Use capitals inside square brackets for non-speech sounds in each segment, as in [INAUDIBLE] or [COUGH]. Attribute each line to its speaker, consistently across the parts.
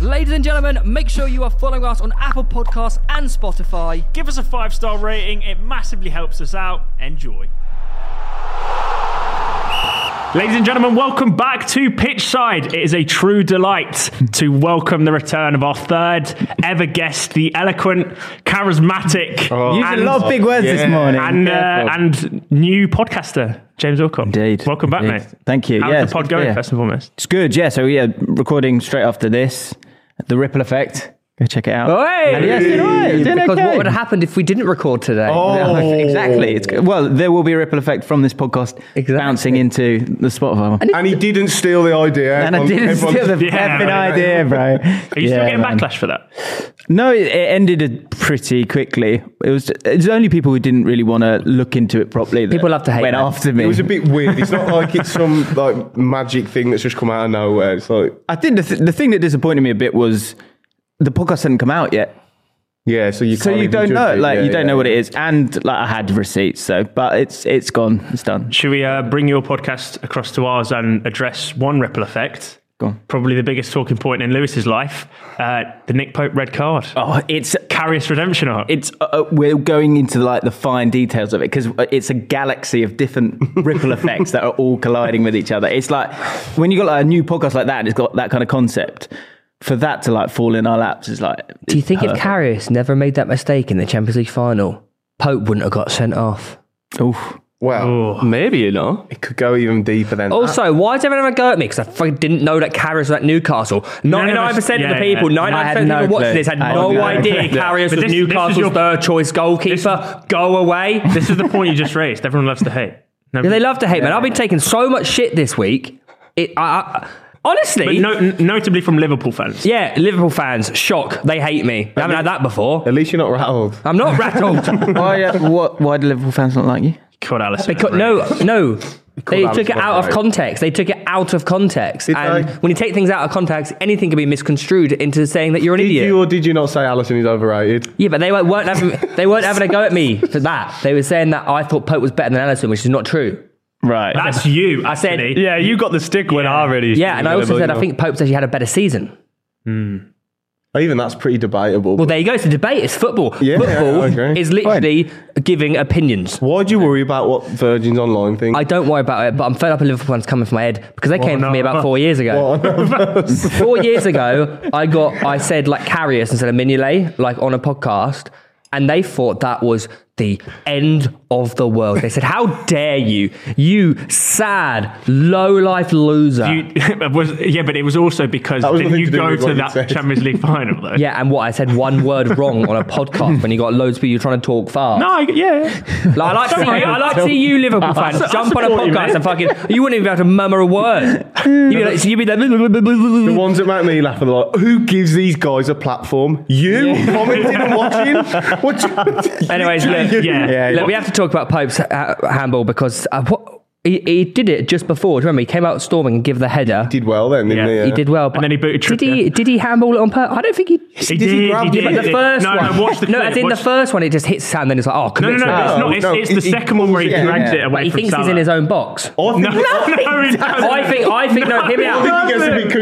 Speaker 1: Ladies and gentlemen, make sure you are following us on Apple Podcasts and Spotify.
Speaker 2: Give us a five star rating, it massively helps us out. Enjoy. Ladies and gentlemen, welcome back to Pitchside. It is a true delight to welcome the return of our third ever guest, the eloquent, charismatic,
Speaker 3: You
Speaker 4: [LAUGHS]
Speaker 3: did a lot of big words this morning.
Speaker 2: and, uh, and new podcaster, James Orcombe.
Speaker 3: Indeed.
Speaker 2: Welcome back,
Speaker 3: Indeed.
Speaker 2: mate.
Speaker 3: Thank you.
Speaker 2: How's
Speaker 3: Yeah,
Speaker 2: the
Speaker 3: it's
Speaker 2: pod
Speaker 3: good to be
Speaker 2: going,
Speaker 3: here.
Speaker 2: first and foremost?
Speaker 3: it's good. Yeah. So yeah, recording straight after this, the ripple effect. Go check it out.
Speaker 5: Hey!
Speaker 3: And yes, doing all right, doing
Speaker 5: Because
Speaker 3: okay.
Speaker 5: what would have happened if we didn't record today?
Speaker 4: Oh.
Speaker 3: exactly. It's good. well, there will be a ripple effect from this podcast
Speaker 5: Exactly.
Speaker 3: bouncing into the Spotify one.
Speaker 4: And he didn't steal the idea.
Speaker 3: And I
Speaker 4: Everyone-
Speaker 3: didn't
Speaker 4: everyone-
Speaker 3: steal the
Speaker 2: Yeah,
Speaker 3: effing
Speaker 2: right.
Speaker 3: idea, bro. Are
Speaker 2: Are you still getting backlash for that?
Speaker 3: No, it, it ended pretty quickly. It was it's only people who didn't really want to look into it properly. That
Speaker 5: People love to hate
Speaker 3: Went
Speaker 5: that.
Speaker 3: after me.
Speaker 4: It was a bit weird. It's not like it's some like magic thing that's just come out of nowhere. It's like
Speaker 3: I think the, th- the thing that disappointed me a bit was the podcast hadn't come out yet.
Speaker 4: yeah, so you
Speaker 3: So
Speaker 4: can't
Speaker 3: you
Speaker 4: even
Speaker 3: don't
Speaker 4: judge
Speaker 3: know,
Speaker 4: it.
Speaker 3: like
Speaker 4: Yeah,
Speaker 3: you don't
Speaker 4: yeah.
Speaker 3: know what it is, and like I had receipts, so but it's it's gone, it's done.
Speaker 2: Should we uh, bring your podcast across to ours and address one ripple effect?
Speaker 3: Go on.
Speaker 2: Probably the biggest talking point in Lewis's life uh, the Nick Pope red card.
Speaker 3: Oh, it's
Speaker 2: Carius Redemption Art.
Speaker 3: it's uh, uh, we're going into like the fine details of it because it's a galaxy of different [LAUGHS] ripple effects that are all colliding with each other. It's like when you got like a new podcast like that, and it's got that kind of concept. For that to like fall in our laps is like.
Speaker 5: Do you think if Karius never made that mistake in the Champions League final, Pope wouldn't have got sent off?
Speaker 3: Oof.
Speaker 4: Well,
Speaker 6: Maybe you know.
Speaker 4: it could go even deeper than. that.
Speaker 5: Also, why is everyone having a go at me? Because I fucking didn't know that Karius was at Newcastle. 99% of
Speaker 2: yeah,
Speaker 5: the people,
Speaker 2: yeah.
Speaker 5: 99%
Speaker 3: I had
Speaker 5: of the
Speaker 3: no
Speaker 5: people watching
Speaker 3: clue.
Speaker 5: this had
Speaker 3: I had
Speaker 5: no
Speaker 3: no
Speaker 5: idea Karius
Speaker 3: clue.
Speaker 2: But
Speaker 5: was
Speaker 2: this- this is
Speaker 5: Newcastle's
Speaker 2: your-
Speaker 5: third choice goalkeeper. go away.
Speaker 2: this is the point you just raised. Everyone loves to hate. No,
Speaker 5: Yeah, they love to hate, man. I've been taking so much shit this week. It, I, I, honestly,
Speaker 2: But no, n- notably from Liverpool fans.
Speaker 5: yeah, Liverpool fans, shock. They hate me. I haven't had that before.
Speaker 4: at least you're not rattled.
Speaker 5: I'm not rattled.
Speaker 3: Why? uh, [LAUGHS] what? Why do Liverpool fans not like you?
Speaker 2: Called Allison.
Speaker 5: Because, no, no. They
Speaker 4: Alex
Speaker 5: took it out of
Speaker 4: Conrad.
Speaker 5: context. They took it out of context.
Speaker 4: Did
Speaker 5: and
Speaker 4: they?
Speaker 5: when you take things out of context, anything can be misconstrued into saying that you're an
Speaker 4: Did
Speaker 5: idiot.
Speaker 4: you or did you not say Allison is overrated?
Speaker 5: yeah, but they weren't, weren't having, they weren't having a go at me for that. They were saying that I thought Pope was better than Ellison, which is not true.
Speaker 3: Right.
Speaker 2: That's you.
Speaker 5: I said-
Speaker 2: actually.
Speaker 6: Yeah, you got the stick when I already.
Speaker 5: Yeah, and I also said I think Pope's actually had a better season.
Speaker 4: Even that's pretty debatable.
Speaker 5: Well, there you go. It's a debate. It's football.
Speaker 4: Yeah,
Speaker 5: football
Speaker 4: I agree.
Speaker 5: is literally giving opinions.
Speaker 4: Why do you worry about what Virgin's online think? [LAUGHS]
Speaker 5: I don't worry about it, but I'm fed up of Liverpool fans coming for my head because they came for
Speaker 2: no.
Speaker 5: me about four years ago. four years ago, I got I said like Carrius instead of Mignolet, like on a podcast, and they thought that was the end of the world. They said, "How dare you, you sad low life loser!"
Speaker 2: You, [LAUGHS] it was, yeah, but it was also because
Speaker 4: That was
Speaker 2: didn't
Speaker 4: nothing
Speaker 2: you
Speaker 4: to do
Speaker 2: go
Speaker 4: with
Speaker 2: to
Speaker 4: what you
Speaker 2: that
Speaker 4: said.
Speaker 2: Champions League final, though?
Speaker 5: yeah, and what I said one word wrong on a podcast when you got loads of people trying to talk fast.
Speaker 2: No, I, yeah.
Speaker 5: [LAUGHS] Like, I like to see you, I like to see you Liverpool [LAUGHS] fans
Speaker 2: I
Speaker 5: jump on a
Speaker 2: support you,
Speaker 5: podcast
Speaker 2: mate.
Speaker 5: and fucking you wouldn't even be able to murmur a word. You'd be like, so you'd be like
Speaker 4: the ones that make me laugh are like, who gives these guys a platform? You commenting and watching? [LAUGHS] What you-
Speaker 5: Anyways, [LAUGHS] look,
Speaker 4: You-
Speaker 2: [LAUGHS] yeah.
Speaker 5: look, we have to talk about Pope's uh, handball because uh, what he, he did it just before. Do you remember he came out storming and give the header.
Speaker 4: Did well then, didn't
Speaker 2: Yeah,
Speaker 4: he?
Speaker 5: He did well, but
Speaker 2: then he booted
Speaker 5: Did he?
Speaker 2: Trippier.
Speaker 5: Did he handball it on purpose? I don't think he.
Speaker 2: He did. He
Speaker 4: grab
Speaker 2: did.
Speaker 4: the-
Speaker 5: But the
Speaker 2: He-
Speaker 5: first
Speaker 2: no,
Speaker 5: one.
Speaker 2: No, watch the
Speaker 5: no,
Speaker 2: clip,
Speaker 5: as in the
Speaker 2: watch-
Speaker 5: first one, it just hits Sam. Then it's like, oh,
Speaker 2: No, no, no,
Speaker 5: commit to
Speaker 2: it's
Speaker 5: that.
Speaker 2: not. It's,
Speaker 4: No,
Speaker 2: it's
Speaker 4: he-
Speaker 2: the
Speaker 4: he
Speaker 2: second one where he
Speaker 4: pulls it in.
Speaker 2: drags it
Speaker 4: Yeah.
Speaker 2: away.
Speaker 5: But he
Speaker 2: from
Speaker 5: thinks he's in
Speaker 2: Salah.
Speaker 5: his own box.
Speaker 4: I think
Speaker 2: No, [LAUGHS] no, he doesn't.
Speaker 5: I think. I think. No,
Speaker 2: [LAUGHS]
Speaker 5: hear me out.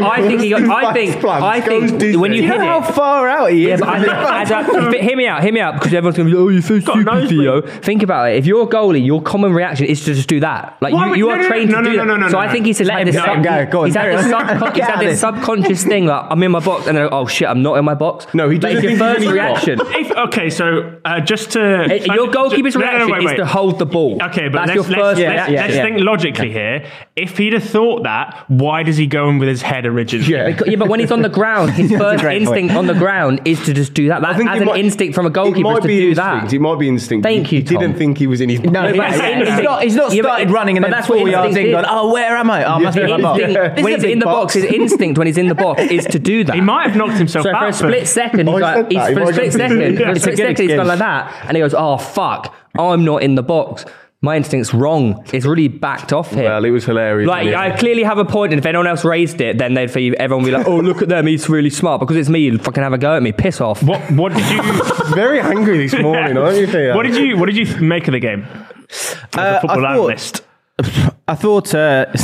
Speaker 4: I think he gets a bit
Speaker 5: I think. He got, I
Speaker 4: concussed.
Speaker 5: think.
Speaker 4: Plans
Speaker 5: I
Speaker 4: goes
Speaker 5: think. When
Speaker 4: decent.
Speaker 5: you
Speaker 4: You
Speaker 5: hit it,
Speaker 3: far out he
Speaker 5: Yeah, but
Speaker 4: [LAUGHS]
Speaker 5: I think, as a, if- hear me out, hear me out, because everyone's going to be oh, you're so stupid,
Speaker 2: nose
Speaker 5: Theo. Think about it. If you're a goalie, your common reaction is to just do that. Like,
Speaker 2: Why
Speaker 5: you,
Speaker 2: would-
Speaker 5: you
Speaker 2: no,
Speaker 5: are
Speaker 2: no, no,
Speaker 5: trained
Speaker 2: no,
Speaker 5: to
Speaker 2: no,
Speaker 5: do
Speaker 2: no,
Speaker 5: that.
Speaker 2: no, no,
Speaker 5: so
Speaker 2: no,
Speaker 5: I
Speaker 2: no.
Speaker 5: think he's letting this,
Speaker 3: Go, go, go on,
Speaker 5: he's had
Speaker 3: carry
Speaker 2: [LAUGHS]
Speaker 5: this,
Speaker 3: on.
Speaker 5: subcon- he's had
Speaker 3: Get out of
Speaker 5: this
Speaker 3: this.
Speaker 5: subconscious thing, like, I'm in my box, and then, oh, shit, I'm not in my box.
Speaker 4: No, he
Speaker 5: But
Speaker 4: doesn't
Speaker 5: it's
Speaker 4: think
Speaker 5: your
Speaker 4: he's
Speaker 5: first
Speaker 4: in
Speaker 5: reaction.
Speaker 2: [LAUGHS]
Speaker 4: his
Speaker 2: If, okay, so uh, just to
Speaker 5: Uh, Your goalkeeper's
Speaker 2: No, no, no,
Speaker 5: reaction
Speaker 2: wait,
Speaker 5: is
Speaker 2: wait.
Speaker 5: to hold the ball.
Speaker 2: Okay, but
Speaker 5: that's
Speaker 2: let's,
Speaker 5: your
Speaker 2: let's-
Speaker 5: first.
Speaker 2: let's,
Speaker 5: reaction.
Speaker 2: let's think logically here. If he'd have thought that, why does he go in with his head originally?
Speaker 4: Yeah.
Speaker 5: Because- yeah, but when he's on the ground,
Speaker 4: [LAUGHS]
Speaker 5: his first
Speaker 3: great
Speaker 5: instinct on the ground is to just do that. That
Speaker 4: think
Speaker 5: as
Speaker 4: it
Speaker 5: an
Speaker 4: might-
Speaker 5: instinct from a
Speaker 4: it
Speaker 5: goalkeeper
Speaker 4: might
Speaker 5: is to
Speaker 4: be
Speaker 5: do
Speaker 4: instinct.
Speaker 5: that.
Speaker 4: It might be instinct.
Speaker 5: Thank
Speaker 4: He
Speaker 5: you, Tom.
Speaker 4: didn't think he was in his.
Speaker 5: but
Speaker 3: No, he's,
Speaker 5: it's
Speaker 3: he's
Speaker 5: instinct.
Speaker 3: not, he's not
Speaker 5: Yeah, but-
Speaker 3: started running and
Speaker 5: but
Speaker 3: then
Speaker 5: that's
Speaker 3: four
Speaker 5: what
Speaker 3: yards
Speaker 5: instinct
Speaker 3: in, going,
Speaker 5: is.
Speaker 3: oh, where am I? Oh, I must be in my box.
Speaker 5: instinct,
Speaker 3: [LAUGHS]
Speaker 5: when he's in the box, his instinct when he's in the box is to do that.
Speaker 2: He might have knocked himself
Speaker 5: So for a
Speaker 2: out.
Speaker 5: split second, he's
Speaker 4: I
Speaker 5: like,
Speaker 4: said
Speaker 5: he's
Speaker 4: that,
Speaker 5: for a
Speaker 4: if I
Speaker 5: split
Speaker 4: got-
Speaker 5: second, for
Speaker 2: Yeah.
Speaker 5: a split
Speaker 3: It's a good
Speaker 5: second, he's gone
Speaker 3: excuse.
Speaker 5: like that, and he goes, "Oh fuck, I'm not in the box. My instinct's wrong. It's really backed off here."
Speaker 4: Well, it was hilarious.
Speaker 5: like
Speaker 4: wasn't it?
Speaker 5: I clearly have a point, and if anyone else raised it, then they'd be everyone would be like, "Oh, look at them, he's really smart." Because it's me, you fucking have a go at me, piss off.
Speaker 2: What, what did
Speaker 3: [LAUGHS]
Speaker 2: you?
Speaker 4: very angry
Speaker 5: [LAUGHS]
Speaker 4: this morning, aren't you? Theo?
Speaker 2: what did you? What did you make of the game? As a
Speaker 3: Uh, I
Speaker 2: football
Speaker 3: thought-
Speaker 2: analyst,
Speaker 3: I thought uh, [LAUGHS] I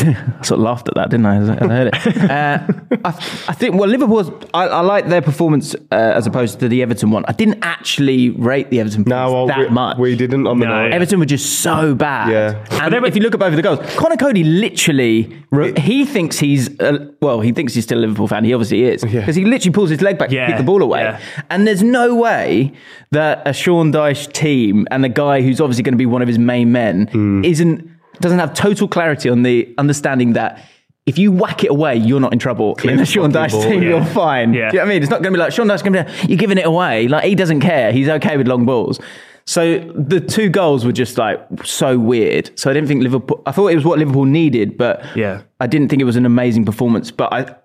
Speaker 3: sort of laughed at that, didn't I? As I as I heard
Speaker 4: [LAUGHS]
Speaker 3: it. Uh, I, I think well, Liverpool's. I, I like their performance uh, as opposed to the Everton one. I didn't actually rate the Everton
Speaker 4: No, well,
Speaker 3: performance that
Speaker 4: we,
Speaker 3: much.
Speaker 4: we didn't on the
Speaker 2: No.
Speaker 4: night.
Speaker 3: Everton were just so bad.
Speaker 4: Yeah.
Speaker 3: And
Speaker 2: were-
Speaker 3: if you look at both of the goals, Connor Cody literally, he thinks he's, uh, well, he thinks he's still a Liverpool fan. He obviously is. Because
Speaker 4: Yeah.
Speaker 3: he literally pulls his leg back
Speaker 2: Yeah,
Speaker 3: to kick the ball away.
Speaker 2: yeah.
Speaker 3: And there's no way that a Sean Dyche team and a guy who's obviously going to be one of his main men isn't doesn't have total clarity on the understanding that if you whack it away, you're not in trouble. in the Sean Dyche team, you're fine.
Speaker 2: Yeah.
Speaker 3: Do you know what I mean? It's not going to be like Sean Dyche's going to be like, you're giving it away. Like, he doesn't care. He's okay with long balls. So the two goals were just like so weird. So I didn't think Liverpool, I thought it was what Liverpool needed, but
Speaker 2: Yeah.
Speaker 3: I didn't think it was an amazing performance. But I,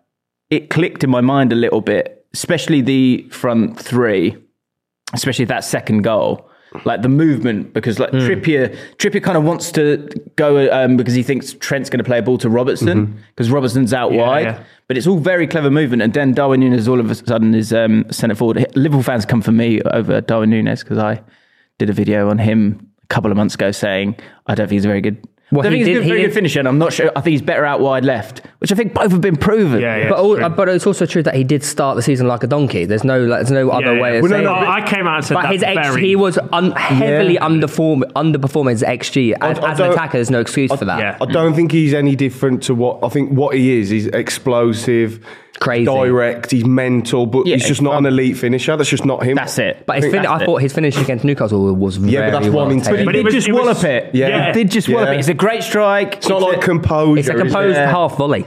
Speaker 3: it clicked in my mind a little bit, especially the front three, especially that second goal. Like the movement, because like Trippier, Trippier kind of wants to go um, because he thinks Trent's going to play a ball to Robertson because Robertson's out wide.
Speaker 2: yeah.
Speaker 3: But it's all very clever movement, and then Darwin Nunes all of a sudden is um, centre forward. Liverpool fans come for me over Darwin Nunes because I did a video on him a couple of months ago saying I don't think he's a very good.
Speaker 5: Well,
Speaker 3: I don't
Speaker 5: he
Speaker 3: think he's
Speaker 5: did-
Speaker 3: a good,
Speaker 5: he
Speaker 3: very
Speaker 5: did-
Speaker 3: good finisher, and I'm not sure. I think he's better out wide left, which I think both have been proven.
Speaker 2: Yeah, yeah.
Speaker 5: But, all,
Speaker 2: true.
Speaker 5: uh, but it's also true that he did start the season like a donkey. There's no like, there's no
Speaker 2: Yeah,
Speaker 5: other
Speaker 2: yeah.
Speaker 5: way. Of
Speaker 2: Well, no,
Speaker 5: saying
Speaker 2: no,
Speaker 5: it.
Speaker 2: I came out and said
Speaker 5: but
Speaker 2: that's
Speaker 5: his X,
Speaker 2: very-
Speaker 5: he was un- heavily underperform- underperforming his XG. And
Speaker 4: I
Speaker 5: as an
Speaker 4: don't-
Speaker 5: attacker, there's no excuse for that.
Speaker 2: yeah.
Speaker 4: I don't think he's any different to what I think. What he is, he's explosive,
Speaker 5: Crazy.
Speaker 4: direct. He's mental, but
Speaker 3: Yeah,
Speaker 4: he's just not an elite finisher. That's just not him.
Speaker 3: That's it.
Speaker 5: But his
Speaker 3: think
Speaker 5: fin-
Speaker 3: that's
Speaker 5: I thought his finish against Newcastle was very
Speaker 4: Yeah, but that's
Speaker 5: well
Speaker 4: one in two.
Speaker 5: taken.
Speaker 3: But
Speaker 2: But
Speaker 3: he
Speaker 2: it
Speaker 3: did
Speaker 2: was-
Speaker 3: just
Speaker 2: it was-
Speaker 3: wallop it.
Speaker 4: Yeah.
Speaker 3: He did just wallop
Speaker 4: Yeah.
Speaker 3: it. It's a great strike.
Speaker 4: It's not like composure.
Speaker 5: It's a
Speaker 4: is it?
Speaker 5: composed
Speaker 4: Yeah.
Speaker 5: half volley.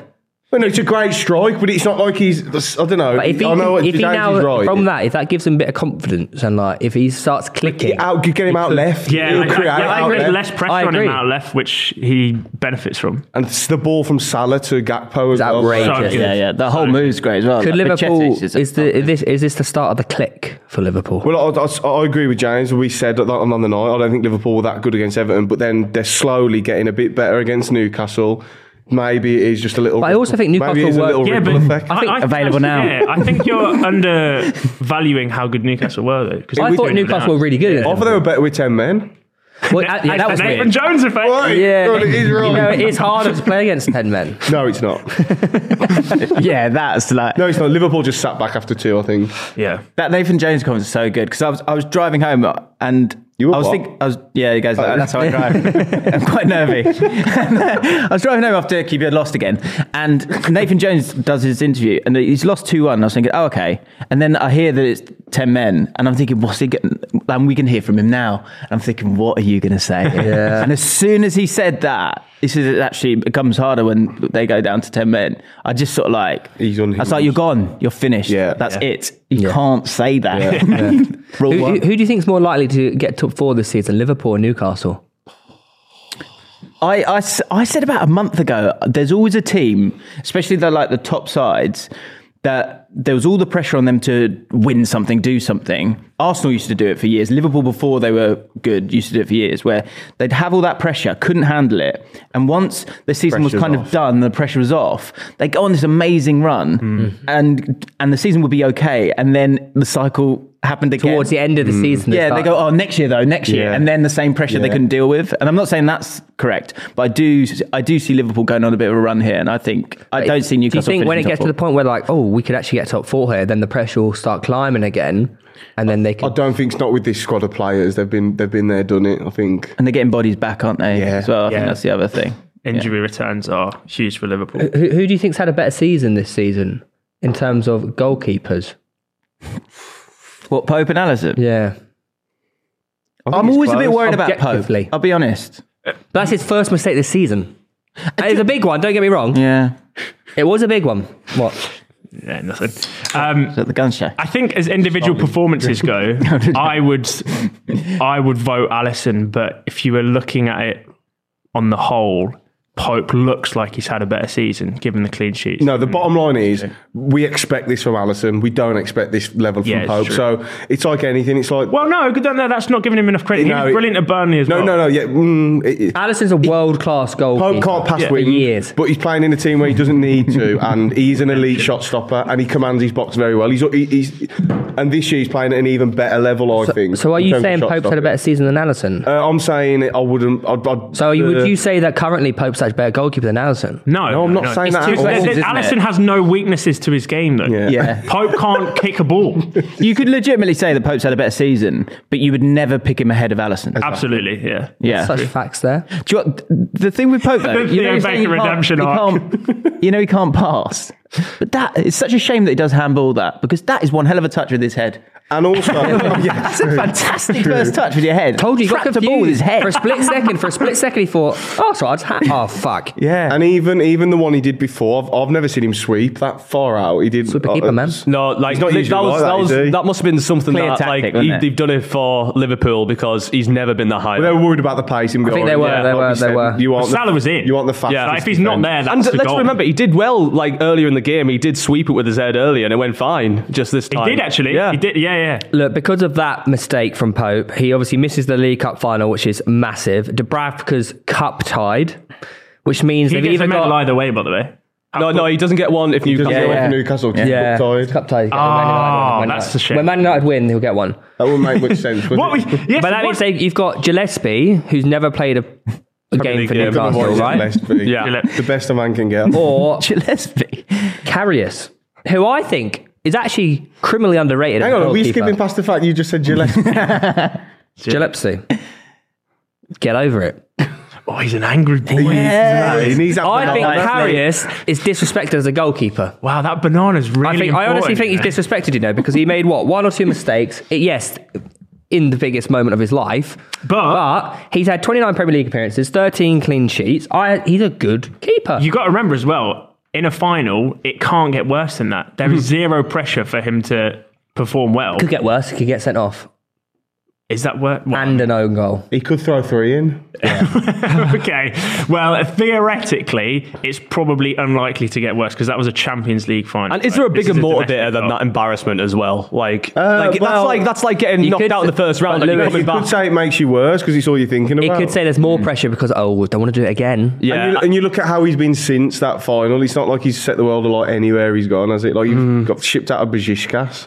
Speaker 4: Well, no, it's a great strike, but it's not like he's. I don't know.
Speaker 5: But if he,
Speaker 4: I know what
Speaker 5: if he
Speaker 4: James
Speaker 5: now
Speaker 4: is right.
Speaker 5: from that, if that gives him a bit of confidence and like if he starts clicking,
Speaker 4: out, get him out left.
Speaker 2: Yeah,
Speaker 4: he'll
Speaker 2: I, I-
Speaker 4: create
Speaker 2: yeah, I
Speaker 4: out
Speaker 2: agree.
Speaker 4: left.
Speaker 2: Less pressure
Speaker 5: I
Speaker 2: on him
Speaker 5: agree.
Speaker 2: out left, which he benefits from.
Speaker 4: And it's the ball from Salah to Gakpo as
Speaker 5: It's
Speaker 4: well.
Speaker 5: outrageous.
Speaker 2: So good.
Speaker 3: Yeah, yeah. The whole move's great as well.
Speaker 5: could
Speaker 3: Like,
Speaker 5: Liverpool
Speaker 3: Pacetic
Speaker 5: is,
Speaker 3: a-
Speaker 5: the
Speaker 3: [LAUGHS]
Speaker 5: is this is this the start of the click for Liverpool?
Speaker 4: Well, I, I, I agree with James. We said that on on the night, I don't think Liverpool were that good against Everton, but then they're slowly getting a bit better against Newcastle. Maybe it is just a little.
Speaker 5: But I also think
Speaker 4: maybe
Speaker 5: Newcastle
Speaker 4: it is a
Speaker 5: were-
Speaker 4: little
Speaker 2: Yeah, but
Speaker 4: ripple effect.
Speaker 5: I think
Speaker 3: available now.
Speaker 2: Yeah, I think you're [LAUGHS] undervaluing how good Newcastle were though. 'cause
Speaker 5: I
Speaker 2: they
Speaker 5: thought
Speaker 2: doing it
Speaker 5: Newcastle
Speaker 2: now.
Speaker 5: were really good.
Speaker 4: I thought they were better with ten men.
Speaker 5: Well, that- yeah, that was
Speaker 2: Nathan
Speaker 5: weird.
Speaker 2: Jones effect.
Speaker 5: Yeah,
Speaker 4: God, it is wrong.
Speaker 5: you know, it is harder to play against ten
Speaker 4: [LAUGHS]
Speaker 5: men.
Speaker 4: No, it's not.
Speaker 3: yeah, that's like
Speaker 4: No, it's not. Liverpool just sat back after two. I think.
Speaker 2: Yeah.
Speaker 3: that Nathan Jones comment is so good because I was I was driving home and
Speaker 4: You were
Speaker 3: I was
Speaker 4: what?
Speaker 3: thinking I was yeah you guys
Speaker 4: Oh.
Speaker 3: that's how
Speaker 4: [LAUGHS]
Speaker 3: I drive I'm quite nervy [LAUGHS] I was driving home after QB had lost again and Nathan Jones does his interview and he's lost two one I was thinking oh okay and then I hear that it's ten men and I'm thinking what's he getting and we can hear from him now and I'm thinking what are you going to
Speaker 4: [LAUGHS]
Speaker 3: say yeah. and as soon as he said that this is it actually becomes harder when they go down to ten men I just sort of like
Speaker 4: He's on
Speaker 3: I was
Speaker 4: his-
Speaker 3: like you're gone you're finished
Speaker 4: Yeah.
Speaker 3: that's
Speaker 4: Yeah.
Speaker 3: it you
Speaker 5: Yeah.
Speaker 3: can't say that Rule
Speaker 5: Who, who,
Speaker 3: one.
Speaker 5: who do you think is more likely to get top four this season, Liverpool or Newcastle?
Speaker 3: [LAUGHS] I, I s- I said about a month ago, there's always a team, especially the like the top sides, that there was all the pressure on them to win something, do something. Arsenal used to do it for years. Liverpool before they were good used to do it for years, where they'd have all that pressure, couldn't handle it, and once the season was
Speaker 4: Pressure's
Speaker 3: kind
Speaker 4: off.
Speaker 3: of done, the pressure was off. They go on this amazing run,
Speaker 4: Mm-hmm.
Speaker 3: and and the season would be okay, and then the cycle happened again
Speaker 5: Towards the end of the
Speaker 4: Hmm.
Speaker 5: season,
Speaker 3: yeah, they
Speaker 5: start-
Speaker 3: go, oh, next year though, next year,
Speaker 4: Yeah.
Speaker 3: and then the same pressure they
Speaker 4: Yeah.
Speaker 3: couldn't deal with. And I'm not saying that's correct, but I do, I do see Liverpool going on a bit of a run here, and I think I don't see Newcastle.
Speaker 5: Do you think when it
Speaker 3: finishing
Speaker 5: gets
Speaker 3: top
Speaker 5: to the point where like, oh, we could actually get top four here, then the pressure will start climbing again, and then they
Speaker 4: I
Speaker 5: can.
Speaker 4: don't think it's not with this squad of players. They've been they've been there, done it. I think.
Speaker 3: four. and they're getting bodies back, aren't they?
Speaker 4: Yeah.
Speaker 3: as well. I
Speaker 2: Yeah.
Speaker 3: think that's the other thing.
Speaker 2: Injury returns are huge for Liverpool.
Speaker 5: Who, who do you think's had a better season this season in terms of goalkeepers?
Speaker 3: What Pope and Allison?
Speaker 5: Yeah,
Speaker 3: I'm always a bit worried about Pope.
Speaker 5: Objectively.
Speaker 3: I'll be honest.
Speaker 5: But that's his first mistake this season. And It's a big one. Don't get me
Speaker 4: Mm.
Speaker 5: wrong.
Speaker 3: Yeah,
Speaker 5: It was a big one.
Speaker 4: [LAUGHS]
Speaker 5: What?
Speaker 2: yeah, nothing. Um,
Speaker 3: Is that the gun show.
Speaker 2: I think as individual
Speaker 5: [LAUGHS]
Speaker 2: performances go, I would, I would vote Allison. But if you were looking at it on the whole, Pope looks like he's had a better season given the clean sheets.
Speaker 4: No, the bottom line is we expect this from Allison. We don't expect this level from
Speaker 2: Yeah, it's
Speaker 4: Pope.
Speaker 2: true.
Speaker 4: So it's like anything. It's like
Speaker 2: Well, no, no, no, that's not giving him enough credit. He
Speaker 4: No,
Speaker 2: was
Speaker 4: it-
Speaker 2: brilliant at Burnley as
Speaker 4: no,
Speaker 2: well.
Speaker 4: no, no. Yeah, mm, it- it-
Speaker 5: Allison's a world class goalkeeper.
Speaker 4: Pope can't pass
Speaker 5: for
Speaker 4: wind,
Speaker 5: years.
Speaker 4: but he's playing in a team where he doesn't need to,
Speaker 5: [LAUGHS]
Speaker 4: and he's an elite shot stopper, and he commands his box very well. He's, he- he's and this year he's playing at an even better level, I think.
Speaker 5: So are
Speaker 4: in
Speaker 5: you
Speaker 4: terms of
Speaker 5: saying
Speaker 4: shot
Speaker 5: Pope's had a
Speaker 4: stopping.
Speaker 5: better season than Allison?
Speaker 4: Uh, I'm saying I wouldn't. I'd, I'd,
Speaker 5: so you,
Speaker 4: uh,
Speaker 5: would you say that currently Pope's had Sturridge better goalkeeper than Allison.
Speaker 2: No,
Speaker 4: No, I'm not saying
Speaker 2: It's
Speaker 4: that
Speaker 2: too-
Speaker 4: at all.
Speaker 2: there- there-
Speaker 3: Isn't it?
Speaker 2: Allison has no weaknesses to his game, though.
Speaker 4: Yeah.
Speaker 3: Yeah.
Speaker 2: [LAUGHS] Pope can't kick a ball.
Speaker 3: You could legitimately say the Pope's had a better season, but you would never pick him ahead of Allison.
Speaker 2: Absolutely, yeah.
Speaker 3: Yeah.
Speaker 5: Such facts there.
Speaker 3: Do you want- the thing with
Speaker 5: [LAUGHS]
Speaker 3: Pope, though,
Speaker 2: The
Speaker 3: you know,
Speaker 2: Theo
Speaker 3: he's saying he
Speaker 2: Baker
Speaker 3: can't-
Speaker 2: redemption
Speaker 3: he
Speaker 2: arc.
Speaker 3: can't- you know, he can't pass. But that it's such a shame that he does handball that because that is one hell of a touch with his head.
Speaker 4: And
Speaker 5: [LAUGHS]
Speaker 4: also, yeah,
Speaker 3: That's a fantastic first touch with your head.
Speaker 5: Told you, he got
Speaker 3: trapped the ball with his
Speaker 5: confused.
Speaker 3: head.
Speaker 5: For a split second, for a split second, he thought, oh, so I just ha- oh, fuck.
Speaker 3: yeah,
Speaker 4: and even even the one he did before, I've, I've never seen him sweep that far out. He uh, did
Speaker 5: Sweep a keeper, man.
Speaker 6: No, like
Speaker 4: not
Speaker 6: th-
Speaker 4: usually
Speaker 6: that,
Speaker 4: like
Speaker 6: was,
Speaker 4: that,
Speaker 6: that, was,
Speaker 4: is he?
Speaker 6: that must have been something
Speaker 3: Clear
Speaker 6: that
Speaker 3: tactic,
Speaker 6: like he,
Speaker 3: wasn't it?
Speaker 6: they've done it for Liverpool because he's never been that high.
Speaker 4: They were worried about the pace. Him I
Speaker 5: think they were, they were, they were.
Speaker 4: You want the-
Speaker 2: Salah was in.
Speaker 4: You want the fastest.
Speaker 2: Yeah, like, if he's not
Speaker 4: defence.
Speaker 2: there,
Speaker 6: and
Speaker 2: that's the
Speaker 6: let's
Speaker 2: goal.
Speaker 6: remember, he did well like earlier in the game. He did sweep it with his head earlier, and it went fine. Just this
Speaker 2: He
Speaker 6: time,
Speaker 2: did actually.
Speaker 6: Yeah,
Speaker 2: He did. Yeah, yeah.
Speaker 5: Look, because of that mistake from Pope, he obviously misses the League Cup final, which is massive. Dubravka's cup tied, which means
Speaker 2: He
Speaker 5: they've
Speaker 2: gets a
Speaker 5: either
Speaker 2: medal
Speaker 5: got
Speaker 2: either way, by the way.
Speaker 6: No, no, he doesn't get one if Newcastle.
Speaker 4: Just
Speaker 5: Yeah,
Speaker 4: yeah,
Speaker 5: yeah.
Speaker 4: Newcastle.
Speaker 5: yeah,
Speaker 4: Tied.
Speaker 5: it's cup tied.
Speaker 2: Ah,
Speaker 5: When Man United win, when
Speaker 2: that's
Speaker 5: Man-
Speaker 2: the shit.
Speaker 5: When Man United win, he'll get one.
Speaker 4: That wouldn't make much sense. would
Speaker 5: [LAUGHS]
Speaker 2: What?
Speaker 4: it?
Speaker 2: We, yes,
Speaker 5: but that
Speaker 2: what-
Speaker 5: means they, you've got Gillespie, who's never played a, a game
Speaker 6: League
Speaker 5: for
Speaker 6: game.
Speaker 4: What
Speaker 5: Newcastle,
Speaker 4: is the
Speaker 5: right?
Speaker 2: [LAUGHS]
Speaker 4: best thing?
Speaker 6: Yeah.
Speaker 2: Gillespie.
Speaker 4: The best a man can
Speaker 2: [LAUGHS]
Speaker 4: get.
Speaker 5: Or
Speaker 3: Gillespie.
Speaker 5: Carrius, who I think is actually criminally underrated.
Speaker 4: Hang
Speaker 5: as a
Speaker 4: on, are we
Speaker 5: goalkeeper.
Speaker 4: skipping past the fact you just said Gillespie?
Speaker 5: Gillespie? Get over it.
Speaker 2: Oh, he's an angry boy.
Speaker 4: he needs that
Speaker 5: I think
Speaker 4: banana.
Speaker 5: Carrius is disrespected as a goalkeeper.
Speaker 2: Wow, that banana's really.
Speaker 5: I think I honestly think he's disrespected, you know, because he made what one or two mistakes. It- yes, in the biggest moment of his life,
Speaker 2: But-
Speaker 5: but he's had 29 Premier League appearances, 13 clean sheets. I he's a good keeper.
Speaker 2: You got to remember as well. In a final, it can't get worse than that. There is zero pressure for him to perform well.
Speaker 5: Hmm. could get worse. He could get sent off
Speaker 2: Is that work? Well,
Speaker 5: and an own goal.
Speaker 4: [LAUGHS] He could throw three in.
Speaker 2: okay. Well, theoretically, it's probably unlikely to get worse because that was a Champions League final.
Speaker 6: And is
Speaker 2: right?
Speaker 6: there a
Speaker 2: This
Speaker 6: bigger
Speaker 2: is domestic
Speaker 6: motivator than
Speaker 2: goal.
Speaker 6: that embarrassment as well? Like, like
Speaker 4: well-
Speaker 6: that's like that's like getting knocked
Speaker 5: could-
Speaker 6: out in the first round
Speaker 5: but
Speaker 6: and you're
Speaker 5: Lewis-
Speaker 4: You
Speaker 6: coming
Speaker 4: could
Speaker 6: back.
Speaker 4: say it makes you worse because it's all you're thinking
Speaker 5: It
Speaker 4: about.
Speaker 5: could say there's more
Speaker 2: Hmm.
Speaker 5: pressure because oh, don't want to do it again.
Speaker 6: yeah,
Speaker 4: And you, and you look at how he's been since that final. It's not like he's set the world alight anywhere he's gone, has it? Like you've got shipped out of Bajishkas.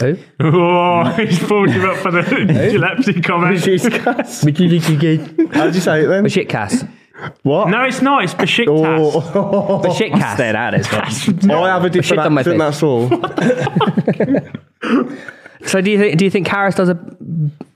Speaker 5: Who?
Speaker 2: [LAUGHS] Oh, he's pulled you up for
Speaker 6: [LAUGHS]
Speaker 2: the [LAUGHS] Gillespie comment.
Speaker 4: Bajishkas.
Speaker 5: [LAUGHS] the
Speaker 4: [LAUGHS] How did you say it then?
Speaker 5: shit cast.
Speaker 4: What?
Speaker 2: No, it's not. It's Besiktas.
Speaker 4: Oh,
Speaker 5: The shit cast.
Speaker 3: Stay at
Speaker 4: [LAUGHS]
Speaker 3: it.
Speaker 4: I have a
Speaker 5: shit
Speaker 4: different
Speaker 5: on my
Speaker 4: accent.
Speaker 5: face.
Speaker 4: That's [LAUGHS] all.
Speaker 5: So do you think, do you think Karras does a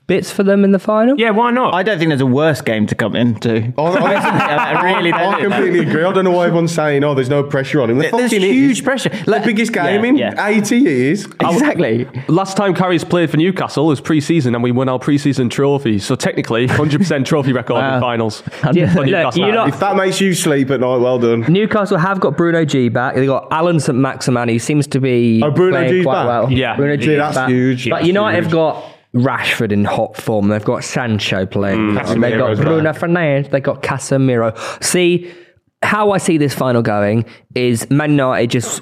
Speaker 5: bits for them in the final?
Speaker 2: Yeah, why not?
Speaker 3: I don't think there's a worse game to come into.
Speaker 4: I, I-
Speaker 3: [LAUGHS] I really don't.
Speaker 4: Oh, I completely agree. I don't know why everyone's saying, "Oh, there's no pressure on him." The
Speaker 3: There's
Speaker 4: fucking
Speaker 3: huge
Speaker 4: is.
Speaker 3: pressure.
Speaker 4: The biggest game
Speaker 3: Yeah,
Speaker 4: in
Speaker 3: yeah.
Speaker 4: eighty years.
Speaker 3: Exactly.
Speaker 6: Last time Carries played for Newcastle was pre-season, and we won our pre-season trophy. So technically, 100 percent trophy record
Speaker 3: Wow.
Speaker 6: in finals.
Speaker 5: Yeah,
Speaker 6: For
Speaker 5: look,
Speaker 6: Newcastle.
Speaker 5: you lot-
Speaker 4: If that makes you sleep at night, well done.
Speaker 5: Newcastle have got Bruno G back. They got Alan St Maximan, who seems to be
Speaker 4: Oh, Bruno
Speaker 5: playing
Speaker 4: G's
Speaker 5: quite
Speaker 4: back?
Speaker 5: well.
Speaker 6: Yeah.
Speaker 5: Bruno
Speaker 6: Yeah,
Speaker 5: G is
Speaker 4: that's
Speaker 5: back.
Speaker 4: huge.
Speaker 5: But
Speaker 4: That's
Speaker 5: United
Speaker 4: huge.
Speaker 5: have got Rashford in hot form. They've got Sancho playing.
Speaker 4: Mm.
Speaker 5: They've got
Speaker 4: Casemiro's
Speaker 5: Bruno
Speaker 4: back.
Speaker 5: Fernandes. They've got Casemiro. See how I see this final going is Man United just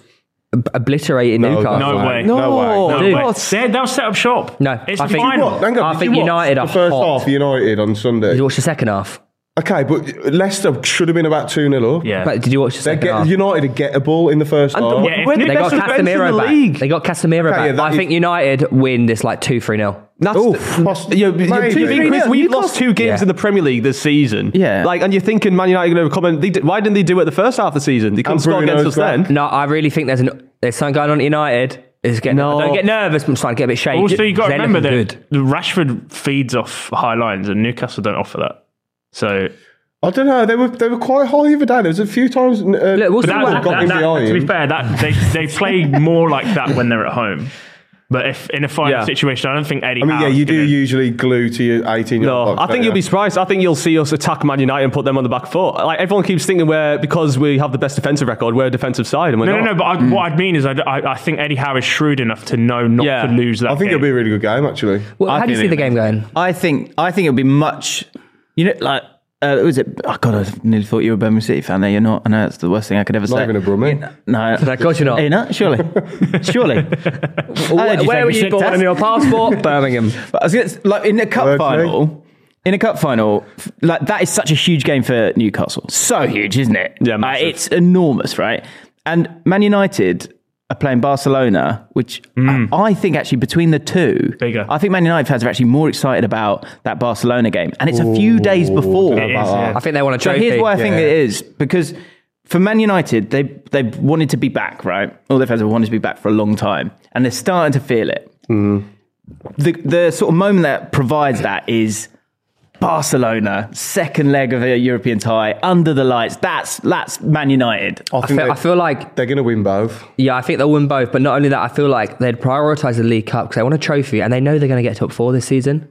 Speaker 5: ob- obliterating Newcastle.
Speaker 2: no way.
Speaker 4: No,
Speaker 6: No.
Speaker 4: way.
Speaker 2: No
Speaker 5: Dude.
Speaker 2: way. They- They'll set up shop.
Speaker 5: No,
Speaker 2: it's
Speaker 5: I think-
Speaker 2: final.
Speaker 4: What? Hang on,
Speaker 5: I
Speaker 4: did
Speaker 5: think
Speaker 4: you watch
Speaker 5: United are
Speaker 4: the first
Speaker 5: hot.
Speaker 4: half of United on Sunday.
Speaker 5: Did you watch the second half?
Speaker 4: Okay, but Leicester should have been about two 0 up.
Speaker 2: Yeah.
Speaker 5: But did you watch the
Speaker 4: They
Speaker 5: second
Speaker 4: get
Speaker 5: half?
Speaker 4: United to get a ball in the first half.
Speaker 2: yeah, if
Speaker 5: They
Speaker 2: Nick-
Speaker 5: got
Speaker 6: best defence in
Speaker 5: Casemiro
Speaker 6: the
Speaker 5: back.
Speaker 6: league.
Speaker 5: They got Casemiro
Speaker 4: Okay, yeah,
Speaker 5: back.
Speaker 4: that
Speaker 5: I
Speaker 4: is-
Speaker 5: think United win this like 2 3 0.
Speaker 6: That's
Speaker 4: Oof.
Speaker 6: the-
Speaker 4: Poss-
Speaker 6: you're- you're
Speaker 4: Maybe.
Speaker 6: to be honest,
Speaker 4: Newcastle-
Speaker 6: we've lost two games
Speaker 5: Yeah.
Speaker 6: in the Premier League this season.
Speaker 3: Yeah.
Speaker 6: like, and you're thinking Man United are going to come in. They, did- why didn't they do it the first half of the season? They couldn't
Speaker 4: And
Speaker 6: score against us
Speaker 4: Bruno's back.
Speaker 6: then.
Speaker 5: No, I really think there's an there's something going on at United. It's getting,
Speaker 6: No.
Speaker 5: Don't get nervous. I'm starting to get a bit shaky.
Speaker 2: also, you got to
Speaker 5: They're
Speaker 2: remember
Speaker 5: looking
Speaker 2: that the Rashford feeds off high lines, and Newcastle don't offer that. So
Speaker 4: I don't know. They were they were quite high the other day. There was a few times. Uh,
Speaker 5: Look, we'll
Speaker 4: Newcastle
Speaker 5: see what
Speaker 2: that,
Speaker 4: got
Speaker 2: that-
Speaker 4: in
Speaker 2: that-
Speaker 4: behind.
Speaker 2: to be fair, that they, they play more like that when they're at home. But if in a final
Speaker 6: Yeah.
Speaker 2: situation, I don't think Eddie.
Speaker 4: I mean, yeah,
Speaker 2: Howe's
Speaker 4: you do
Speaker 2: gonna-
Speaker 4: usually glue to your eighteen.
Speaker 6: No, I think you'll be surprised. I think you'll see us attack Man United and put them on the back foot. Like everyone keeps thinking we're because we have the best defensive record, we're a defensive side, and we're
Speaker 2: No,
Speaker 6: not.
Speaker 2: no, no. But I,
Speaker 4: Mm.
Speaker 2: what I'd mean is, I, I, I think Eddie Howe is shrewd enough to know not
Speaker 6: Yeah.
Speaker 2: to lose that.
Speaker 4: I think
Speaker 2: game.
Speaker 4: it'll be a really good game actually.
Speaker 5: Well, how do you see
Speaker 3: think
Speaker 5: the
Speaker 3: they
Speaker 5: game going?
Speaker 3: I think I think it'll be much. You know, like uh, was it? Oh God, I nearly thought you were a Birmingham City fan. There, you're not. I know that's the worst thing I could ever
Speaker 4: Not
Speaker 3: say.
Speaker 4: even a Brummie.
Speaker 3: No,
Speaker 5: Of course you're not.
Speaker 3: Are you not?
Speaker 5: [LAUGHS]
Speaker 3: Surely, surely.
Speaker 5: Where,
Speaker 3: you
Speaker 5: where
Speaker 3: take
Speaker 5: were
Speaker 3: a
Speaker 5: you
Speaker 3: shit
Speaker 5: born
Speaker 3: test?
Speaker 5: on your passport? Birmingham.
Speaker 3: But I was gonna, like in a cup
Speaker 4: Wordplay.
Speaker 3: final, in a cup final, f- like that is such a huge game for Newcastle. So huge, isn't it?
Speaker 6: Yeah,
Speaker 3: Like,
Speaker 6: massive.
Speaker 3: it's enormous, right? And Man United are playing Barcelona, which I, I think actually between the two,
Speaker 2: Bigger.
Speaker 3: I think Man United fans are actually more excited about that Barcelona game, and it's a few days before.
Speaker 4: It is, yeah.
Speaker 5: [LAUGHS] I think they want a
Speaker 3: So
Speaker 5: trophy.
Speaker 3: here's why I think
Speaker 4: Yeah.
Speaker 3: it is because for Man United, they they wanted to be back, right? All their fans have wanted to be back for a long time, and they're starting to feel it. The the sort of moment that provides that is Barcelona, second leg of a European tie, under the lights. That's that's Man United.
Speaker 4: I
Speaker 5: I
Speaker 4: think
Speaker 5: feel,
Speaker 4: they,
Speaker 5: I feel like
Speaker 4: they're going to win both.
Speaker 5: yeah, I think they'll win both. But not only that, I feel like they'd prioritise the League Cup because they want a trophy and they know they're going to get top four this season.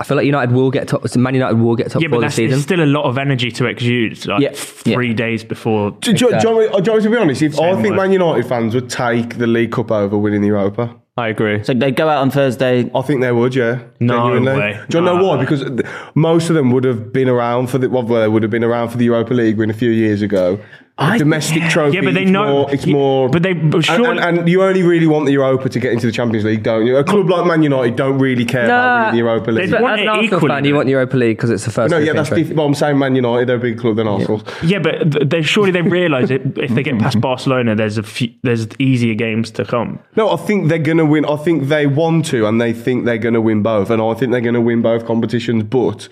Speaker 5: I feel like United will get top. Man United will get top
Speaker 2: Yeah, but
Speaker 5: four
Speaker 2: that's
Speaker 5: this
Speaker 2: there's
Speaker 5: season.
Speaker 2: still a lot of energy to exude. Like
Speaker 3: Yeah.
Speaker 2: three
Speaker 3: Yeah.
Speaker 2: days before.
Speaker 4: Do, do, do, do, you want me- do you want me to be honest, if I
Speaker 2: Same
Speaker 4: think
Speaker 2: word.
Speaker 4: Man United fans would take the League Cup over winning the Europa.
Speaker 6: I agree.
Speaker 3: So they go out on Thursday.
Speaker 4: I think they would, yeah.
Speaker 2: No
Speaker 4: Genuinely.
Speaker 2: way.
Speaker 4: Do you
Speaker 2: No.
Speaker 4: know why? Because th- most of them would have been around for the well, they would have been around for the Europa League win a few years ago. The
Speaker 3: I-
Speaker 4: domestic trophy.
Speaker 2: Yeah, but they
Speaker 4: it's
Speaker 2: know.
Speaker 4: More, it's
Speaker 2: yeah,
Speaker 4: more.
Speaker 2: But they but
Speaker 4: and,
Speaker 2: sure.
Speaker 4: and, and you only really want the Europa to get into the Champions League, don't you? A club like Man United don't really care about winning the Europa
Speaker 2: they
Speaker 4: League.
Speaker 2: don't-
Speaker 5: But
Speaker 2: want
Speaker 5: as an
Speaker 2: it
Speaker 5: Arsenal
Speaker 2: equally,
Speaker 5: fan, you
Speaker 2: though.
Speaker 5: want Europa League because it's the first.
Speaker 4: no, yeah,
Speaker 5: European
Speaker 4: that's
Speaker 5: trophy.
Speaker 4: diff- but I'm saying Man United, they're a bigger club than Arsenal.
Speaker 2: yeah, but th- they surely they realise
Speaker 4: [LAUGHS]
Speaker 2: it. If they get past Barcelona, there's a few, there's easier games to come.
Speaker 4: No, I think they're going to win. I think they want to, and they think they're going to win both. And I think they're going to win both competitions. But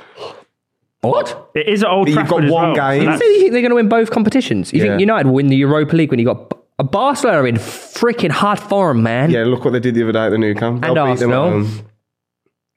Speaker 5: what?
Speaker 2: It is at Old
Speaker 4: You've
Speaker 2: Trafford
Speaker 4: got
Speaker 2: as
Speaker 4: one
Speaker 2: well, so
Speaker 4: game.
Speaker 2: that's-
Speaker 5: So you think they're going to win both competitions? You
Speaker 4: Yeah.
Speaker 5: think United win the Europa League when you got a Barcelona in freaking hard form, man?
Speaker 4: yeah, look what they did the other day at the new camp.
Speaker 5: And
Speaker 4: They'll beat them at
Speaker 5: Arsenal.
Speaker 4: home.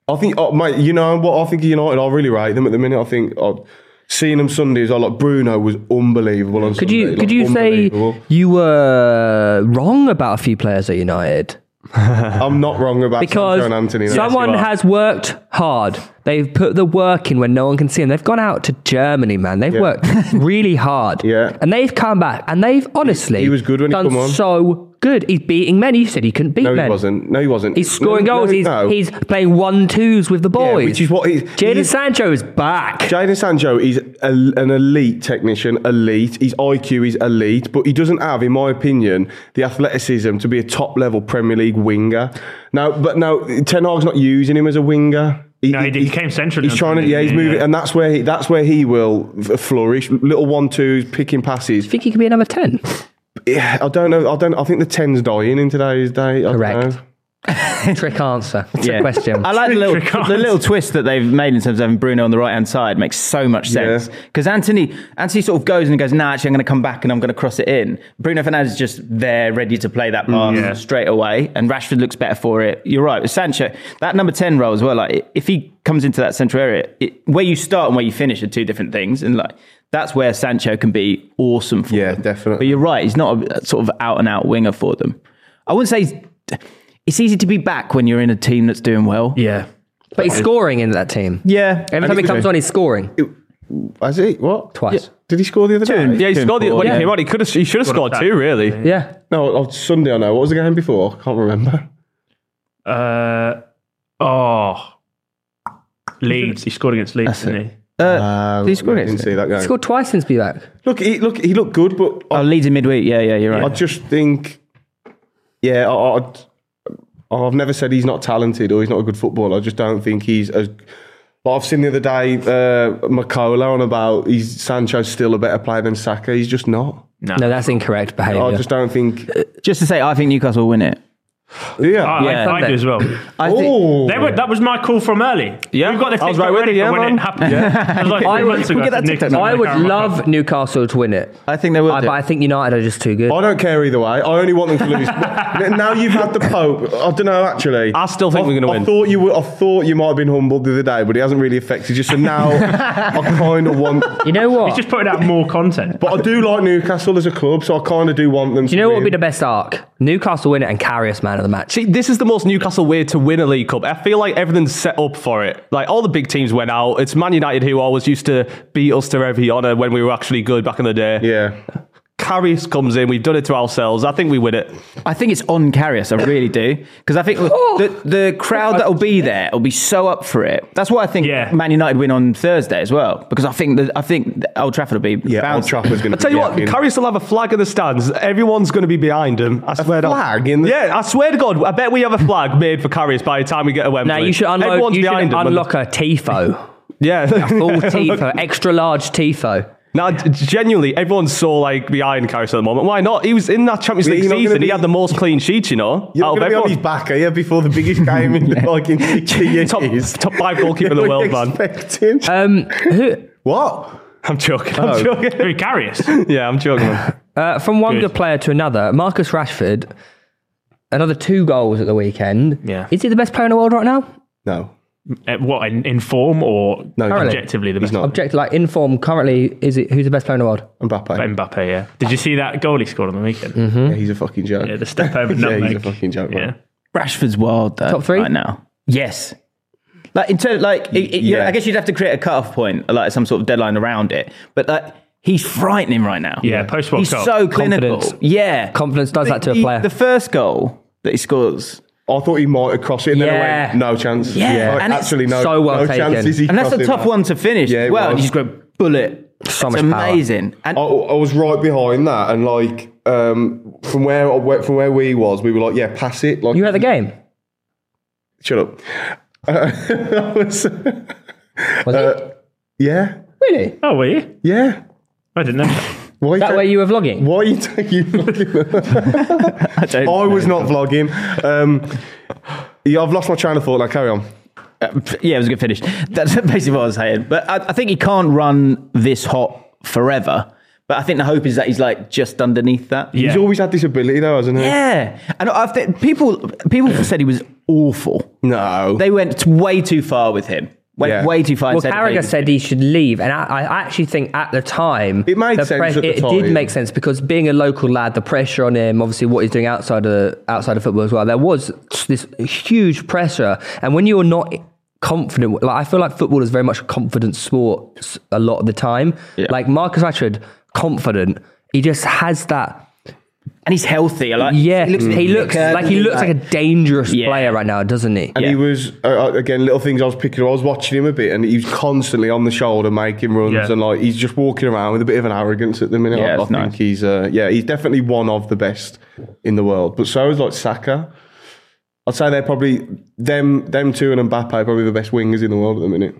Speaker 4: I think, oh, mate, you know what? I think of United, I really rate them at the minute. I think oh, seeing them Sundays, I like Bruno was unbelievable on
Speaker 5: Could
Speaker 4: Sunday.
Speaker 5: you
Speaker 4: like,
Speaker 5: could you say
Speaker 4: unbelievable.
Speaker 5: you were wrong about a few players at United?
Speaker 4: I'm not wrong about
Speaker 5: because
Speaker 4: Sancho and Anthony? now.
Speaker 5: someone
Speaker 6: are.
Speaker 5: has worked hard. They've put the work in when no one can see them. They've gone out to Germany, man. They've worked really hard.
Speaker 4: [LAUGHS] Yeah.
Speaker 5: And they've come back and they've honestly
Speaker 4: he was good when he
Speaker 5: done
Speaker 4: come on.
Speaker 5: so good. He's beating men. You said he couldn't beat
Speaker 4: no,
Speaker 5: men.
Speaker 4: he wasn't. No, he wasn't.
Speaker 5: He's scoring
Speaker 4: No, no,
Speaker 5: goals. he's,
Speaker 4: no.
Speaker 5: he's playing one twos with the
Speaker 4: Yeah,
Speaker 5: boys.
Speaker 4: which is what he's.
Speaker 5: Jadon
Speaker 4: he's-
Speaker 5: Sancho is back.
Speaker 4: Jadon Sancho is a, an elite technician, elite. His IQ is elite, but he doesn't have, in my opinion, the athleticism to be a top level Premier League winger. Now, but now Ten Hag's not using him as a winger.
Speaker 2: No, he did- he came central
Speaker 4: He's
Speaker 2: in
Speaker 4: trying to,
Speaker 2: Premier
Speaker 4: yeah, he's
Speaker 2: League,
Speaker 4: moving,
Speaker 2: yeah.
Speaker 4: and that's where he, that's where he will f- flourish. Little one twos, picking passes.
Speaker 5: think he could be another ten?
Speaker 4: Yeah, I don't know. I don't. I think the ten's dying in today's day. I don't
Speaker 5: Correct.
Speaker 4: know.
Speaker 5: [LAUGHS] Trick answer. Trick question.
Speaker 3: I like the little,
Speaker 2: Trick
Speaker 3: the
Speaker 2: answer.
Speaker 3: little twist that they've made in terms of having Bruno on the right hand side makes so much sense
Speaker 4: Yeah.
Speaker 3: because Anthony Anthony sort of goes and goes, nah, actually I'm going to come back and I'm going to cross it in. Bruno Fernandes is just there, ready to play that
Speaker 2: Mm,
Speaker 3: pass
Speaker 2: yeah.
Speaker 3: straight away, and Rashford looks better for it. You're right with Sancho that number ten role as well. Like i- if he comes into that central area, it, where you start and where you finish are two different things, and like that's where Sancho can be awesome for
Speaker 4: Yeah,
Speaker 3: them.
Speaker 4: definitely.
Speaker 3: But you're right, he's not a a sort of out and out winger for them. I wouldn't say. he's- It's easy to be back when you're in a team that's doing well. Uh,
Speaker 2: yeah.
Speaker 5: but he's scoring in that team.
Speaker 3: Yeah.
Speaker 5: Every time he comes on, he's scoring
Speaker 4: Has he? What?
Speaker 5: twice.
Speaker 4: Did he score the other day?
Speaker 6: Yeah, he scored the, when
Speaker 5: Yeah.
Speaker 6: he came on. He could have. He should have scored
Speaker 2: that.
Speaker 6: two. Really.
Speaker 5: Yeah.
Speaker 4: No, on Sunday. I know. What was the game before? I can't remember.
Speaker 2: Uh, oh, Leeds. He scored against Leeds, didn't he?
Speaker 3: uh,
Speaker 4: Um,
Speaker 3: he score
Speaker 4: I didn't
Speaker 3: against
Speaker 4: see that game.
Speaker 5: He scored twice since be back.
Speaker 4: Look, he look he looked good, but
Speaker 3: Oh,
Speaker 4: I,
Speaker 3: Leeds in midweek. Yeah, yeah, you're
Speaker 4: I
Speaker 3: right.
Speaker 4: just think, yeah, I, I, I've never said he's not talented or he's not a good footballer. I just don't think he's as. Like I've seen the other day, uh, Makola on about he's Sancho's still a better player than Saka. He's just not.
Speaker 5: No, that's incorrect behaviour.
Speaker 4: I Oh, just don't think.
Speaker 3: Just to say, I think Newcastle will win it.
Speaker 4: Yeah.
Speaker 2: Ah, I,
Speaker 3: Yeah.
Speaker 2: I, I do as well.
Speaker 3: I think
Speaker 4: Oh,
Speaker 2: They were, that was my call from early.
Speaker 6: Yeah,
Speaker 2: we got the
Speaker 6: I
Speaker 2: TikTok
Speaker 6: was right with
Speaker 2: ready
Speaker 6: you,
Speaker 2: for
Speaker 6: yeah,
Speaker 2: when
Speaker 6: man.
Speaker 2: it happened. [LAUGHS] That was like
Speaker 5: I
Speaker 2: three
Speaker 5: would-
Speaker 2: months
Speaker 5: we
Speaker 2: ago.
Speaker 3: get that
Speaker 2: Nick was
Speaker 3: TikTok now.
Speaker 2: on
Speaker 5: I
Speaker 2: the
Speaker 5: would
Speaker 2: camera.
Speaker 5: love Newcastle to win it,
Speaker 3: I think they will.
Speaker 5: I,
Speaker 3: do
Speaker 5: but I
Speaker 3: it.
Speaker 5: think United are just too good.
Speaker 4: I don't care either way. I only want them to
Speaker 6: [LAUGHS]
Speaker 4: lose. N- now you've had the Pope. I don't know. Actually,
Speaker 6: I still think
Speaker 4: I,
Speaker 6: we're going to
Speaker 4: I
Speaker 6: win.
Speaker 4: thought you were. I thought you might have been humbled the other day, but it hasn't really affected you. So
Speaker 6: [LAUGHS]
Speaker 4: now I kind of want.
Speaker 5: You know what?
Speaker 2: He's just putting out more content.
Speaker 4: But I do like Newcastle as a club, so I kind of do want them.
Speaker 5: Do you know what would be the best arc? Newcastle win it and Carrius man of the match.
Speaker 6: See, this is the most Newcastle way to win a League Cup. I feel like everything's set up for it. Like all the big teams went out. It's Man United who always used to beat us to every honour when we were actually good back in the day.
Speaker 4: Yeah.
Speaker 6: Carrius comes in. We've done it to ourselves. I think we win it.
Speaker 3: I think it's on Carrius. I really do because I think
Speaker 4: Oh.
Speaker 3: the the crowd that will be there will be so up for it. That's why I think
Speaker 2: Yeah.
Speaker 3: Man United win on Thursday as well because I think that I think that Old Trafford will be
Speaker 4: Yeah, Old
Speaker 3: bouncing.
Speaker 4: Trafford's going to.
Speaker 6: I tell you what, Carrius will have a flag in the stands. Everyone's going to be behind him. I swear to
Speaker 4: flag in the-
Speaker 6: yeah, I swear to God, I bet we have a flag made for Carrius by the time we get to Wembley.
Speaker 5: Now you should unload.
Speaker 6: Everyone's
Speaker 5: You should
Speaker 6: behind him. [LAUGHS]
Speaker 5: unlock a tifo,
Speaker 6: yeah.
Speaker 5: full tifo, extra large tifo.
Speaker 6: Now, g- genuinely, everyone saw like behind Karius at the moment. Why not? He was in that Champions
Speaker 4: You're
Speaker 6: League
Speaker 4: not gonna
Speaker 6: season.
Speaker 4: be-
Speaker 6: he had the most clean sheets, you know,
Speaker 4: You're not
Speaker 6: out of
Speaker 4: gonna be on his
Speaker 6: everyone.
Speaker 4: back, are you, before the
Speaker 6: [LAUGHS]
Speaker 4: biggest game in like in [LAUGHS] 60 years?
Speaker 6: Top, [LAUGHS] top five goalkeeper in the
Speaker 4: What
Speaker 6: world,
Speaker 4: you [LAUGHS]
Speaker 6: man.
Speaker 4: expecting?
Speaker 5: Um, who,
Speaker 4: what? Oh,
Speaker 6: I'm joking. I'm joking.
Speaker 2: Very curious.
Speaker 6: Yeah, I'm joking. man.
Speaker 5: uh, from one
Speaker 2: Good.
Speaker 5: good. player to another, Marcus Rashford, another two goals at the weekend.
Speaker 2: Yeah.
Speaker 5: Is he the best player in the world right now?
Speaker 4: No.
Speaker 2: At Uh, what in, in form or
Speaker 4: No,
Speaker 5: Currently.
Speaker 2: objectively the best?
Speaker 4: not.
Speaker 5: Object like in form currently, is it who's the best player in the world?
Speaker 4: Mbappe.
Speaker 2: Mbappe, yeah. Did you see that goal he scored on the weekend?
Speaker 4: Yeah, he's a fucking joke.
Speaker 2: Yeah, the step over
Speaker 4: Yeah,
Speaker 2: nutmeg.
Speaker 4: he's a fucking joke, man.
Speaker 2: Yeah.
Speaker 3: Rashford's wild though.
Speaker 5: Top three?
Speaker 3: right now. Yes. Like in terms, like it, it- you know,
Speaker 4: yeah.
Speaker 3: I guess you'd have to create a cut-off point, like some sort of deadline around it. But like he's frightening right now.
Speaker 2: Yeah, post World
Speaker 3: he's
Speaker 2: Cup.
Speaker 3: so clinical.
Speaker 5: Confidence.
Speaker 3: Yeah,
Speaker 5: Confidence does that to a
Speaker 3: The- e-
Speaker 5: player.
Speaker 3: The first goal that he scores,
Speaker 4: I thought he might have crossed it, and
Speaker 5: Yeah.
Speaker 4: then I went, no chance.
Speaker 3: Yeah,
Speaker 4: Like,
Speaker 3: and it's
Speaker 4: actually, no,
Speaker 5: so well
Speaker 4: no
Speaker 5: taken.
Speaker 4: chances. He
Speaker 3: and that's a
Speaker 4: crossed it,
Speaker 3: tough
Speaker 4: man.
Speaker 3: one to finish.
Speaker 4: Yeah,
Speaker 3: as
Speaker 4: it
Speaker 3: well, and
Speaker 4: was. Oh,
Speaker 3: you just go bullet.
Speaker 5: So
Speaker 3: It's
Speaker 5: much power.
Speaker 3: amazing. And
Speaker 4: I, I was right behind that, and like um, from where I went- from where we was, we were like, yeah, pass it. Like
Speaker 5: You had the game.
Speaker 4: Shut up. [LAUGHS] Uh, I was-
Speaker 5: Was
Speaker 4: Uh, yeah,
Speaker 5: it really?
Speaker 2: Oh, were you?
Speaker 4: yeah.
Speaker 2: I didn't know. that.
Speaker 4: Why are you
Speaker 5: That
Speaker 4: ta-
Speaker 5: way you were vlogging.
Speaker 4: Why are you taking?
Speaker 3: I don't
Speaker 4: I
Speaker 3: know.
Speaker 4: was not vlogging. Um, yeah, I've lost my train of thought. Now carry on.
Speaker 3: yeah, it was a good finish. [LAUGHS] That's basically what I was saying. But I, I think he can't run this hot forever. But I think the hope is that he's like just underneath that.
Speaker 2: Yeah.
Speaker 4: He's always had this ability, though, hasn't he?
Speaker 3: Yeah, and I think people people said he was awful.
Speaker 4: No.
Speaker 3: They went t- way too far with him. Went
Speaker 4: Yeah.
Speaker 3: way too far. and
Speaker 5: Well,
Speaker 3: said,
Speaker 5: Carragher
Speaker 3: "Hey,
Speaker 5: said he should leave, and I, I actually think at the time
Speaker 4: It made sense at the
Speaker 5: it
Speaker 4: time.
Speaker 5: did make sense because being a local lad, the pressure on him, obviously what he's doing outside of the, outside of football as well, there was this huge pressure, and when you're not confident, like I feel like football is very much a confident sport s- a lot of the time. Like Marcus Rashford, confident, he just has that.
Speaker 3: and he's healthy. I Like,
Speaker 5: Yeah, he looks, like he looks like a dangerous
Speaker 3: Yeah.
Speaker 5: player right now, doesn't he?
Speaker 4: And he was uh, uh, again little things I was picking. up. I was watching him a bit, and he was constantly on the shoulder making runs,
Speaker 2: Yeah.
Speaker 4: and like he's just walking around with a bit of an arrogance at the minute.
Speaker 3: Yeah,
Speaker 4: I, I think
Speaker 3: it's nice.
Speaker 4: he's uh, yeah, he's definitely one of the best in the world. But so is like Saka. I'd say they're probably them them two and Mbappe are probably the best wingers in the world at the minute.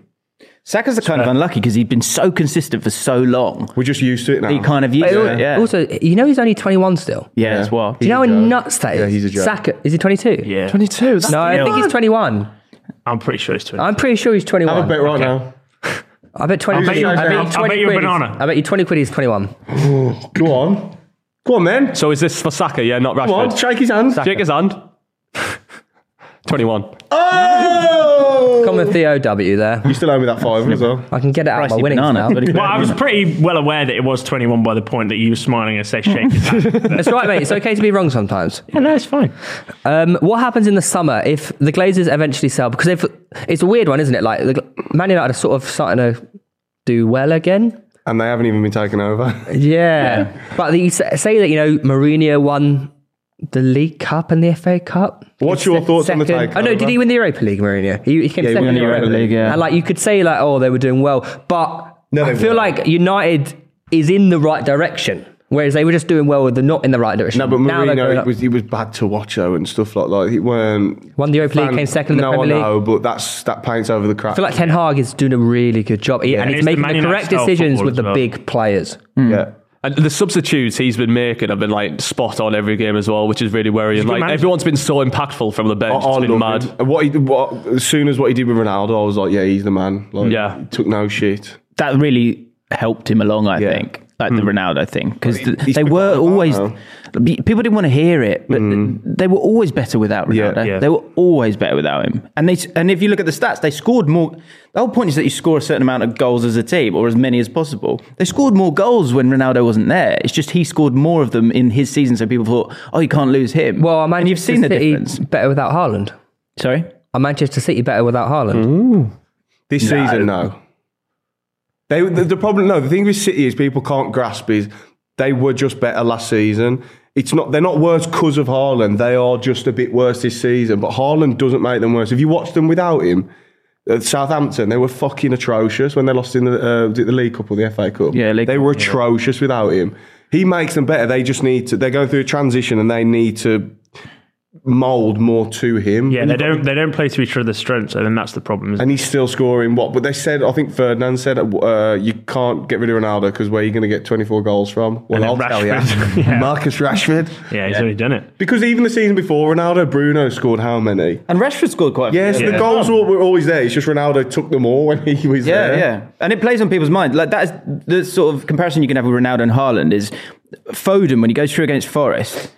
Speaker 3: Saka's kind of unlucky because he's been so consistent for so long.
Speaker 4: We're just used to it now.
Speaker 3: He kind of used
Speaker 5: But
Speaker 3: it. Yeah,
Speaker 5: Also, you know he's only 21 still.
Speaker 3: yeah, as well.
Speaker 5: Do you know how
Speaker 4: He's a joke.
Speaker 5: nuts that is?
Speaker 4: Yeah, he's a joke.
Speaker 5: Saka, is he 22?
Speaker 2: Yeah.
Speaker 6: Twenty-two.
Speaker 5: No, I think he's 21.
Speaker 2: I'm pretty sure it's 20.
Speaker 5: I'm pretty sure he's
Speaker 4: Have
Speaker 5: 21.
Speaker 4: a bet right now.
Speaker 5: I bet 20
Speaker 2: I'll bet
Speaker 5: quid.
Speaker 2: you-
Speaker 5: I
Speaker 2: I'll
Speaker 5: bet you
Speaker 2: bet you
Speaker 5: 20
Speaker 2: a
Speaker 5: quid. is-
Speaker 2: banana.
Speaker 5: I bet you 20 quid is 21.
Speaker 4: Go on, go on, then.
Speaker 6: So is this for Saka? Yeah, not
Speaker 4: Come on,
Speaker 6: Rashford.
Speaker 4: shake his hand.
Speaker 6: Shake his hand. [LAUGHS] Twenty-one.
Speaker 4: Oh,
Speaker 5: Come with Theo W there.
Speaker 4: you still owe me that five as well.
Speaker 5: I can get it out of my
Speaker 3: Pricey
Speaker 5: winnings
Speaker 3: banana.
Speaker 5: now.
Speaker 2: well, I was pretty well aware that it was 21 by the point that you were smiling and say shake his hand.
Speaker 5: That's right, mate. It's okay to be wrong sometimes.
Speaker 2: yeah, no, it's fine.
Speaker 5: Um, what happens in the summer if the Glazers eventually sell? Because if it's a weird one, isn't it? Like the, Gla- Man United are sort of starting to do well again.
Speaker 4: And they haven't even been
Speaker 5: [LAUGHS]
Speaker 4: taken over.
Speaker 5: Yeah. But the, say that, you know, Mourinho won the League Cup and the FA Cup.
Speaker 4: What's your thoughts on the
Speaker 5: Second-
Speaker 4: takeover?
Speaker 5: Oh no, did he win the Europa League, Mourinho? He, he came
Speaker 4: Yeah,
Speaker 5: second
Speaker 4: he won
Speaker 5: in
Speaker 4: the Europa League,
Speaker 3: yeah.
Speaker 5: And like you could say, like, oh, they were doing well, but
Speaker 4: No,
Speaker 5: I
Speaker 4: they
Speaker 5: feel
Speaker 4: weren't.
Speaker 5: like United is in the right direction, whereas they were just doing well, they're not in the right direction.
Speaker 4: No, but
Speaker 5: Now they're going
Speaker 4: Mourinho,
Speaker 5: up.
Speaker 4: it was, he was bad to watch though and stuff like that. He weren't.
Speaker 5: Won the Europa League,
Speaker 4: fan-
Speaker 5: came second in the
Speaker 4: no,
Speaker 5: Premier
Speaker 4: I
Speaker 5: League.
Speaker 4: know, but that's that paints over the crack.
Speaker 5: I feel like Ten Hag is doing a really good job, He- and
Speaker 2: And
Speaker 5: he's
Speaker 2: it's the
Speaker 5: making
Speaker 2: Man
Speaker 5: the
Speaker 2: United
Speaker 5: correct
Speaker 2: style
Speaker 5: decisions
Speaker 2: football
Speaker 5: with
Speaker 2: as
Speaker 5: the
Speaker 2: well.
Speaker 5: big players.
Speaker 4: yeah.
Speaker 6: And the substitutes he's been making have been like spot on every game as well, which is really worrying.
Speaker 2: a good
Speaker 6: Like
Speaker 2: manager.
Speaker 6: everyone's been so impactful from the bench.
Speaker 4: I, I
Speaker 6: it's been
Speaker 4: love
Speaker 6: mad.
Speaker 4: him. What he, what, as soon as what he did with Ronaldo, I was like, yeah, he's the man. Like,
Speaker 6: Yeah.
Speaker 4: he took no shit.
Speaker 3: that really helped him along, I
Speaker 4: Yeah. Hmm.
Speaker 3: think, like the Ronaldo thing, because
Speaker 4: he's
Speaker 3: they were
Speaker 4: forgotten about
Speaker 3: always
Speaker 4: now.
Speaker 3: be- people didn't want to hear it, but they were always better without
Speaker 4: Hmm. Yeah,
Speaker 3: Ronaldo.
Speaker 2: yeah.
Speaker 3: They were always better without him, and they s- and if you look at the stats, they scored more. The whole point is that you score a certain amount of goals as a team, or as many as possible. They scored more goals when Ronaldo wasn't there. It's just he scored more of them in his season, so people thought, oh, you can't lose him.
Speaker 5: Well, I
Speaker 3: and
Speaker 5: Manchester
Speaker 3: you've seen the
Speaker 5: City
Speaker 3: difference.
Speaker 5: better without Haaland.
Speaker 3: Sorry,
Speaker 5: Are Manchester City better without Haaland?
Speaker 4: This season, no. They the, the problem. No, the thing with City is people can't grasp is they were just better last season. It's not they're not worse because of Haaland. They are just a bit worse this season. But Haaland doesn't make them worse. If you watch them without him, at Southampton they were fucking atrocious when they lost in the uh, was it the League Cup or the FA Cup.
Speaker 3: Yeah, League
Speaker 4: they were atrocious without him. He makes them better. They just need to. They're going through a transition and they need to mold more to him.
Speaker 2: Yeah,
Speaker 4: And
Speaker 2: they
Speaker 4: you've got-
Speaker 2: don't they don't play to each other's strengths, and then that's the problem. Isn't
Speaker 4: And he's still scoring what? But they said, I think Ferdinand said, uh, you can't get rid of Ronaldo because where are you going to get 24 goals from? Well,
Speaker 2: And
Speaker 4: I'll
Speaker 2: then
Speaker 4: tell you.
Speaker 2: Rashford. [LAUGHS] Yeah.
Speaker 4: Marcus Rashford.
Speaker 2: it? yeah, he's already done it.
Speaker 4: Because even the season before, Ronaldo Bruno scored how many?
Speaker 3: And Rashford scored quite. a few.
Speaker 4: Yes, the
Speaker 2: Yeah.
Speaker 4: goals were, were always there. It's just Ronaldo took them all when he was
Speaker 3: Yeah,
Speaker 4: there.
Speaker 3: yeah. And it plays on people's minds. Like that is the sort of comparison you can have with Ronaldo and Haaland is Foden when he goes through against Forest,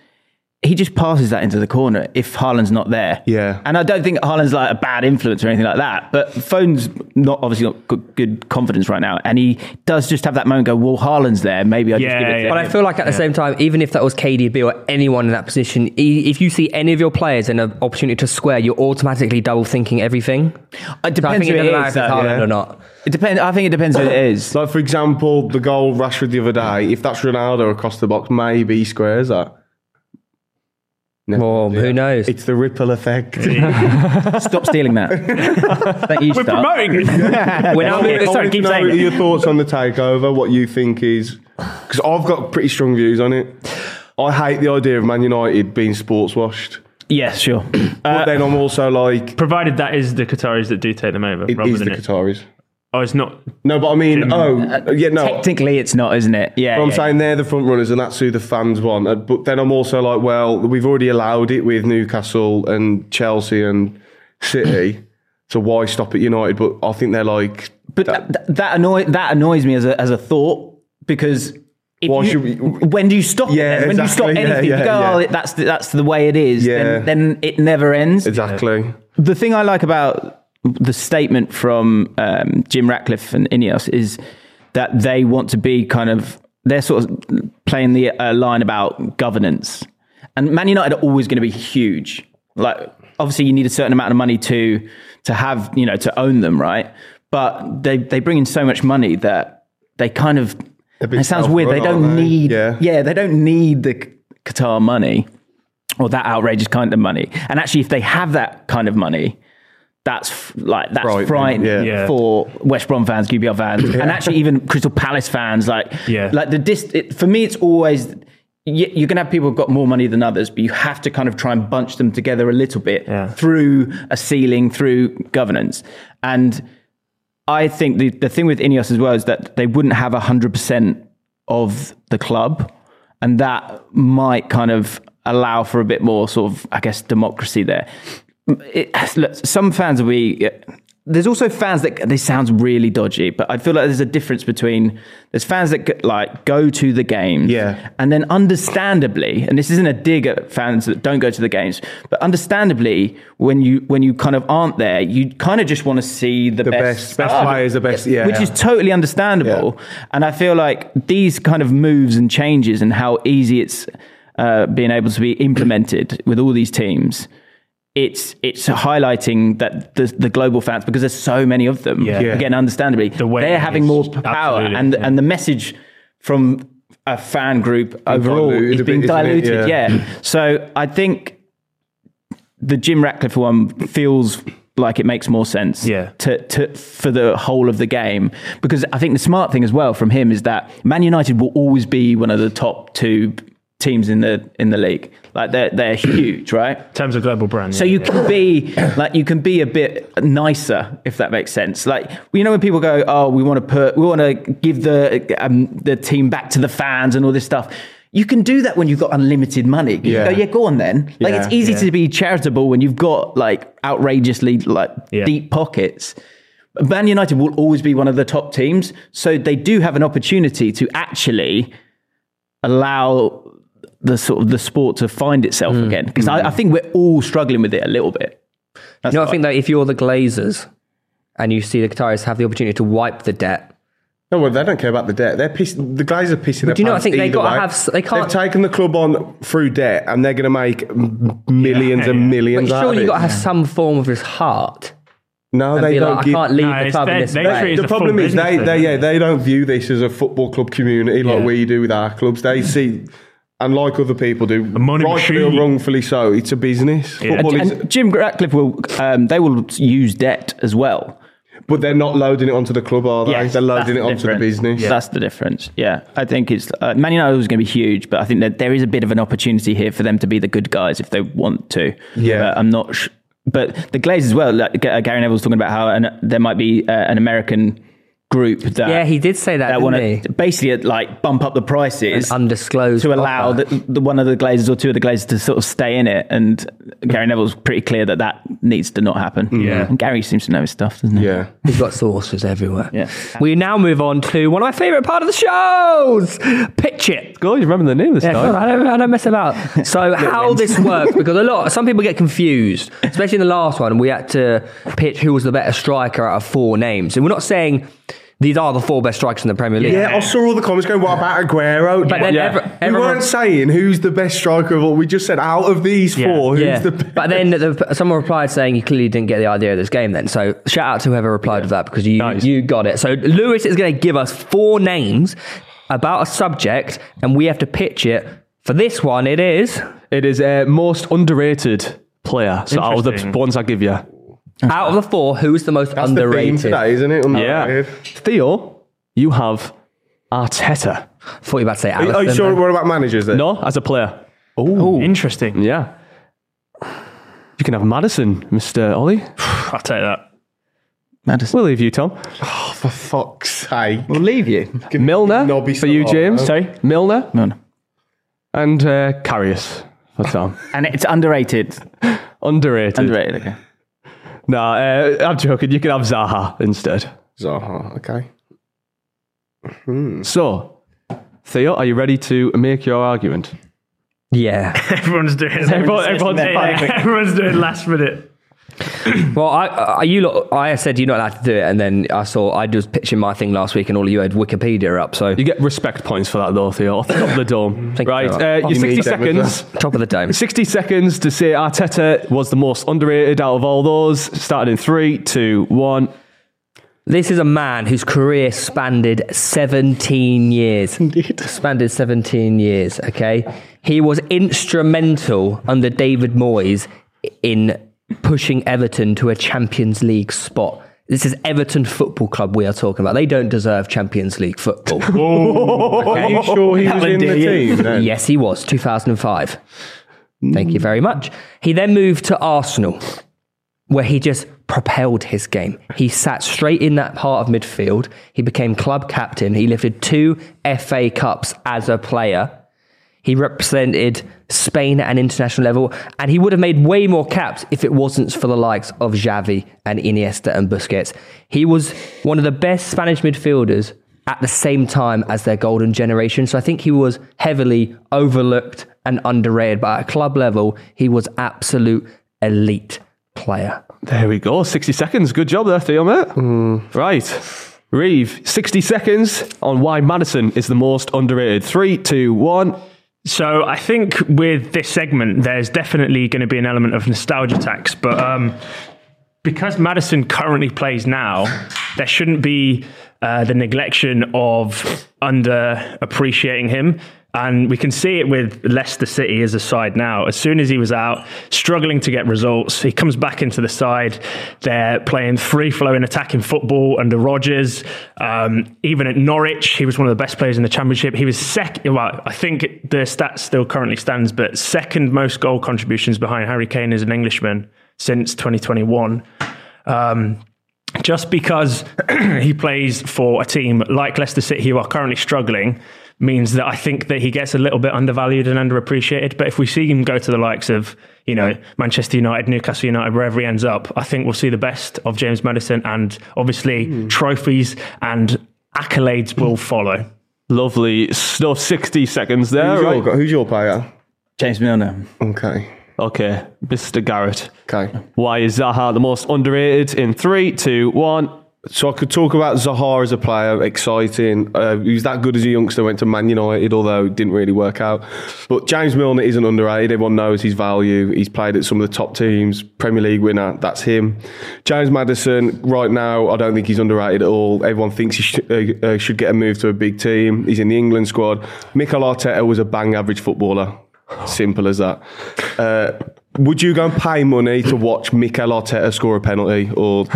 Speaker 3: he just passes that into the corner if Haaland's not there.
Speaker 4: Yeah.
Speaker 3: And I don't think Haaland's like a bad influence or anything like that. But Foden's not obviously not good, good confidence right now, and he does just have that moment. Go, well, Haaland's there. Maybe I just
Speaker 2: Yeah,
Speaker 3: give it.
Speaker 2: yeah.
Speaker 3: To
Speaker 5: But I feel like at the same time, even if that was KDB or anyone in that position, e- if you see any of your players in an opportunity to square, you're automatically double thinking everything.
Speaker 3: It
Speaker 5: So I
Speaker 3: depends
Speaker 5: think it
Speaker 3: who it
Speaker 5: doesn't matter
Speaker 3: is.
Speaker 5: if it's
Speaker 3: though.
Speaker 5: Haaland
Speaker 4: yeah.
Speaker 5: or not.
Speaker 3: It depends. I think it depends who it is.
Speaker 2: [LAUGHS]
Speaker 4: Like, for example, the goal Rashford the other day, if that's Ronaldo across the box, maybe he squares that. No.
Speaker 5: Well, who knows?
Speaker 4: It's the ripple effect.
Speaker 3: Stop
Speaker 2: [LAUGHS]
Speaker 3: stealing that. Thank you.
Speaker 2: We're
Speaker 3: Stark.
Speaker 2: promoting it.
Speaker 5: We're now
Speaker 2: Okay,
Speaker 5: moving-
Speaker 2: sorry,
Speaker 4: wanted
Speaker 2: keep
Speaker 4: to know
Speaker 2: saying it.
Speaker 4: your thoughts on the takeover, what you think is. Because I've got pretty strong views on it. I hate the idea of Man United being sports washed.
Speaker 3: Yeah, sure.
Speaker 2: Uh,
Speaker 4: But then I'm also
Speaker 2: [LAUGHS]
Speaker 4: like,
Speaker 2: Provided that is the Qataris that do take them over,
Speaker 4: it
Speaker 2: rather
Speaker 4: is
Speaker 2: than
Speaker 4: the
Speaker 2: it. Uh,
Speaker 4: Qataris.
Speaker 2: Oh, it's not.
Speaker 4: No, but I mean, oh, yeah, no.
Speaker 3: Technically, it's not, isn't it? Yeah.
Speaker 4: But I'm
Speaker 3: yeah,
Speaker 4: saying they're the front runners, and that's who the fans want. Uh, But then I'm also like, well, we've already allowed it with Newcastle and Chelsea and City, so why stop at United? But I think they're like,
Speaker 3: But that, that, annoy, that annoys me as a, as a thought because if
Speaker 4: Why
Speaker 3: you-
Speaker 4: should we-
Speaker 3: when do you stop?
Speaker 4: Yeah,
Speaker 3: it then? when
Speaker 4: exactly, [LAUGHS]
Speaker 3: you
Speaker 4: yeah,
Speaker 3: stop anything,
Speaker 4: yeah,
Speaker 3: you go,
Speaker 4: yeah.
Speaker 3: oh, it- that's the, that's the way it is.
Speaker 4: Yeah.
Speaker 3: Then, then it never ends.
Speaker 4: exactly.
Speaker 3: the thing I like about the statement from um, Jim Ratcliffe and Ineos is that they want to be kind of they're sort of playing the uh, line about governance, and Man United are always going to be huge. Like obviously, you need a certain amount of money to to have you know to own them, right? But they they bring in so much money that they kind of
Speaker 4: They're being
Speaker 3: it sounds weird. They
Speaker 4: self-run,
Speaker 3: don't
Speaker 4: aren't they?
Speaker 3: need
Speaker 4: Yeah.
Speaker 3: yeah they don't need the Q- Qatar money or that outrageous kind of money. And actually, if they have that kind of money, that's f- like that's
Speaker 4: Frightening,
Speaker 3: frightening,
Speaker 4: yeah.
Speaker 2: Yeah.
Speaker 3: for West Brom fans, QPR fans, and actually even Crystal Palace fans. Like,
Speaker 2: Yeah.
Speaker 3: like the dis- it, For me, it's always y- you're gonna have people who've got more money than others, but you have to kind of try and bunch them together a little bit
Speaker 2: Yeah.
Speaker 3: through a ceiling, through governance, and. I think the, the thing with Ineos as well is that they wouldn't have 100% of the club. And that might kind of allow for a bit more sort of, I guess, democracy there. It, look, some fans will be. There's also fans that this sounds really dodgy, but I feel like there's a difference between there's fans that go- like go to the games,
Speaker 4: Yeah.
Speaker 3: and then understandably, and this isn't a dig at fans that don't go to the games, but understandably, when you when you kind of aren't there, you kind of just want to see the,
Speaker 4: The best, best players, the best, yeah.
Speaker 3: which is totally understandable. And I feel like these kind of moves and changes and how easy it's uh, being able to be implemented with all these teams. It's it's highlighting that the, the global fans because there's so many of them.
Speaker 2: Yeah. Yeah.
Speaker 3: Again, understandably,
Speaker 2: way
Speaker 3: they're
Speaker 2: it
Speaker 3: having
Speaker 2: is,
Speaker 3: more p- power,
Speaker 2: absolutely,
Speaker 3: and
Speaker 2: yeah.
Speaker 3: and the message from a fan group overall
Speaker 4: diluted a
Speaker 3: is
Speaker 4: bit,
Speaker 3: being
Speaker 4: isn't it?
Speaker 3: diluted.
Speaker 4: Yeah.
Speaker 3: yeah. So I think the Jim Ratcliffe one feels like it makes more sense
Speaker 2: Yeah.
Speaker 3: to, to for the whole of the game because I think the smart thing as well from him is that Man United will always be one of the top two teams in the in the league like they're they're huge right
Speaker 2: In terms of global brand.
Speaker 3: so you can be like you can be a bit nicer if that makes sense. Like you know when people go, oh, we want to put, we want to give the um, the team back to the fans and all this stuff. You can do that when you've got unlimited money. You
Speaker 4: Yeah.
Speaker 3: go, yeah, go on then. Like
Speaker 4: Yeah,
Speaker 3: it's easy
Speaker 2: yeah.
Speaker 3: to be charitable when you've got like outrageously like
Speaker 2: Yeah.
Speaker 3: deep pockets. Man United will always be one of the top teams, so they do have an opportunity to actually allow the sort of the sport to find itself again because I, I think we're all struggling with it a little bit. That's
Speaker 5: You know, I
Speaker 3: what
Speaker 5: think though, if you're the Glazers and you see the Qataris have the opportunity to wipe the debt,
Speaker 4: No, well, they don't care about the debt. They're pissed. The guys are pissing. But
Speaker 5: do you not think they gotta have s- they can't-
Speaker 4: They've taken the club on through debt, and they're going to make m- millions
Speaker 2: Yeah.
Speaker 4: and
Speaker 5: but
Speaker 4: millions. out
Speaker 5: surely
Speaker 4: of
Speaker 5: you
Speaker 4: it.
Speaker 5: got to have some form of his heart.
Speaker 4: No,
Speaker 5: And
Speaker 4: they
Speaker 5: be
Speaker 4: don't
Speaker 5: like,
Speaker 4: give.
Speaker 5: I can't leave
Speaker 2: No,
Speaker 5: the
Speaker 2: it's
Speaker 5: club in
Speaker 2: their-
Speaker 5: this
Speaker 2: they
Speaker 5: way.
Speaker 2: treat It's
Speaker 4: the
Speaker 2: a
Speaker 4: problem
Speaker 2: full
Speaker 4: is they,
Speaker 2: business,
Speaker 4: they
Speaker 2: isn't
Speaker 4: yeah
Speaker 2: it?
Speaker 4: they don't view this as a football club community like
Speaker 2: Yeah.
Speaker 4: we do with our clubs. They see. And like other people do,
Speaker 2: money
Speaker 4: rightfully or
Speaker 2: machine.
Speaker 4: wrongfully so, it's a business.
Speaker 2: Yeah.
Speaker 4: Football
Speaker 3: And,
Speaker 4: is
Speaker 3: and Jim Ratcliffe will um, they will use debt as well.
Speaker 4: But they're not loading it onto the club, are they?
Speaker 3: Yes,
Speaker 4: they're
Speaker 3: that's
Speaker 4: loading
Speaker 3: the
Speaker 4: it onto
Speaker 3: difference.
Speaker 4: the business.
Speaker 3: That's the difference. Yeah, I think it's uh, Man United was going to be huge, but I think that there is a bit of an opportunity here for them to be the good guys if they want to.
Speaker 4: Yeah.
Speaker 3: But I'm not. Sh- but the Glaze as well. Like, uh, Gary Neville's talking about how an, there might be uh, an American group that
Speaker 5: Yeah, he did say that,
Speaker 3: that
Speaker 5: didn't
Speaker 3: want to basically uh, like bump up the prices.
Speaker 5: An undisclosed
Speaker 3: to allow
Speaker 5: offer.
Speaker 3: the, the one of the glazers or two of the glazers to sort of stay in it, and Gary Neville's pretty clear that that needs to not happen.
Speaker 2: Yeah.
Speaker 3: and Gary seems to know his stuff, doesn't he?
Speaker 4: Yeah.
Speaker 5: He's got sources everywhere.
Speaker 3: Yeah.
Speaker 5: We now move on to one of my favourite part of the shows, Pitch It.
Speaker 6: God, you remember the name this
Speaker 5: Yeah,
Speaker 6: time?
Speaker 5: God, I don't, I don't mess about. So how this works because a lot some people get confused, especially in the last one. We had to pitch who was the better striker out of four names, and we're not saying these are the four best strikers in the Premier League.
Speaker 4: Yeah, I saw all the comments going, what about Aguero?
Speaker 5: But then ever-
Speaker 4: we
Speaker 5: everyone-
Speaker 4: weren't saying who's the best striker of all. We just said out of these
Speaker 2: Yeah.
Speaker 4: four, who's
Speaker 5: Yeah.
Speaker 4: the best?
Speaker 5: but then the, someone replied saying you clearly didn't get the idea of this game then. So shout out to whoever replied to that because you you got it. So Lewis is going to give us four names about a subject, and we have to pitch it. For this one, it is
Speaker 6: It is uh, most underrated player. So out of the
Speaker 2: Interesting.
Speaker 6: ones I give you,
Speaker 5: out of the four, who's the most
Speaker 4: That's the theme
Speaker 5: underrated?
Speaker 4: today, isn't it?
Speaker 6: yeah,
Speaker 4: Underrated.
Speaker 6: Theo, you have Arteta.
Speaker 5: Thought you were about to say
Speaker 4: Are,
Speaker 5: Allison.
Speaker 4: you- are you sure
Speaker 5: then.
Speaker 4: what about managers then?
Speaker 6: No, as a player,
Speaker 2: Interesting.
Speaker 6: yeah. You can have Madison, Mister Ollie.
Speaker 2: I'll take that. [LAUGHS]
Speaker 3: Madison.
Speaker 6: We'll leave you, Tom.
Speaker 4: For fuck's sake.
Speaker 3: We'll leave you.
Speaker 6: Milner
Speaker 4: Nobby
Speaker 6: for you,
Speaker 4: Salah.
Speaker 6: James. Sorry, Milner
Speaker 3: No, no.
Speaker 6: and uh, Karius
Speaker 5: [LAUGHS]
Speaker 6: for Tom.
Speaker 3: And it's underrated.
Speaker 6: underrated.
Speaker 3: Underrated. Okay.
Speaker 6: Nah, uh, I'm joking. You can have Zaha instead.
Speaker 4: Zaha, okay.
Speaker 6: So, Theo, are you ready to make your argument?
Speaker 4: [LAUGHS]
Speaker 5: Yeah.
Speaker 2: Everyone's doing it.
Speaker 6: Everyone- everyone's
Speaker 2: yeah,
Speaker 6: doing
Speaker 2: [LAUGHS]
Speaker 6: it.
Speaker 2: everyone's doing it last minute.
Speaker 5: Well, I, I you lot, I said you're not allowed to do it, and then I saw I was pitching my thing last week, and all of you had Wikipedia up. So
Speaker 6: You get respect points for that, though, Theo. Off the top of the
Speaker 5: [LAUGHS]
Speaker 6: dome.
Speaker 5: Thank you
Speaker 6: right,
Speaker 5: very
Speaker 6: uh,
Speaker 4: much.
Speaker 6: your
Speaker 4: You
Speaker 6: 60
Speaker 4: need them as
Speaker 6: seconds. [LAUGHS]
Speaker 5: top of the
Speaker 4: [LAUGHS]
Speaker 5: dome.
Speaker 6: 60 seconds to say Arteta was the most underrated out of all those. Starting in three, two, one.
Speaker 5: This is a man whose career spanned 17 years. Indeed. Spanned 17 years, okay? He was instrumental under David Moyes in pushing Everton to a Champions League spot. This is Everton Football Club we are talking about. They don't deserve Champions League football.
Speaker 4: Are you sure he was in the
Speaker 5: [LAUGHS]
Speaker 4: team then?
Speaker 5: Yes, he was. 2005. Thank you very much. He then moved to Arsenal, where he just propelled his game. He sat straight in that part of midfield. He became club captain. He lifted two FA Cups as a player. He represented Spain at an international level, and he would have made way more caps if it wasn't for the likes of Xavi and Iniesta and Busquets. He was one of the best Spanish midfielders at the same time as their golden generation. So I think he was heavily overlooked and underrated, but at club level, he was absolute elite player.
Speaker 6: There we go. 60 seconds. Good job there, Theo, mate. Right. Reeve, 60 seconds on why Madison is the most underrated. Three, two, one.
Speaker 2: So I think with this segment, there's definitely going to be an element of nostalgia tax, but um, because Madison currently plays now, there shouldn't be uh, the neglection of under appreciating him. And we can see it with Leicester City as a side now. As soon as he was out, struggling to get results, he comes back into the side. They're playing free flowing attacking football under Rodgers. Um, even at Norwich, he was one of the best players in the Championship. He was second, well, I think the stat still currently stands, but second most goal contributions behind Harry Kane as an Englishman since 2021. Um, just because [CLEARS THROAT] he plays for a team like Leicester City, who are currently struggling, means that I think that he gets a little bit undervalued and underappreciated. But if we see him go to the likes of, you know, Manchester United, Newcastle United, wherever he ends up, I think we'll see the best of James Madison and obviously trophies and accolades will follow.
Speaker 6: Lovely stuff. 60 seconds there.
Speaker 4: Who's,
Speaker 6: right.
Speaker 4: your, who's your player?
Speaker 3: James Milner.
Speaker 4: Okay.
Speaker 6: Okay, Mr. Garrett.
Speaker 4: Okay.
Speaker 6: Why is Zaha the most underrated in three, two, one?
Speaker 4: So I could talk about Zaha as a player, exciting. Uh, he was that good as a youngster, went to Man United, although it didn't really work out. But James Milner isn't underrated. Everyone knows his value. He's played at some of the top teams, Premier League winner, that's him. James Madison, right now, I don't think he's underrated at all. Everyone thinks he sh- uh, uh, should get a move to a big team. He's in the England squad. Mikel Arteta was a bang average footballer. Simple as that. Uh, Would you go and pay money to watch Mikel Arteta score a penalty or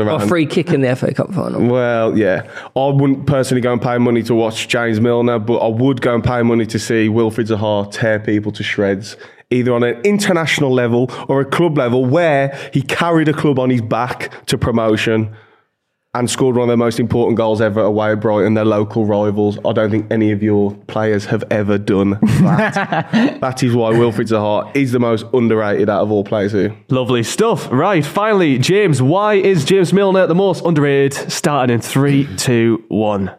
Speaker 5: [LAUGHS] A
Speaker 4: around?
Speaker 5: free kick in the FA Cup final.
Speaker 4: Well, yeah. I wouldn't personally go and pay money to watch James Milner, but I would go and pay money to see Wilfred Zaha tear people to shreds, either on an international level or a club level where he carried a club on his back to promotion and scored one of their most important goals ever away at Brighton, their local rivals. I don't think any of your players have ever done that. that is why Wilfred Zaha is the most underrated out of all players here.
Speaker 6: Lovely stuff. Right, finally, James, why is James Milner the most underrated? Starting in three, two, one.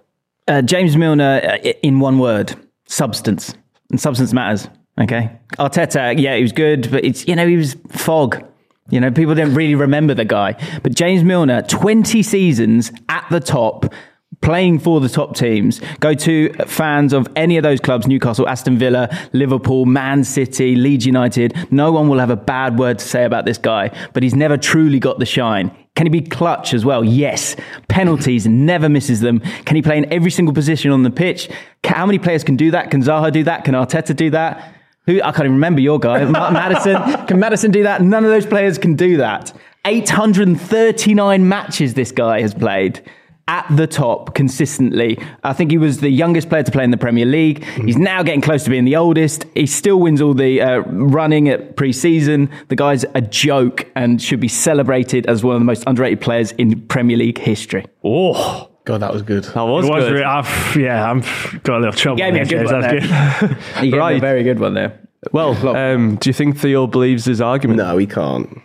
Speaker 3: Uh, James Milner, uh, i- in one word, substance. And substance matters. Okay. Arteta, yeah, he was good, but it's, you know, he was fog. You know, people didn't really remember the guy. But James Milner, 20 seasons at the top, playing for the top teams. Go to fans of any of those clubs Newcastle, Aston Villa, Liverpool, Man City, Leeds United. No one will have a bad word to say about this guy, but he's never truly got the shine. Can he be clutch as well? Yes. Penalties, never misses them. Can he play in every single position on the pitch? Ca- How many players can do that? Can Zaha do that? Can Arteta do that? Who I can't even remember your guy, [LAUGHS] Ma- Madison. Can Madison do that? None of those players can do that. 839 matches this guy has played at the top consistently. I think he was the youngest player to play in the Premier League. He's now getting close to being the oldest. He still wins all the uh, running at pre-season. The guy's a joke and should be celebrated as one of the most underrated players in Premier League history.
Speaker 6: Oh,
Speaker 4: God, that was good.
Speaker 6: that was,
Speaker 2: It was
Speaker 6: good.
Speaker 2: re- I've, yeah, I've got a little trouble.
Speaker 3: Gave me a
Speaker 2: there,
Speaker 3: good
Speaker 2: James,
Speaker 3: one
Speaker 2: that's
Speaker 3: there. He gave me a
Speaker 6: Right.
Speaker 3: very good one there.
Speaker 6: well, um, do you think Theo believes his argument?
Speaker 4: No, he can't.
Speaker 2: good.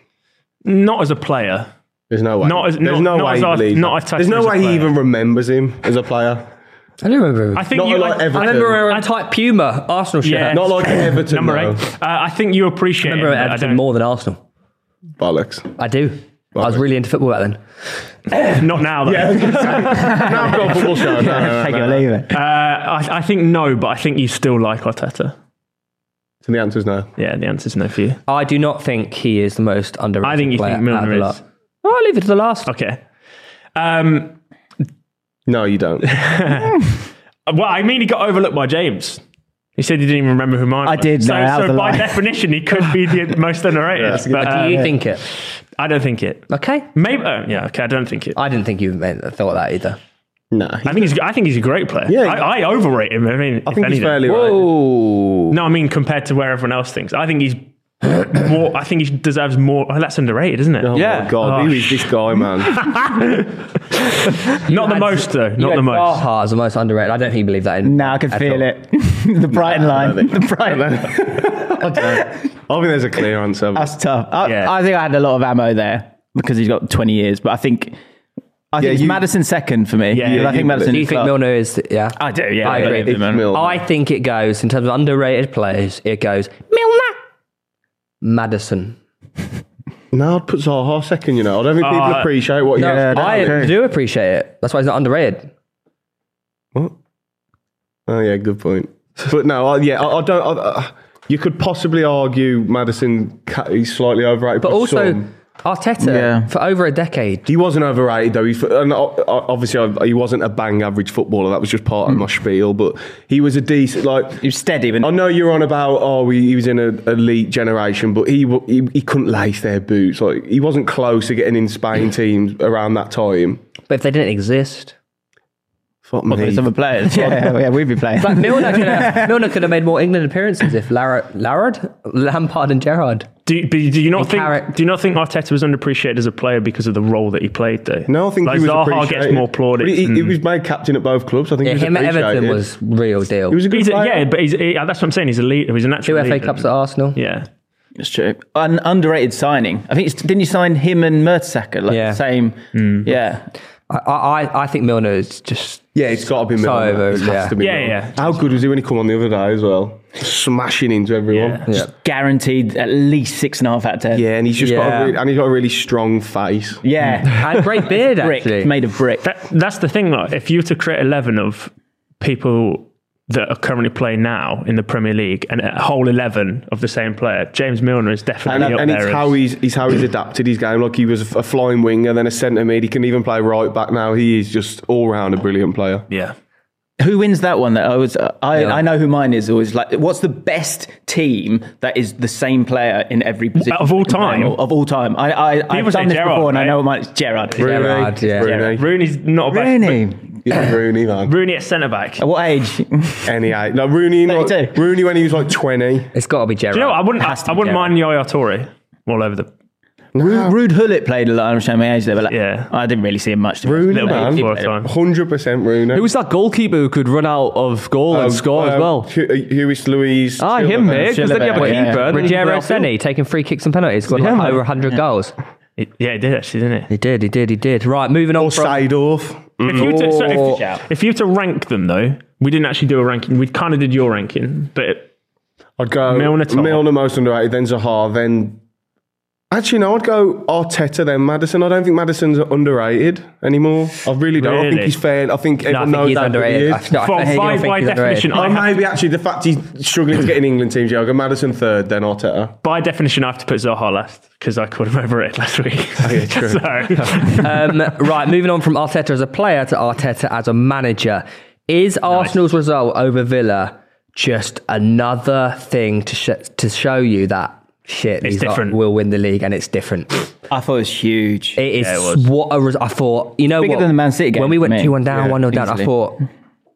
Speaker 2: Not as a player.
Speaker 4: There's no way.
Speaker 2: Not as-
Speaker 4: There's
Speaker 2: not-
Speaker 4: no
Speaker 2: not
Speaker 4: way.
Speaker 2: as
Speaker 4: he
Speaker 2: I-
Speaker 4: believes
Speaker 2: not
Speaker 4: it.
Speaker 2: as
Speaker 4: There's no
Speaker 2: as a
Speaker 4: way he
Speaker 2: player.
Speaker 4: even remembers him as a player.
Speaker 5: I do remember him.
Speaker 2: I
Speaker 5: I,
Speaker 2: think
Speaker 4: Not
Speaker 2: you.
Speaker 4: like
Speaker 2: I,
Speaker 4: Everton.
Speaker 5: remember wearing a tight Puma Arsenal shirt.
Speaker 2: yeah. [LAUGHS]
Speaker 4: Not like Everton,
Speaker 2: Number
Speaker 4: no.
Speaker 2: eight. Uh, I think you appreciate.
Speaker 5: I remember
Speaker 2: it, but I
Speaker 5: Everton
Speaker 2: don't-
Speaker 5: more than Arsenal.
Speaker 2: [LAUGHS]
Speaker 4: Bollocks.
Speaker 5: I do. I was
Speaker 4: Right.
Speaker 5: really into football back then.
Speaker 2: Not now. Though.
Speaker 4: now I've got a football show. No, no, no,
Speaker 3: Take
Speaker 4: no.
Speaker 3: it or leave it.
Speaker 2: Uh, [LAUGHS] I, I think no, but I think you still like Arteta.
Speaker 4: So the answer's no.
Speaker 2: Yeah, the answer's no for you.
Speaker 5: I do not think he is the most underrated.
Speaker 2: I think you
Speaker 5: player
Speaker 2: think
Speaker 5: out of
Speaker 2: Milner
Speaker 5: the
Speaker 2: is.
Speaker 5: lot. Oh, I'll leave it to the last.
Speaker 2: Okay. Um,
Speaker 4: No,
Speaker 2: [LAUGHS]
Speaker 4: you don't.
Speaker 2: well, I mean, he got overlooked by James. He said he didn't even remember who mine
Speaker 3: I
Speaker 2: was.
Speaker 3: did,
Speaker 2: So,
Speaker 3: no, that was
Speaker 2: so
Speaker 3: a
Speaker 2: by
Speaker 3: lie.
Speaker 2: definition, he could be the most underrated.
Speaker 4: that's a good
Speaker 2: but,
Speaker 5: Do you
Speaker 2: uh,
Speaker 5: think it?
Speaker 2: I don't think it.
Speaker 5: Okay.
Speaker 2: Maybe. Oh, yeah. Okay. I don't think it.
Speaker 5: I didn't think you meant thought that either.
Speaker 4: No.
Speaker 2: I think he's. I think he's a great player.
Speaker 4: Yeah.
Speaker 2: I, I overrate him. I mean,
Speaker 4: I think he's fairly right.
Speaker 5: Oh,
Speaker 2: No, I mean compared to where everyone else thinks. I think he's more. I think he deserves more. Oh, that's underrated, isn't it?
Speaker 4: Oh
Speaker 6: Yeah.
Speaker 4: my God,
Speaker 2: Oh,
Speaker 4: who is this
Speaker 2: [LAUGHS]
Speaker 4: guy, man?
Speaker 2: Not the most though. Not the most.
Speaker 5: Zaha is the most underrated. I don't think you believe that. In
Speaker 3: Now I can
Speaker 5: at
Speaker 3: feel
Speaker 5: all. [LAUGHS]
Speaker 3: it. [LAUGHS] the Brighton line.
Speaker 4: don't think-
Speaker 3: The
Speaker 4: [LAUGHS]
Speaker 3: Brighton line.
Speaker 4: I think there's a clear
Speaker 2: [LAUGHS]
Speaker 4: answer.
Speaker 3: That's tough. I,
Speaker 2: Yeah.
Speaker 3: I think I had a lot of ammo there because he's got 20 years, but I think I think
Speaker 4: Yeah,
Speaker 3: it's
Speaker 4: you-
Speaker 3: Madison second for me.
Speaker 2: Yeah,
Speaker 3: but
Speaker 2: yeah,
Speaker 3: I think
Speaker 4: you-
Speaker 3: Madison.
Speaker 5: Do you think
Speaker 3: Clark-
Speaker 5: Milner is? Yeah,
Speaker 3: I do. Yeah,
Speaker 5: I agree.
Speaker 3: believe him.
Speaker 4: Milner.
Speaker 5: I think it goes in terms of underrated players. It goes Milner, Madison.
Speaker 4: No, I'd put Zaha second, you know. I don't think people
Speaker 2: Uh,
Speaker 4: appreciate what you
Speaker 5: No,
Speaker 4: yeah,
Speaker 5: I
Speaker 4: okay.
Speaker 5: do appreciate it. That's why he's not underrated.
Speaker 4: What? Oh, yeah, good point. But no, I, yeah, I, I don't. I, I, you could possibly argue Madison ca- he's slightly overrated.
Speaker 5: But also
Speaker 4: some.
Speaker 5: Arteta
Speaker 3: Yeah.
Speaker 5: for over a decade.
Speaker 4: He wasn't overrated though. He, and o- o- obviously, I- he wasn't a bang average footballer. That was just part of my spiel. But he was a decent, like.
Speaker 3: He was steady, but
Speaker 4: I know you're on about oh he, he was in an elite generation, but he, wa- he he couldn't lace their boots. Like he wasn't close to getting in Spain teams around that time.
Speaker 5: But if they didn't exist,
Speaker 4: Fuck
Speaker 3: but
Speaker 4: me.
Speaker 3: it's other players. yeah, yeah, we'd be playing.
Speaker 5: like Milner could
Speaker 4: [LAUGHS]
Speaker 5: have, Milner could have made more England appearances if Larrard, Larrard Lampard, and Gerrard.
Speaker 2: Do, but do you not
Speaker 5: And
Speaker 2: think?
Speaker 5: Carrick.
Speaker 2: Do you not think Arteta was underappreciated as a player because of the role that he played? Though.
Speaker 4: No, I think
Speaker 2: like
Speaker 4: he was
Speaker 2: Zaha
Speaker 4: appreciated.
Speaker 2: gets more
Speaker 4: But
Speaker 2: applauded.
Speaker 4: He, he,
Speaker 2: than-
Speaker 4: he was made captain at both clubs. I think
Speaker 5: Yeah,
Speaker 4: he was
Speaker 5: him at
Speaker 4: appreciated.
Speaker 5: Everton was real deal.
Speaker 4: He was a good
Speaker 2: He's a,
Speaker 4: player.
Speaker 2: yeah, but he's, he, that's what I'm saying. He's a lead. He was a
Speaker 5: Two
Speaker 2: natural.
Speaker 5: FA
Speaker 2: leader.
Speaker 5: Cups at Arsenal.
Speaker 2: Yeah.
Speaker 3: It's true. An underrated signing. I think it's, didn't you sign him and Mertesacker? Like
Speaker 5: Yeah.
Speaker 3: the same. Yeah.
Speaker 5: I, I, I think Milner is just
Speaker 4: yeah, it's got to be
Speaker 5: So
Speaker 4: Milner.
Speaker 5: over-
Speaker 4: It has
Speaker 5: yeah.
Speaker 4: to be
Speaker 2: Yeah,
Speaker 4: Milner.
Speaker 2: yeah.
Speaker 4: How good was he when he come on the other day as well? Smashing into everyone.
Speaker 2: Yeah.
Speaker 5: yeah.
Speaker 3: Guaranteed at least six and a half out of ten.
Speaker 4: Yeah, and he's just got
Speaker 5: Yeah.
Speaker 4: a really, and he's got a really strong face.
Speaker 5: [LAUGHS]
Speaker 3: Yeah.
Speaker 5: and great
Speaker 4: [LAUGHS]
Speaker 5: beard
Speaker 3: brick.
Speaker 5: actually.
Speaker 3: Made of brick.
Speaker 2: That, that's the thing, though. If you were to create 11 of people that are currently playing now in the Premier League and a whole 11 of the same player, James Milner is
Speaker 4: And,
Speaker 2: definitely up
Speaker 4: and
Speaker 2: there.
Speaker 4: it's
Speaker 2: as-
Speaker 4: how he's, he's how he's adapted his game. Like he was a flying winger, then a centre mid. He can even play right back now. He is just all round a brilliant player.
Speaker 2: yeah.
Speaker 3: Who wins that one? That I was, I,
Speaker 5: Yeah.
Speaker 3: I know who mine is. Always like, what's the best team that is the same player in every position
Speaker 2: Of all time?
Speaker 3: Of all time, I, I, I've
Speaker 2: People say
Speaker 3: done this
Speaker 2: Gerrard,
Speaker 3: before, and I
Speaker 2: right?
Speaker 3: know mine. It's Gerard.
Speaker 5: Gerrard, yeah.
Speaker 4: Rooney.
Speaker 2: Rooney's not a bad.
Speaker 3: Rooney.
Speaker 4: Yeah, Rooney,
Speaker 6: [COUGHS]
Speaker 4: man.
Speaker 2: Rooney at centre back.
Speaker 3: At what age?
Speaker 4: Any age. No, Rooney, not,
Speaker 3: 32.
Speaker 4: Rooney when he was like 20.
Speaker 5: It's got to be Gerard.
Speaker 2: You know, what, I wouldn't. I,
Speaker 3: Has to
Speaker 2: I
Speaker 3: be
Speaker 2: wouldn't
Speaker 3: Gerrard.
Speaker 2: mind Yaya Toure all over the
Speaker 3: Rude, Rude Hullet played a lot. I'm showing my age there, but like,
Speaker 2: Yeah.
Speaker 3: I didn't really see him much. to be
Speaker 4: Rooney,
Speaker 2: little
Speaker 3: honest. Like,
Speaker 4: man.
Speaker 2: bit
Speaker 3: he
Speaker 2: of
Speaker 3: played a lot.
Speaker 2: time.
Speaker 4: 100% Rooney. Um,
Speaker 6: Who was that goalkeeper who could run out of goal and score as well?
Speaker 4: uh, Hughis Louise.
Speaker 6: Ah, him, mate. Because then you have a
Speaker 3: Wait, yeah.
Speaker 6: keeper. and then you can play
Speaker 5: Rogero
Speaker 6: off field.
Speaker 5: Senni taking free kicks and penalties, got
Speaker 6: Yeah,
Speaker 5: like
Speaker 6: man.
Speaker 5: over 100 goals.
Speaker 2: Yeah, he did actually, didn't it?
Speaker 5: He did, he did, he did. Right, moving on.
Speaker 4: Or
Speaker 5: From,
Speaker 4: Seedorf.
Speaker 2: If you, were to, so
Speaker 5: Oh.
Speaker 2: if, if you were to rank them though, we didn't actually do a ranking. We kind of did your ranking, but
Speaker 4: I'd go
Speaker 2: Milner
Speaker 4: Milner,
Speaker 2: top.
Speaker 4: most underrated, then Zaha, then. Actually, no, I'd go Arteta, then Madison. I don't think Madison's underrated anymore. I really don't. I think
Speaker 2: Really?
Speaker 4: he's fair. I think everyone
Speaker 2: think
Speaker 4: knows
Speaker 5: he's
Speaker 4: that
Speaker 5: underrated. [LAUGHS]
Speaker 4: he
Speaker 5: I
Speaker 4: is.
Speaker 5: feel- I feel-
Speaker 2: for-
Speaker 5: I
Speaker 2: by,
Speaker 5: think
Speaker 2: by
Speaker 5: he's underrated.
Speaker 2: definition, I
Speaker 4: Or
Speaker 2: have,
Speaker 4: maybe actually the fact he's struggling to get in England teams. Yeah, I'll go Madison third, then Arteta.
Speaker 2: by definition, I have to put Zaha last because I called him over it last week. [LAUGHS]
Speaker 4: yeah, true. [LAUGHS]
Speaker 5: [LAUGHS]
Speaker 2: so,
Speaker 5: um, right, moving on from Arteta as a player to Arteta as a manager. Is Arsenal's result over Villa just another thing to sh- to show you that shit?
Speaker 2: It's
Speaker 5: these lot
Speaker 2: different.
Speaker 5: Will win the league, and it's
Speaker 2: [SNIFFS]
Speaker 5: different.
Speaker 3: I thought it was huge.
Speaker 5: It is
Speaker 2: Yeah, it was.
Speaker 5: what a res- I thought. You know
Speaker 3: Bigger
Speaker 5: what?
Speaker 3: than the Man City game
Speaker 5: When we
Speaker 3: for
Speaker 5: went
Speaker 3: me.
Speaker 5: two one down,
Speaker 3: Yeah,
Speaker 5: one 0 down, I
Speaker 3: easily.
Speaker 5: thought,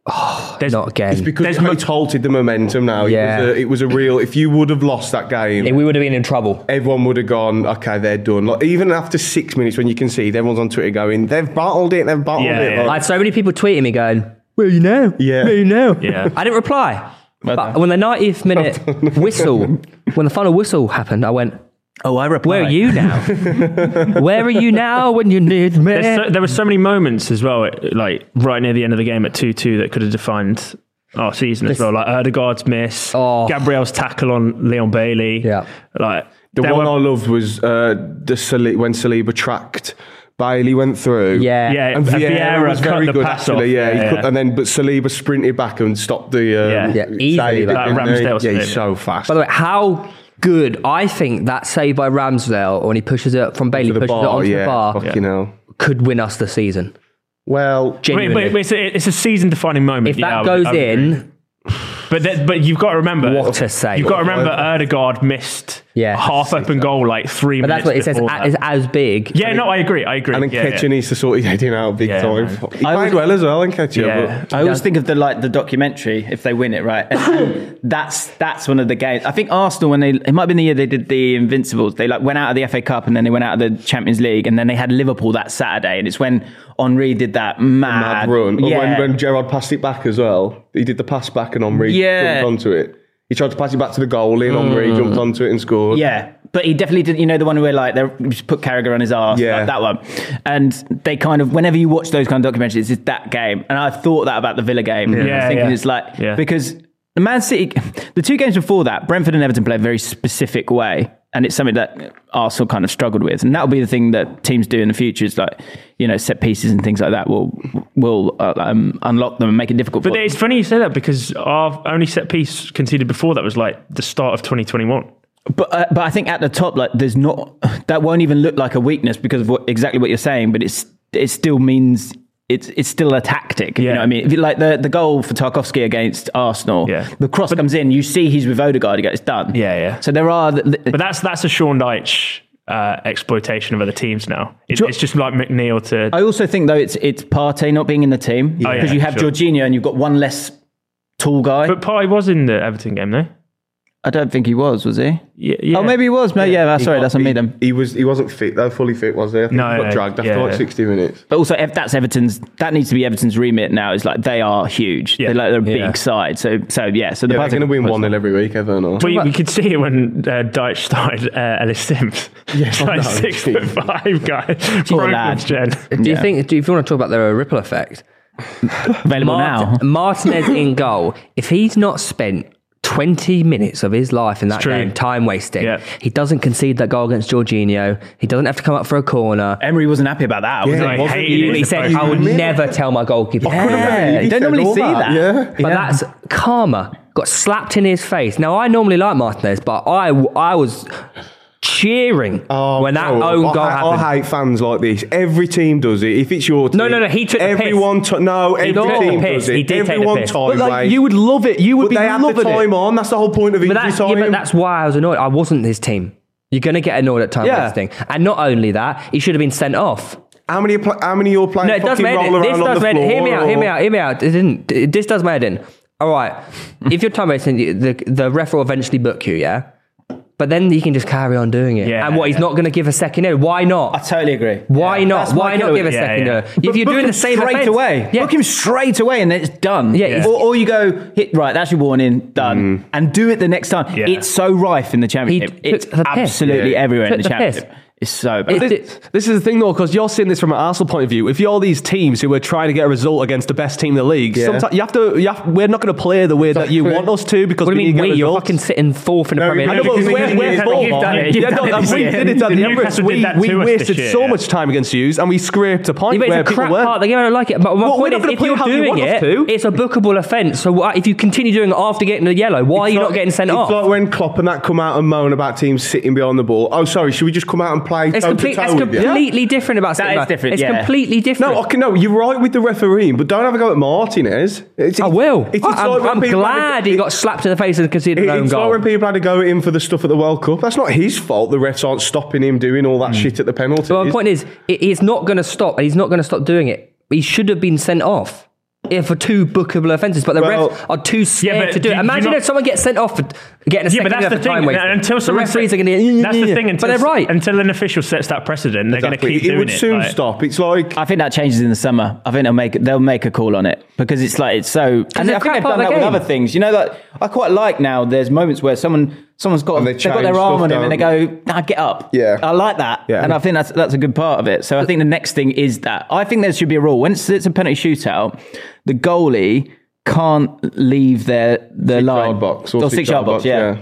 Speaker 5: oh,
Speaker 2: There's-
Speaker 5: not
Speaker 4: It's
Speaker 5: again.
Speaker 4: because
Speaker 2: There's
Speaker 4: There's
Speaker 2: mo-
Speaker 4: Coates halted the momentum now.
Speaker 5: Yeah.
Speaker 4: It, was a, it was a real. If you would have lost that game,
Speaker 5: Yeah, we would have been in trouble.
Speaker 4: everyone would have gone, okay, they're done. Like, even after six minutes, when you can see everyone's on Twitter going, they've battled it, they've battled
Speaker 2: Yeah,
Speaker 4: it.
Speaker 2: yeah.
Speaker 5: I
Speaker 4: Like,
Speaker 5: had so many people tweeting me going, "Well, you know,
Speaker 4: Yeah.
Speaker 5: well, you know."
Speaker 4: [LAUGHS]
Speaker 2: Yeah.
Speaker 5: I didn't reply. But
Speaker 3: done.
Speaker 5: when the 90th
Speaker 2: [LAUGHS]
Speaker 5: minute whistle, when the final whistle happened, I went,
Speaker 3: Oh, I replied.
Speaker 5: Where are you
Speaker 2: [LAUGHS]
Speaker 5: now? Where are you now when you need me?
Speaker 2: there's so, there were so many moments as well, like right near the end of the game at two-two, that could have defined our season as well. Like Erdegaard's miss,
Speaker 5: Oh.
Speaker 2: Gabriel's tackle on Leon Bailey.
Speaker 5: Yeah.
Speaker 2: like
Speaker 4: the
Speaker 2: there
Speaker 4: one
Speaker 2: were-
Speaker 4: I loved was uh, the Sali- when Saliba tracked, Bailey went through.
Speaker 5: yeah.
Speaker 2: yeah,
Speaker 4: And Vieira, was
Speaker 2: cut
Speaker 4: very
Speaker 2: the
Speaker 4: good
Speaker 2: pass
Speaker 4: actually,
Speaker 2: off.
Speaker 4: yeah. he
Speaker 2: yeah.
Speaker 4: cut- and then but Saliba sprinted back and stopped the. Um,
Speaker 2: Yeah. Yeah,
Speaker 5: easily,
Speaker 4: save,
Speaker 5: like-
Speaker 4: didn't he?
Speaker 2: Ramsdale's
Speaker 4: Yeah, he's
Speaker 2: save.
Speaker 4: so fast.
Speaker 5: By the way, how good I think that save by Ramsdale when he pushes it up from Bailey,
Speaker 4: To the
Speaker 5: pushes it
Speaker 4: bar,
Speaker 5: onto
Speaker 4: yeah,
Speaker 5: the bar,
Speaker 4: fucking hell.
Speaker 5: could win us the season.
Speaker 4: Well,
Speaker 2: Wait,
Speaker 5: Genuinely.
Speaker 2: wait, wait, it's a, it's a season-defining moment.
Speaker 5: if that
Speaker 2: yeah, I would-
Speaker 5: goes
Speaker 2: I would agree.
Speaker 5: in,
Speaker 2: But that, but you've got to remember
Speaker 5: What a save.
Speaker 2: You've got to remember Erdegaard missed
Speaker 5: Yeah.
Speaker 2: a half open goal like three
Speaker 5: but
Speaker 2: minutes.
Speaker 5: that's what it says uh,
Speaker 2: before that.
Speaker 5: is as big.
Speaker 2: yeah, no, I agree. I agree.
Speaker 4: and then
Speaker 2: yeah,
Speaker 4: Ketcher needs to [LAUGHS] sort his head in out big
Speaker 2: Yeah,
Speaker 4: time.
Speaker 2: man.
Speaker 4: He played well as well, and Ketcher.
Speaker 2: yeah.
Speaker 4: but-
Speaker 2: yeah.
Speaker 3: I always think of the like the documentary if they win it right. And that's that's one of the games. I think Arsenal when they it might have been the year they did the Invincibles. They like went out of the FA Cup and then they went out of the Champions League and then they had Liverpool that Saturday and it's when Henri did that
Speaker 4: mad
Speaker 3: mad, Oh,
Speaker 4: run. Or
Speaker 3: Yeah.
Speaker 4: When, when Gerard passed it back as well, he did the pass back and Omri
Speaker 3: Yeah.
Speaker 4: jumped onto it. He tried to pass it back to the goalie and Omri
Speaker 5: Mm.
Speaker 4: jumped onto it and scored.
Speaker 3: Yeah, but he definitely did. You know the one where like they just put Carragher on his arse,
Speaker 4: Yeah.
Speaker 3: like that one. And they kind of whenever you watch those kind of documentaries, it's that game. And I've thought that about the Villa game. I was
Speaker 2: Yeah,
Speaker 3: thinking
Speaker 2: yeah.
Speaker 3: it's like
Speaker 2: Yeah.
Speaker 3: because the Man City, [LAUGHS] the two games before that, Brentford and Everton played a very specific way, and it's something that Arsenal kind of struggled with. And that'll be the thing that teams do in the future is like you know set pieces and things like that will will uh, um, unlock them and make it difficult.
Speaker 2: But
Speaker 3: for
Speaker 2: it's funny you say that because our only set piece conceded before that was like the start of 2021.
Speaker 3: But uh, but I think at the top, like there's not that won't even look like a weakness because of what, exactly what you're saying. But it's it still means it's it's still a tactic. You
Speaker 2: Yeah.
Speaker 3: know what I mean? If you- like the the goal for Tarkovsky against Arsenal,
Speaker 2: Yeah.
Speaker 3: the cross comes in. You see he's with Odegaard. He goes, it's done.
Speaker 2: Yeah, yeah.
Speaker 3: So there are. The, the-
Speaker 2: But that's that's a Sean Dyche uh, exploitation of other teams now. It,
Speaker 3: Jo-
Speaker 2: it's just like McNeil to
Speaker 3: I also think though it's it's Partey not being in the team because
Speaker 2: yeah,
Speaker 3: you have
Speaker 2: sure.
Speaker 3: Jorginho and you've got one less tall guy.
Speaker 2: But Party was in the Everton game though.
Speaker 3: I don't think he was, was he?
Speaker 2: Yeah, yeah.
Speaker 3: Oh, maybe he was. Maybe, yeah, sorry, that's on me then.
Speaker 4: He was he wasn't fit though, fully fit was he? I think
Speaker 2: No,
Speaker 4: he got
Speaker 2: no,
Speaker 4: dragged after
Speaker 2: yeah.
Speaker 4: like sixty minutes.
Speaker 3: But also, if that's Everton's, that needs to be Everton's remit now. Is like they are huge.
Speaker 2: Yeah.
Speaker 3: They're like they're a
Speaker 5: Yeah.
Speaker 3: big side. So so yeah. So the
Speaker 4: Yeah, they're
Speaker 3: Partey-
Speaker 4: going to win one 0 every week, Everton. Or
Speaker 2: We, we could see it when uh, Dyche started uh, Ellis Sims. Yes, like
Speaker 4: no.
Speaker 2: six foot five guy. [LAUGHS] Broke
Speaker 3: lad.
Speaker 2: his chin.
Speaker 5: Do you think? Do you, if you want to talk about the ripple effect?
Speaker 3: available now.
Speaker 5: Mart- [LAUGHS] Martinez in goal. If he's not spent 20 minutes of his life in that
Speaker 2: true.
Speaker 5: game time wasting,
Speaker 2: Yeah.
Speaker 5: he doesn't concede that goal against Jorginho. He doesn't have to come up for a corner.
Speaker 3: Emery wasn't happy about that. was
Speaker 4: Yeah.
Speaker 3: he?
Speaker 2: I
Speaker 4: wasn't
Speaker 2: hated
Speaker 4: he-
Speaker 2: it.
Speaker 5: He said,
Speaker 2: Supposed-
Speaker 5: I would never tell my goalkeeper.
Speaker 3: Yeah, you don't
Speaker 4: said
Speaker 3: normally
Speaker 4: all
Speaker 3: see that.
Speaker 4: Yeah.
Speaker 5: But that's karma. Got slapped in his face. Now, I normally like Martinez, but I, I was cheering when that
Speaker 6: bro,
Speaker 5: own
Speaker 6: I,
Speaker 5: goal
Speaker 6: Oh, I,
Speaker 5: happened.
Speaker 6: I hate fans like this. Every team does it. If it's your team,
Speaker 5: no, no, he took the piss.
Speaker 6: everyone. To, no,
Speaker 5: He
Speaker 6: every
Speaker 5: took the
Speaker 6: team
Speaker 5: piss.
Speaker 6: does it.
Speaker 5: He did take the
Speaker 6: everyone
Speaker 5: piss.
Speaker 6: time
Speaker 4: But like,
Speaker 6: waits.
Speaker 4: you would love it. You would
Speaker 6: but
Speaker 4: be
Speaker 6: they have the
Speaker 4: loving
Speaker 6: time
Speaker 4: it.
Speaker 6: on. That's the whole point of injury
Speaker 5: But that,
Speaker 6: time.
Speaker 5: yeah, but that's why I was annoyed. I wasn't his team. You're going to get annoyed at time
Speaker 4: Yeah.
Speaker 5: wasting. And not only that, he should have been sent off.
Speaker 6: how many? pla- How many you're playing?
Speaker 5: No, it does
Speaker 6: fucking
Speaker 5: matter.
Speaker 6: roll
Speaker 5: This
Speaker 6: around on
Speaker 5: does
Speaker 6: the
Speaker 5: matter.
Speaker 6: floor
Speaker 5: Hear me out. Hear
Speaker 6: or-
Speaker 5: me out. Hear me out. It didn't. it- This does matter. All right. if you're time wasting, you- the the ref will eventually book you. Yeah. But then you can just carry on doing it.
Speaker 2: Yeah,
Speaker 5: and what he's
Speaker 2: yeah.
Speaker 5: not going to give a second yellow. Why
Speaker 3: I
Speaker 5: not?
Speaker 3: totally agree.
Speaker 5: Why not?
Speaker 3: my
Speaker 5: Why not
Speaker 3: killer-
Speaker 5: give a
Speaker 2: yeah,
Speaker 5: second
Speaker 2: yeah.
Speaker 5: yellow? If you're
Speaker 3: Book
Speaker 5: doing
Speaker 3: him
Speaker 5: the same
Speaker 3: straight
Speaker 5: offence-
Speaker 3: away,
Speaker 5: yeah.
Speaker 3: book him straight away, and then it's done.
Speaker 5: Yeah, Yeah.
Speaker 3: Or, or you go hit right. That's your warning. Done, and do it the next time.
Speaker 2: Yeah.
Speaker 3: It's so rife in the championship.
Speaker 5: took
Speaker 3: It's
Speaker 5: the piss.
Speaker 3: absolutely everywhere in
Speaker 5: Took
Speaker 3: the
Speaker 5: the piss.
Speaker 3: championship. It's so bad.
Speaker 5: It-
Speaker 4: This, this is the thing, though, because you're seeing this from an Arsenal point of view. If you're these teams who are trying to get a result against the best team in the league, sometimes you have to. You have, we're not going to play the way that you want us to because
Speaker 5: What do
Speaker 4: we
Speaker 5: you mean?
Speaker 4: need to
Speaker 5: We?
Speaker 4: get
Speaker 5: You're
Speaker 4: results.
Speaker 5: fucking sitting fourth in the
Speaker 6: No,
Speaker 5: Premier
Speaker 6: I
Speaker 4: I know,
Speaker 6: know,
Speaker 4: but
Speaker 6: because
Speaker 4: we're,
Speaker 6: we-
Speaker 4: we're
Speaker 6: you've
Speaker 4: full.
Speaker 2: done it. You've
Speaker 4: Yeah,
Speaker 2: done
Speaker 4: no,
Speaker 2: it this
Speaker 4: we
Speaker 2: year.
Speaker 4: did it at the
Speaker 2: The
Speaker 4: Emirates.
Speaker 2: Newcastle did
Speaker 4: We,
Speaker 2: that
Speaker 4: we
Speaker 2: to us this
Speaker 4: wasted
Speaker 2: year.
Speaker 4: so much time against Hughes and we scraped a point
Speaker 5: Yeah, but
Speaker 4: where
Speaker 5: it's a
Speaker 4: people
Speaker 5: crap
Speaker 4: weren't.
Speaker 5: part of the game. I don't like it. But my
Speaker 4: Well, we're
Speaker 5: point
Speaker 4: not
Speaker 5: is,
Speaker 4: gonna
Speaker 5: if
Speaker 4: play
Speaker 5: you're
Speaker 4: how you
Speaker 5: doing
Speaker 4: want us
Speaker 5: it,
Speaker 4: to.
Speaker 5: it's a bookable offence. So why- if you continue doing it after getting the yellow, why are you
Speaker 6: It's
Speaker 5: not getting sent
Speaker 6: it's
Speaker 5: off?
Speaker 6: like when Klopp and that come out and moan about teams sitting behind the ball. Oh, sorry. Should we just come out and play
Speaker 5: it's
Speaker 6: toe
Speaker 5: complete,
Speaker 6: to toe
Speaker 5: that's
Speaker 6: with you?
Speaker 5: completely different about
Speaker 3: That
Speaker 5: City,
Speaker 3: is
Speaker 5: man.
Speaker 3: different,
Speaker 5: It's
Speaker 3: yeah.
Speaker 5: completely different.
Speaker 6: No, okay, no, you're right with the refereeing, but don't have a go at Martinez. It's,
Speaker 5: I
Speaker 6: it's-
Speaker 5: will.
Speaker 6: it's- it's
Speaker 5: I,
Speaker 6: like
Speaker 5: am
Speaker 6: when people had a-
Speaker 5: glad he got slapped in the face and conceded
Speaker 6: It-
Speaker 5: an own
Speaker 6: it's like
Speaker 5: goal.
Speaker 6: when people had to go at him for the stuff at the World Cup. That's not his fault. The refs aren't stopping him doing all that
Speaker 5: Hmm.
Speaker 6: shit at the penalty.
Speaker 5: But my point is, it, it's not going to stop, and he's not going to stop doing it. He should have been sent off yeah, for two bookable offences, but the
Speaker 6: Well-
Speaker 5: refs are too scared
Speaker 2: but
Speaker 5: to do
Speaker 2: do
Speaker 5: it.
Speaker 2: you-
Speaker 5: Imagine
Speaker 2: you're not-
Speaker 5: if someone gets sent off for getting a
Speaker 2: Yeah,
Speaker 5: second
Speaker 2: but that's
Speaker 5: yellow
Speaker 2: the
Speaker 5: for time
Speaker 2: thing.
Speaker 5: wasting.
Speaker 2: Until
Speaker 5: the
Speaker 2: someone
Speaker 5: referees
Speaker 2: sets-
Speaker 5: are going to. [LAUGHS]
Speaker 2: [LAUGHS] that's the thing. Until,
Speaker 5: but they're right.
Speaker 2: Until an official sets that precedent, they're
Speaker 6: Exactly.
Speaker 2: going to keep
Speaker 6: it
Speaker 2: doing
Speaker 6: would
Speaker 2: it.
Speaker 6: soon
Speaker 2: like-
Speaker 6: stop. It's like
Speaker 3: I think that changes in the summer. I think they'll make they'll make a call on it because it's like it's so. And
Speaker 5: a
Speaker 3: I think
Speaker 5: crap
Speaker 3: they've
Speaker 5: part of
Speaker 3: done
Speaker 5: the
Speaker 3: that with
Speaker 5: game.
Speaker 3: other things. You know, like I quite like now. There's moments where someone someone's got
Speaker 6: And they
Speaker 3: they have got
Speaker 6: change
Speaker 3: their arm
Speaker 6: stuff,
Speaker 3: on him and they go, "Nah, get up."
Speaker 6: Yeah.
Speaker 3: I like that.
Speaker 6: Yeah.
Speaker 3: and I think that's that's a good part of it. So I think the next thing is that I think there should be a rule when it's, it's a penalty shootout, the goalie can't leave their their line
Speaker 6: yard box or,
Speaker 3: six yard box.
Speaker 6: yeah.
Speaker 3: yeah.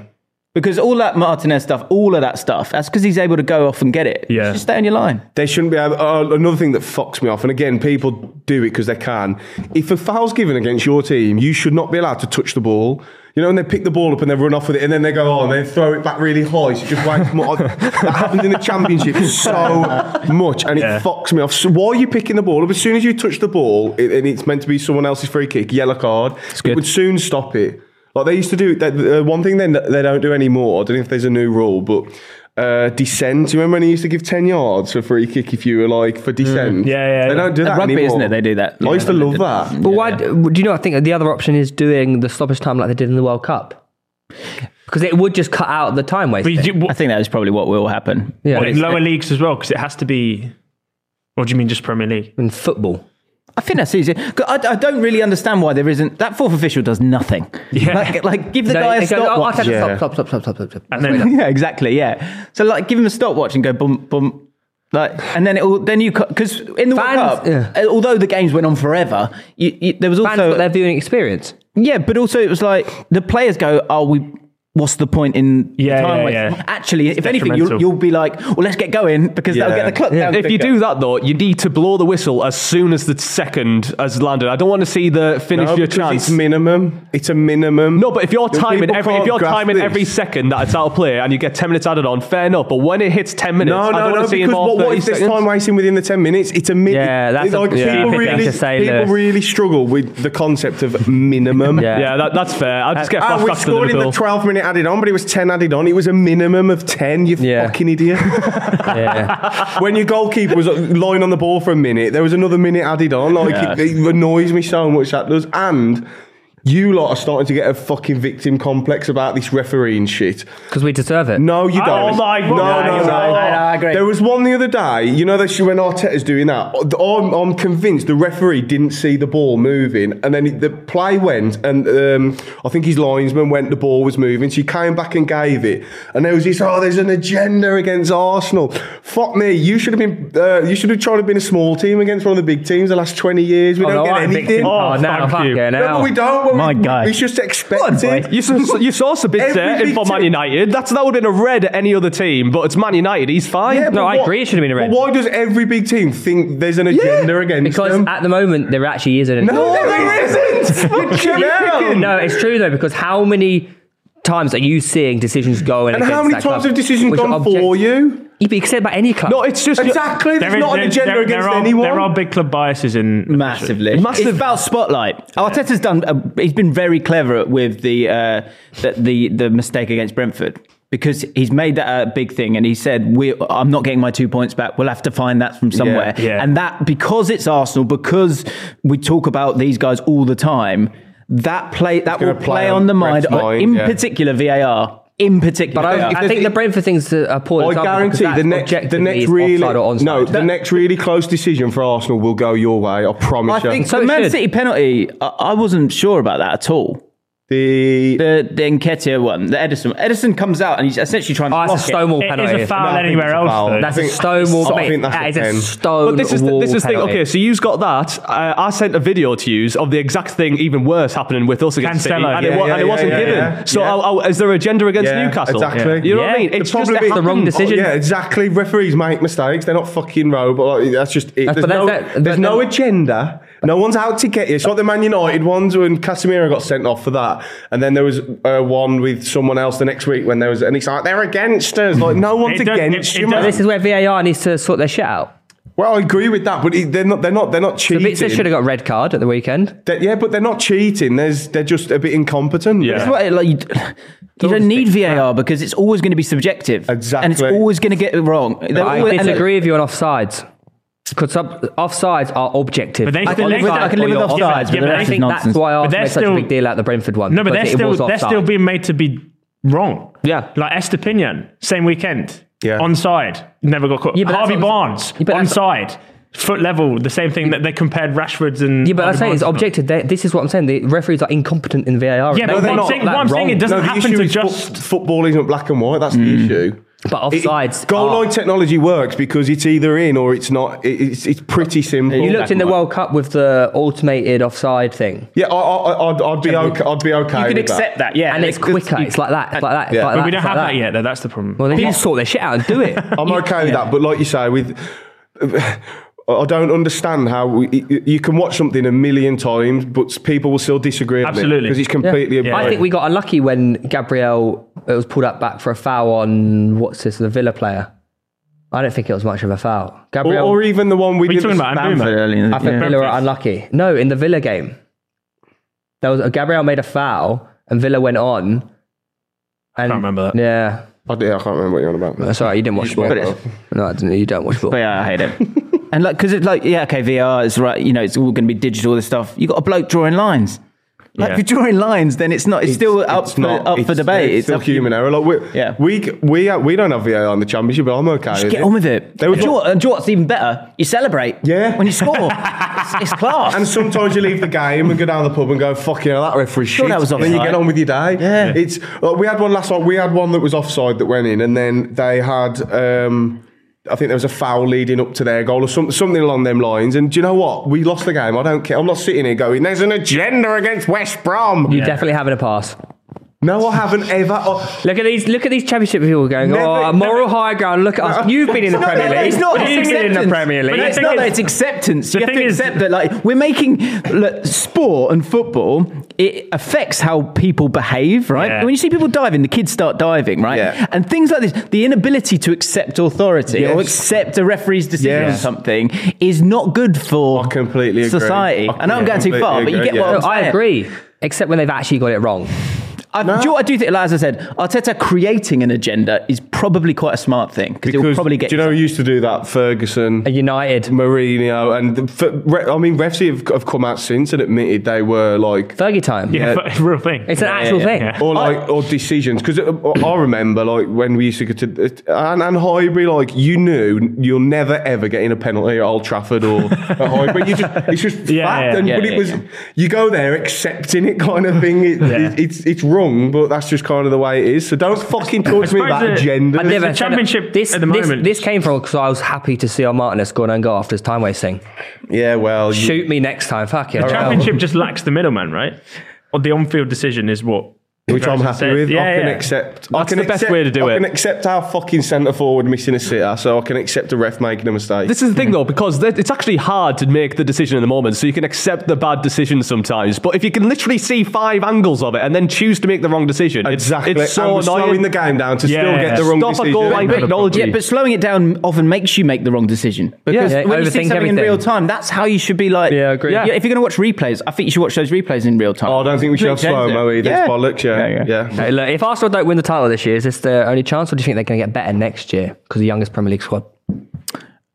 Speaker 3: Because all that Martinez stuff, all of that stuff, that's because he's able to go off and get it.
Speaker 2: Yeah.
Speaker 3: Just stay on your line.
Speaker 6: They shouldn't be able. Oh, another thing that fucks me off, and again, people do it because they can. If a foul's given against your team, you should not be allowed to touch the ball. You know, and they pick the ball up and they run off with it, and then they go on and they throw it back really high. So it just wanks more. that happens in the championship so much, and
Speaker 2: Yeah.
Speaker 6: it fucks me off. So why are you picking the ball up? As soon as you touch the ball, it, and it's meant to be someone else's free kick, yellow card. It would soon stop it. Like they used to do. That, uh, one thing they they don't do anymore. I don't know if there's a new rule, but uh, descent. Do you remember when he used to give ten yards for a free kick if you were like for descent?
Speaker 2: Mm. Yeah, yeah,
Speaker 6: They
Speaker 2: yeah.
Speaker 6: don't do
Speaker 3: At
Speaker 6: that
Speaker 3: rugby,
Speaker 6: anymore.
Speaker 3: isn't it? They do that.
Speaker 6: I used to
Speaker 3: Yeah,
Speaker 6: love
Speaker 3: they
Speaker 6: that.
Speaker 5: But why do you know? I think the other option is doing the stoppage time like they did in the World Cup, because it would just cut out the time
Speaker 2: But
Speaker 5: wasting.
Speaker 2: you, do-
Speaker 3: I [LAUGHS] think that is probably what will happen.
Speaker 5: yeah,
Speaker 2: Well, in lower leagues as well, because it has to be. What do you mean, just Premier League?
Speaker 5: in football.
Speaker 3: I think that's easy. 'Cause I, I don't really understand why there isn't that fourth official does nothing.
Speaker 2: Yeah.
Speaker 3: Like, like give the
Speaker 5: No,
Speaker 3: guy a
Speaker 5: it goes, oh,
Speaker 3: stopwatch.
Speaker 5: Arteta,
Speaker 6: Yeah.
Speaker 5: Stop, stop, stop, stop, stop, stop.
Speaker 2: And
Speaker 3: [LAUGHS]
Speaker 2: then
Speaker 3: yeah, exactly. Yeah. So like give him a stopwatch and go boom boom. Like and then it will then you because in the
Speaker 5: Fans-
Speaker 3: World Cup,
Speaker 5: yeah.
Speaker 3: uh, although the games went on forever, you, you, there was
Speaker 5: Fans
Speaker 3: also
Speaker 5: got their viewing experience.
Speaker 3: yeah, but also it was like the players go, "Oh, we." What's the point in
Speaker 2: Yeah,
Speaker 3: time
Speaker 2: yeah,
Speaker 3: wasting?"
Speaker 2: yeah.
Speaker 3: Actually, if anything, you'll,
Speaker 2: detrimental.
Speaker 3: you'll be like, "Well, let's get going because that'll
Speaker 6: Yeah.
Speaker 3: get the clock down."
Speaker 4: If you
Speaker 3: [LAUGHS] quicker."
Speaker 4: do that though, you need to blow the whistle as soon as the second has landed. I don't want to see the finish
Speaker 6: No,
Speaker 4: your
Speaker 6: because
Speaker 4: chance.
Speaker 6: It's minimum. It's a minimum.
Speaker 4: No, but if you're
Speaker 6: People
Speaker 4: timing every if
Speaker 6: can't
Speaker 4: you're
Speaker 6: grasp
Speaker 4: timing
Speaker 6: this.
Speaker 4: every second that it's out of play and you get ten minutes added on, fair enough. But when it hits ten minutes,
Speaker 6: No,
Speaker 4: I
Speaker 6: no,
Speaker 4: don't
Speaker 6: no.
Speaker 4: want to see
Speaker 6: Because
Speaker 4: him all
Speaker 6: what, what
Speaker 4: 30
Speaker 6: if there's
Speaker 4: seconds.
Speaker 6: time wasting within the ten minutes? It's a minute.
Speaker 5: Yeah, that's a
Speaker 6: like,
Speaker 5: stupid
Speaker 6: people
Speaker 5: thing
Speaker 6: really,
Speaker 5: to say,
Speaker 6: people
Speaker 5: Lewis.
Speaker 6: really struggle with the concept of minimum.
Speaker 5: Yeah.
Speaker 4: [LAUGHS] Yeah, that, that's fair. I'll just get
Speaker 6: Ah,
Speaker 4: fast
Speaker 6: we
Speaker 4: back to
Speaker 6: scored in the
Speaker 4: Liverpool.
Speaker 6: 12th minute added on, but it was 10 added on. It was a minimum of 10, you
Speaker 5: Yeah.
Speaker 6: fucking
Speaker 4: [LAUGHS]
Speaker 6: idiot.
Speaker 5: Yeah.
Speaker 6: when your goalkeeper was lying on the ball for a minute, there was another minute added on. Like, it, it annoys me so much that does. And you lot are starting to get a fucking victim complex about this refereeing shit.
Speaker 5: Because we deserve it.
Speaker 6: No, you
Speaker 2: Oh
Speaker 6: don't.
Speaker 2: my
Speaker 6: no,
Speaker 2: God.
Speaker 6: No, no,
Speaker 2: No, no,
Speaker 3: no, I agree.
Speaker 6: There was one the other day, you know, that she, when Arteta's doing that, Oh, I'm, I'm convinced the referee didn't see the ball moving. And then the play went, and um, I think his linesman went, the ball was moving. She came back and gave it. And there was this, oh, there's an agenda against Arsenal. Fuck me, you should have been, uh, you should have tried to have been a small team against one of the big teams the last 20 years. We
Speaker 5: Oh,
Speaker 6: don't
Speaker 5: no,
Speaker 6: get
Speaker 5: I'm a
Speaker 6: anything.
Speaker 5: victim. Oh,
Speaker 4: Oh,
Speaker 5: now,
Speaker 4: thank
Speaker 5: fuck
Speaker 4: you.
Speaker 5: yeah,
Speaker 6: no,
Speaker 5: now.
Speaker 6: but we don't. Well,
Speaker 3: My
Speaker 6: we,
Speaker 3: God.
Speaker 6: It's just expected.
Speaker 4: You saw, you saw Sabitzer
Speaker 6: Every
Speaker 4: in for Man
Speaker 6: victim-
Speaker 4: United. That's that would have been a red at any other team, but it's Man United. He's fine.
Speaker 6: Yeah, but
Speaker 5: I agree, it should have been a red.
Speaker 6: But why does every big team think there's an agenda against
Speaker 5: Because
Speaker 6: them?
Speaker 5: at the moment there actually isn't.
Speaker 6: no, there isn't. Fucking hell.
Speaker 5: no, it's true though because how many times are you seeing decisions go in
Speaker 6: And
Speaker 5: against
Speaker 6: how many
Speaker 5: that
Speaker 6: times
Speaker 5: club,
Speaker 6: have decisions
Speaker 5: which are
Speaker 6: gone for
Speaker 5: object-
Speaker 6: you?
Speaker 5: Yeah, but You can say about any club.
Speaker 7: No, it's just
Speaker 6: Exactly. There's
Speaker 2: is-
Speaker 6: not an agenda
Speaker 2: there
Speaker 6: against
Speaker 2: are,
Speaker 6: anyone.
Speaker 2: There are big club biases in
Speaker 3: Massively.
Speaker 7: Massive.
Speaker 3: It's about spotlight. Arteta's done. Uh, he's been very clever with the, uh, the the the mistake against Brentford because he's made that a big thing, and he said, we, "I'm not getting my two points back. We'll have to find that from somewhere."
Speaker 2: yeah.
Speaker 3: And that because it's Arsenal, because we talk about these guys all the time, that play that will
Speaker 6: gonna
Speaker 3: play,
Speaker 6: play
Speaker 3: on,
Speaker 6: on
Speaker 3: the mind,
Speaker 6: Ref's
Speaker 3: of-
Speaker 6: mind,
Speaker 3: in
Speaker 6: yeah.
Speaker 3: particular VAR, in particular.
Speaker 5: But I,
Speaker 3: VAR.
Speaker 5: I
Speaker 6: there's
Speaker 5: think
Speaker 6: the-
Speaker 5: the Brentford thing's a poor example
Speaker 6: I
Speaker 5: because
Speaker 6: guarantee
Speaker 5: that
Speaker 6: the next, the
Speaker 5: objectively
Speaker 6: next
Speaker 5: is
Speaker 6: really
Speaker 5: offside or onside.
Speaker 6: no, the next really close decision for Arsenal will go your way. I promise
Speaker 3: I
Speaker 6: you.
Speaker 3: think
Speaker 5: So
Speaker 3: the
Speaker 5: it
Speaker 3: Man
Speaker 5: should.
Speaker 3: City penalty. I, I wasn't sure about that at all.
Speaker 6: the
Speaker 3: the the Nketiah one, the Edison. Edison comes out and he's essentially trying to
Speaker 5: Oh, it's
Speaker 3: block
Speaker 5: a Stonewall
Speaker 2: It
Speaker 5: penalty.
Speaker 2: is a foul
Speaker 6: No, I think
Speaker 2: anywhere
Speaker 6: it's a
Speaker 2: else.
Speaker 6: foul.
Speaker 2: Though.
Speaker 5: That's
Speaker 6: I
Speaker 5: a
Speaker 6: think-
Speaker 5: Stonewall
Speaker 6: I
Speaker 5: penalty.
Speaker 6: think that's
Speaker 5: That
Speaker 6: a
Speaker 5: is a
Speaker 6: 10.
Speaker 5: stone
Speaker 7: But this is the,
Speaker 5: wall
Speaker 7: this is the thing.
Speaker 5: penalty.
Speaker 7: Okay, so you've got that. Uh, I sent a video to you of the exact thing, even worse, happening with us against City,
Speaker 2: Cancelo.
Speaker 7: and, it,
Speaker 2: Yeah,
Speaker 7: wa-
Speaker 6: yeah,
Speaker 7: and it
Speaker 6: yeah,
Speaker 7: wasn't
Speaker 6: yeah,
Speaker 7: given.
Speaker 6: yeah.
Speaker 7: So,
Speaker 6: Yeah.
Speaker 7: oh, oh, is there agenda against
Speaker 6: Yeah,
Speaker 7: Newcastle?
Speaker 6: Exactly.
Speaker 7: You know what I
Speaker 2: Yeah.
Speaker 7: mean? It's
Speaker 6: The
Speaker 7: just
Speaker 6: problem
Speaker 7: it
Speaker 6: is-
Speaker 5: the wrong
Speaker 7: happened.
Speaker 5: decision.
Speaker 6: Yeah, exactly. Referees make mistakes. They're not fucking robot. Like, That's just it.
Speaker 5: That's-
Speaker 6: There's,
Speaker 5: but
Speaker 6: no,
Speaker 5: that's- that-
Speaker 6: there's
Speaker 5: but
Speaker 6: no
Speaker 5: then-
Speaker 6: agenda. No one's out to get you. It's like the Man United ones when Casemiro got sent off for that, and then there was uh, one with someone else the next week when there was, and it's like they're against us. Like no one's
Speaker 2: It does-
Speaker 6: against
Speaker 2: it- it
Speaker 6: you.
Speaker 2: does-
Speaker 6: man.
Speaker 5: This is where VAR needs to sort their shit out.
Speaker 6: well, I agree with that, but it- they're not. They're not. They're not
Speaker 5: The
Speaker 6: cheating.
Speaker 5: Bitzer should have got a red card at the weekend.
Speaker 6: They're- yeah, but they're not cheating. There's, they're just a bit incompetent.
Speaker 3: That's why, like, you, you don't need VAR because it's always going to be subjective. And it's
Speaker 6: Exactly.
Speaker 3: always going to get it wrong. They're
Speaker 5: I
Speaker 3: always- and-
Speaker 5: disagree with you on offsides. Because sub- offsides are objective.
Speaker 2: But they
Speaker 5: I
Speaker 2: still-
Speaker 5: can live
Speaker 2: they-
Speaker 5: with- I can live
Speaker 2: Yeah,
Speaker 5: with
Speaker 2: but-
Speaker 5: offsides,
Speaker 2: yeah,
Speaker 5: but
Speaker 2: but
Speaker 5: I
Speaker 2: I
Speaker 5: think
Speaker 3: think
Speaker 5: that's
Speaker 3: nonsense.
Speaker 5: why I
Speaker 2: But they're
Speaker 5: made such a
Speaker 2: still-
Speaker 5: big deal out of the Brentford one.
Speaker 2: No, but they're
Speaker 5: because it
Speaker 2: still
Speaker 5: was
Speaker 2: they're
Speaker 5: offside.
Speaker 2: still being made to be wrong.
Speaker 5: Yeah.
Speaker 2: like Estepinian, same weekend.
Speaker 6: Yeah.
Speaker 2: onside, never got caught.
Speaker 5: Yeah, but that's
Speaker 2: Harvey
Speaker 5: what-
Speaker 2: Barnes,
Speaker 5: Yeah, but that's-
Speaker 2: onside, foot level, the same thing that they compared Rashford's and.
Speaker 5: Yeah, but I'm
Speaker 2: Harvey
Speaker 5: saying it's
Speaker 2: Barnes.
Speaker 5: objective. They, this is what I'm saying. The referees are incompetent in VAR. They
Speaker 2: Yeah, but
Speaker 5: got
Speaker 2: what I'm
Speaker 6: not
Speaker 2: saying,
Speaker 5: that
Speaker 2: what I'm saying, it
Speaker 5: wrong.
Speaker 2: doesn't
Speaker 6: No, the
Speaker 2: happen
Speaker 6: issue
Speaker 2: to
Speaker 6: is fo-
Speaker 2: just. Mm.
Speaker 6: football isn't black and white. That's the issue.
Speaker 5: But
Speaker 6: It-
Speaker 5: offsides
Speaker 6: goal
Speaker 5: are-
Speaker 6: line technology works because it's either in or it's not. It- it's it's pretty simple.
Speaker 5: You looked in the World Cup with the automated offside thing.
Speaker 6: Yeah, I, I, I'd, I'd be okay. I'd be okay.
Speaker 3: you
Speaker 6: with
Speaker 3: can accept that, yeah.
Speaker 5: and it's quicker. It's like that. It's like that. It's
Speaker 6: Yeah.
Speaker 5: like
Speaker 6: But
Speaker 5: that.
Speaker 2: We don't
Speaker 5: it's like
Speaker 2: have that yet, though. That's the problem.
Speaker 5: Well, then you sort their shit out and do [LAUGHS] it.
Speaker 6: I'm
Speaker 2: [LAUGHS]
Speaker 6: okay with that, but like you say, with [SIGHS] I don't understand how we, you- you can watch something a million times, but people will still disagree.
Speaker 2: Absolutely.
Speaker 6: because it's
Speaker 5: Yeah.
Speaker 6: completely.
Speaker 5: I think we got unlucky when Gabriel it was pulled up back for a foul on what's this the Villa player. I don't think it was much of a foul.
Speaker 6: or,
Speaker 5: Gabriel,
Speaker 6: or even the one we
Speaker 2: What are you
Speaker 6: did
Speaker 2: talking about?
Speaker 3: Bamford
Speaker 2: Mbuma?
Speaker 3: earlier in the-
Speaker 5: I think
Speaker 3: yeah.
Speaker 5: Villa are
Speaker 2: Memphis.
Speaker 5: unlucky. No, in the Villa game, there was Gabriel made a foul and Villa went on. And,
Speaker 2: Can't remember that.
Speaker 5: Yeah,
Speaker 6: I, did- I can't remember what you're on about.
Speaker 5: that's all right. You didn't watch football.
Speaker 3: it's-
Speaker 5: No, I didn't. You don't watch
Speaker 3: But
Speaker 5: football.
Speaker 3: yeah, I hate it. [LAUGHS] and like, because it's like, yeah, okay, VR is right. You know, it's all going to be digital. This stuff. You got a bloke drawing lines. Like,
Speaker 2: Yeah.
Speaker 3: if you're drawing lines, then it's not. It's, still
Speaker 6: It's-
Speaker 3: up
Speaker 6: it's
Speaker 3: for
Speaker 6: not-
Speaker 3: up for
Speaker 6: it's-
Speaker 3: debate.
Speaker 6: It's still
Speaker 3: up for-
Speaker 6: human error. Like we,
Speaker 3: Yeah.
Speaker 6: we c- we uh, we don't have VAR in the championship, but I'm okay.
Speaker 3: Just get on with it.
Speaker 6: They were
Speaker 3: and, do you know what- and do you know what's even better? You celebrate.
Speaker 6: Yeah.
Speaker 3: When you score,
Speaker 6: [LAUGHS]
Speaker 3: it's, it's class.
Speaker 6: And sometimes you leave the game and go down the pub and go, fucking hell, that referee shit.
Speaker 3: that was
Speaker 6: and then you
Speaker 3: offside.
Speaker 6: get on with your day.
Speaker 3: Yeah.
Speaker 6: It's, like, we had one last night. We had one that was offside that went in, and then they had, um, I think there was a foul leading up to their goal or some, something along them lines. And do you know what? We lost the game. I don't care. I'm not sitting here going, there's an agenda against West Brom.
Speaker 5: You're definitely having a pass.
Speaker 6: No, I haven't ever. oh,
Speaker 5: Look at these! Look at these championship people going.
Speaker 6: Never-
Speaker 5: oh, moral high ground. Look at us. You've been in the
Speaker 6: No, no,
Speaker 5: Premier
Speaker 6: no,
Speaker 5: League.
Speaker 6: it's
Speaker 3: not.
Speaker 2: It's
Speaker 5: You've been in the
Speaker 2: acceptance.
Speaker 5: Premier
Speaker 2: But
Speaker 5: League.
Speaker 2: the
Speaker 3: it's
Speaker 2: thing
Speaker 3: not
Speaker 2: is-
Speaker 3: that it's acceptance.
Speaker 2: the
Speaker 3: you have to
Speaker 2: thing is-
Speaker 3: accept that, like, we're making look, sport and football. It affects how people behave, right?
Speaker 2: Yeah.
Speaker 3: When you see people diving, the kids start diving, right?
Speaker 6: Yeah.
Speaker 3: And things like this, the inability to accept authority or
Speaker 6: Yes.
Speaker 3: accept a referee's decision
Speaker 6: Yes.
Speaker 3: or something is not good for
Speaker 6: I completely agree.
Speaker 3: society.
Speaker 6: I
Speaker 3: I know I'm going too
Speaker 6: completely
Speaker 3: far, but you
Speaker 6: agree,
Speaker 3: get what
Speaker 6: yeah.
Speaker 3: I'm
Speaker 5: No, I
Speaker 3: saying.
Speaker 5: agree, except when they've actually got it wrong.
Speaker 3: I, do you know what I do think, like, as I said, Arteta creating an agenda is probably quite a smart thing because it will
Speaker 6: because
Speaker 3: probably get
Speaker 6: do you know who used to do that? Ferguson.
Speaker 5: A United.
Speaker 6: Mourinho and the, for, re- I mean refs have, have come out since and admitted they were like
Speaker 5: Fergie time.
Speaker 2: Yeah, but it's a [LAUGHS] real thing.
Speaker 5: It's an actual
Speaker 3: yeah,
Speaker 5: thing.
Speaker 2: yeah.
Speaker 6: or like or decisions because I remember like when we used to go to and, and Highbury like you knew you'll never ever get in a penalty at Old Trafford or at Highbury you just it's just
Speaker 2: Yeah,
Speaker 6: fact
Speaker 2: yeah,
Speaker 6: and
Speaker 3: yeah,
Speaker 6: but it
Speaker 3: yeah,
Speaker 6: was
Speaker 3: yeah.
Speaker 6: you go there accepting it kind of thing it, it, it's it's wrong but that's just kind of the way it is so don't fucking talk to me
Speaker 2: suppose
Speaker 6: about
Speaker 2: that-
Speaker 6: agenda
Speaker 2: I never-
Speaker 5: said
Speaker 2: championship
Speaker 5: it. this,
Speaker 2: at the
Speaker 5: this,
Speaker 2: moment.
Speaker 5: This came from because I was happy to see our Martinez go on and go after his time wasting.
Speaker 6: yeah well you-
Speaker 5: Shoot me next time. Fuck it.
Speaker 2: Championship just lacks the middleman, right? Or the on-field decision is what
Speaker 4: Which I'm
Speaker 2: Version
Speaker 4: happy
Speaker 2: six.
Speaker 4: with.
Speaker 2: Yeah,
Speaker 4: I can
Speaker 2: yeah.
Speaker 4: accept.
Speaker 6: That's
Speaker 4: I can
Speaker 6: the best
Speaker 4: accept-
Speaker 6: way to do
Speaker 4: I
Speaker 6: it.
Speaker 4: can accept our fucking centre forward missing a sitter, so I can accept a ref making a mistake.
Speaker 6: This is the thing, though, because that- it's actually hard to make the decision in the moment, so you can accept the bad decision sometimes. But if you can literally see five angles of it and then choose to make the wrong decision, it's-
Speaker 4: exactly.
Speaker 6: it's, so
Speaker 4: and we're slowing
Speaker 6: annoying.
Speaker 4: the game down to
Speaker 2: Yeah,
Speaker 4: still
Speaker 2: yeah.
Speaker 4: get the wrong
Speaker 6: Stop
Speaker 4: decision.
Speaker 6: a goal line
Speaker 2: Not a
Speaker 6: technology.
Speaker 3: Yeah, but slowing it down often makes you make the wrong decision. Because
Speaker 5: Yeah,
Speaker 3: when you see
Speaker 5: overthink
Speaker 3: something
Speaker 5: everything.
Speaker 3: in real time, that's how you should be like.
Speaker 5: Yeah, I agree.
Speaker 3: Yeah.
Speaker 5: Yeah.
Speaker 3: if you're going to watch replays, I think you should watch those replays in real time.
Speaker 4: Oh, I don't think we should have
Speaker 3: Change
Speaker 4: slow mo
Speaker 3: it.
Speaker 4: either.
Speaker 3: Yeah.
Speaker 4: It's bollocks, yeah.
Speaker 3: Yeah,
Speaker 4: Yeah.
Speaker 3: yeah.
Speaker 5: Hey, look, if Arsenal don't win the title this year, is this their only chance, or do you think they're going to get better next year because the youngest Premier League squad?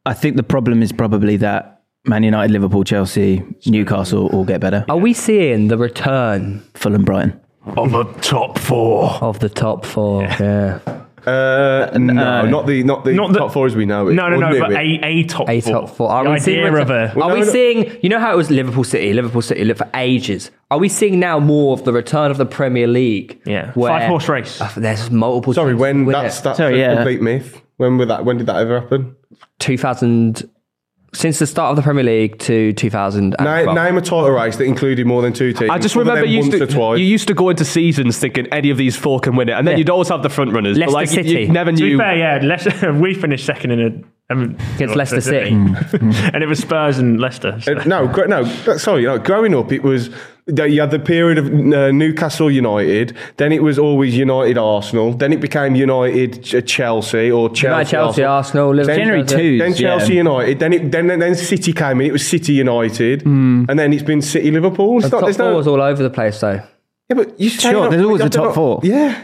Speaker 3: I think the problem is probably that Man United, Liverpool, Chelsea, Newcastle all get better.
Speaker 5: Are we seeing the return
Speaker 3: Fulham, Brighton.
Speaker 2: Of a top four.
Speaker 5: of the top four? Yeah,
Speaker 4: Uh, no, not the not the
Speaker 2: Not the-
Speaker 4: top four as we know it.
Speaker 2: No, no,
Speaker 4: Or
Speaker 2: no,
Speaker 4: knew
Speaker 2: but
Speaker 4: it.
Speaker 2: a, a top
Speaker 5: a
Speaker 2: four.
Speaker 5: top four. Are
Speaker 2: the
Speaker 5: we seeing?
Speaker 2: idea of
Speaker 5: return-
Speaker 2: a.
Speaker 5: Are we
Speaker 4: no, no.
Speaker 5: seeing? You know how it was Liverpool City, Liverpool City, look for ages. Are we seeing now more of the return of the Premier League?
Speaker 2: Yeah.
Speaker 5: where-
Speaker 2: Five-horse race.
Speaker 5: Uh, There's multiple.
Speaker 4: Sorry,
Speaker 5: teams
Speaker 4: when
Speaker 5: with
Speaker 4: that's
Speaker 5: it.
Speaker 4: that's
Speaker 3: Sorry,
Speaker 4: a
Speaker 3: yeah.
Speaker 4: complete myth. When were that? When did that ever happen?
Speaker 5: 2000 since the start of the Premier League to 2000 and
Speaker 4: Name,
Speaker 5: above.
Speaker 4: name a title race that included more than two teams.
Speaker 6: I just
Speaker 4: other
Speaker 6: remember
Speaker 4: than
Speaker 6: you used,
Speaker 4: once or
Speaker 6: to,
Speaker 4: twice.
Speaker 6: you used to go into seasons thinking any of these four can win it, and then
Speaker 5: Yeah.
Speaker 6: you'd always have the front runners.
Speaker 5: Leicester
Speaker 6: but like, you-
Speaker 5: City.
Speaker 6: You never
Speaker 2: To be
Speaker 6: knew.
Speaker 2: fair, yeah, Leicester, [LAUGHS] we finished second in a. um,
Speaker 5: Against Leicester City.
Speaker 2: [LAUGHS] and it was Spurs and Leicester. so-
Speaker 4: Uh, no, gr- no. Sorry, no. Growing up, it was that you had the period of uh, Newcastle United. Then it was always United Arsenal. Then it became United Ch- uh, Chelsea or Chelsea
Speaker 5: United, Chelsea, Arsenal, Liverpool.
Speaker 3: January
Speaker 5: Chelsea.
Speaker 3: two.
Speaker 4: Then
Speaker 3: yeah.
Speaker 4: Chelsea United. Then it then then- then City came in. It was City United,
Speaker 6: Hmm.
Speaker 4: and then it's been City Liverpool. It's
Speaker 5: The
Speaker 4: not,
Speaker 5: top
Speaker 4: there's
Speaker 5: four
Speaker 4: no.
Speaker 5: was all over the place, though.
Speaker 4: Yeah, but you
Speaker 3: Sure, there's always a top four.
Speaker 4: Yeah,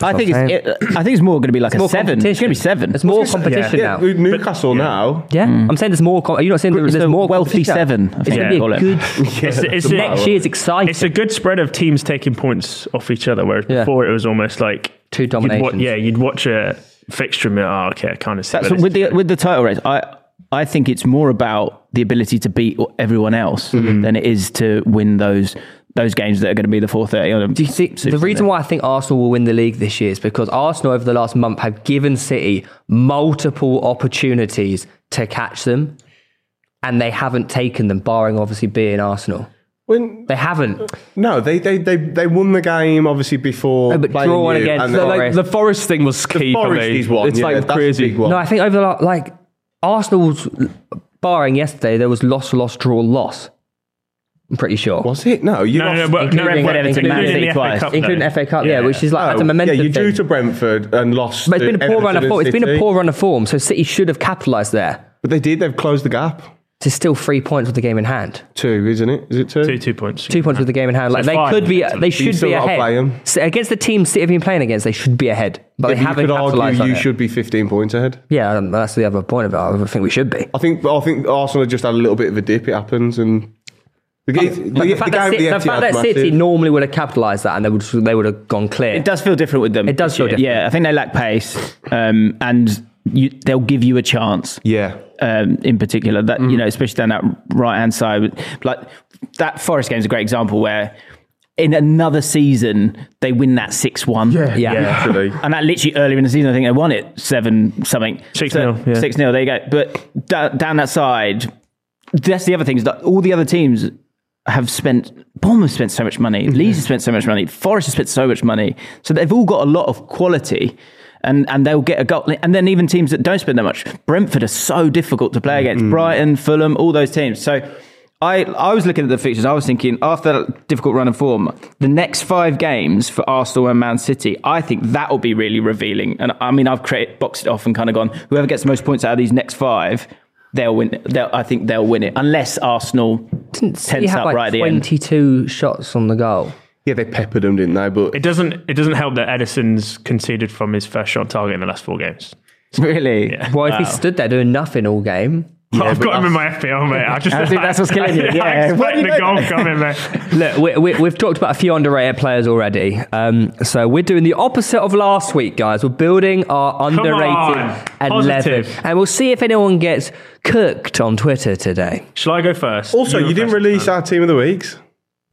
Speaker 3: I think it's. It, I think it's more going to be like a
Speaker 5: more
Speaker 3: seven. It's
Speaker 5: competition.
Speaker 3: going to be seven.
Speaker 5: There's more competition
Speaker 4: yeah.
Speaker 5: now.
Speaker 4: with Newcastle now.
Speaker 5: Yeah, I'm saying there's more. Com- are you not saying there-
Speaker 3: It's
Speaker 5: there's
Speaker 3: a
Speaker 5: more
Speaker 3: wealthy
Speaker 5: competition?
Speaker 3: seven. I
Speaker 5: It's
Speaker 3: think
Speaker 5: gonna
Speaker 3: they
Speaker 5: be
Speaker 3: call
Speaker 5: a
Speaker 3: [LAUGHS] it.
Speaker 5: good.
Speaker 2: It's- it's a-
Speaker 5: next year's exciting.
Speaker 2: It's a good spread of teams taking points off each other, whereas
Speaker 5: Yeah.
Speaker 2: before it was almost like
Speaker 5: Two
Speaker 2: you'd wa-
Speaker 5: dominations.
Speaker 2: yeah, you'd watch a fixture and be like, oh, okay, I kind of see.
Speaker 3: That's
Speaker 2: where
Speaker 3: with
Speaker 2: this
Speaker 3: the
Speaker 2: is
Speaker 3: with the title race. I I think it's more about the ability to beat everyone else
Speaker 5: Mm-hmm.
Speaker 3: than it is to win those those games that are going to be the four thirty.
Speaker 5: Do you see the reason why I think Arsenal will win the league this year is because Arsenal over the last month have given City multiple opportunities to catch them, and they haven't taken them, barring obviously being Arsenal.
Speaker 4: When
Speaker 5: They haven't.
Speaker 4: no, they they they they won the game obviously before.
Speaker 5: No, but
Speaker 4: playing
Speaker 5: draw one
Speaker 4: you,
Speaker 5: against
Speaker 4: and
Speaker 5: the
Speaker 4: then-
Speaker 6: But, like,
Speaker 5: Forest.
Speaker 6: the Forest thing was key for
Speaker 4: Forest
Speaker 6: me.
Speaker 4: is one,
Speaker 6: it's
Speaker 4: yeah,
Speaker 6: like
Speaker 4: that's a
Speaker 6: crazy.
Speaker 4: big one.
Speaker 5: No, I think over the la- like Arsenal's barring yesterday, there was loss, loss, draw, loss. I'm pretty sure,
Speaker 4: Was it? No, you
Speaker 2: [LAUGHS] No, no, no,
Speaker 4: lost-
Speaker 2: but no,
Speaker 5: Including-
Speaker 2: but-
Speaker 5: including
Speaker 2: including
Speaker 5: Man City
Speaker 2: the FA
Speaker 3: twice.
Speaker 2: Cup,
Speaker 5: including
Speaker 2: though.
Speaker 5: FA Cup. Yeah, which is like that's a
Speaker 4: Oh,
Speaker 5: momentum.
Speaker 4: Yeah, you're
Speaker 5: thing.
Speaker 4: due to Brentford and lost.
Speaker 5: But it's been
Speaker 4: to
Speaker 5: a poor run of
Speaker 4: Everton
Speaker 5: form.
Speaker 4: and
Speaker 5: It's been a
Speaker 4: City.
Speaker 5: poor run of form. So City should have capitalised there.
Speaker 4: But they did. They've closed the gap.
Speaker 5: It's still three points with the game in hand.
Speaker 4: Two, isn't it? Is it two?
Speaker 2: Two two points.
Speaker 5: Two points with the game in hand. Like
Speaker 2: So
Speaker 5: they
Speaker 2: five.
Speaker 5: could be,
Speaker 2: So
Speaker 5: they
Speaker 2: you
Speaker 5: should
Speaker 4: still
Speaker 5: be
Speaker 4: gotta play 'em.
Speaker 5: ahead. So against the team City have been playing against, they should be ahead, but they
Speaker 4: Yeah, but you
Speaker 5: haven't
Speaker 4: could
Speaker 5: capitalised
Speaker 4: argue
Speaker 5: on
Speaker 4: you
Speaker 5: it.
Speaker 4: should be 15 points ahead.
Speaker 5: Yeah, um, that's the other point of it. I don't think we should be.
Speaker 4: I think. I think Arsenal just had a little bit of a dip. It happens, and the, the, the,
Speaker 5: But the, fact that,
Speaker 4: game at
Speaker 5: City, the
Speaker 4: the
Speaker 5: fact
Speaker 4: Etihad's
Speaker 5: that
Speaker 4: massive.
Speaker 5: City normally would have capitalised that and they would they would have gone clear.
Speaker 3: It does feel different with them.
Speaker 5: It does feel different.
Speaker 3: Yeah, I think they lack pace, um, and you, they'll give you a chance.
Speaker 4: Yeah.
Speaker 3: um, in particular. That
Speaker 5: Mm.
Speaker 3: you know, especially down that right hand side, like that Forest game is a great example where in another season they win that six one.
Speaker 5: Yeah.
Speaker 4: Actually,
Speaker 3: And that literally earlier in the season, I think they won it seven something,
Speaker 2: 6-0, yeah.
Speaker 3: six 0 There you go. But da- down that side, that's the other thing is that all the other teams have spent. Bournemouth spent so much money. Leeds have spent so much money. Forest has spent so much money. So they've all got a lot of quality, and and they'll get a goal. And then even teams that don't spend that much, Brentford are so difficult to play against. Brighton, Fulham, all those teams. So. I, I was looking at the fixtures. I was thinking after that difficult run of form, the next five games for Arsenal and Man City, I think that will be really revealing. And I mean, I've created, boxed it off and kind of gone. Whoever gets the most points out of these next five, they'll win. it. They'll, I think they'll win it unless Arsenal
Speaker 5: Didn't City
Speaker 3: tense
Speaker 5: have
Speaker 3: up
Speaker 5: like
Speaker 3: right at the end.
Speaker 5: 22 shots on the goal?
Speaker 4: yeah, they peppered them, didn't they? But
Speaker 2: It doesn't. It doesn't help that Edison's conceded from his first shot on target in the last four games.
Speaker 3: Really?
Speaker 5: Well, if he stood there doing nothing all game,
Speaker 2: I've got him in my FPL, mate. I
Speaker 4: [LAUGHS]
Speaker 2: just
Speaker 3: I think that's what's killing you.
Speaker 2: [LAUGHS] I
Speaker 3: Yeah. Why
Speaker 2: expect
Speaker 3: do you
Speaker 2: the
Speaker 3: know
Speaker 2: goal coming, mate.
Speaker 5: Look, we, we, we've talked about a few underrated players already. Um, so we're doing the opposite of last week, guys. We're building our
Speaker 2: on.
Speaker 5: underrated 11.
Speaker 2: Positive.
Speaker 5: And we'll see if anyone gets cooked on Twitter today.
Speaker 2: Shall I go first?
Speaker 4: also, you,
Speaker 2: were
Speaker 4: didn't
Speaker 2: first.
Speaker 4: release our team of the weeks.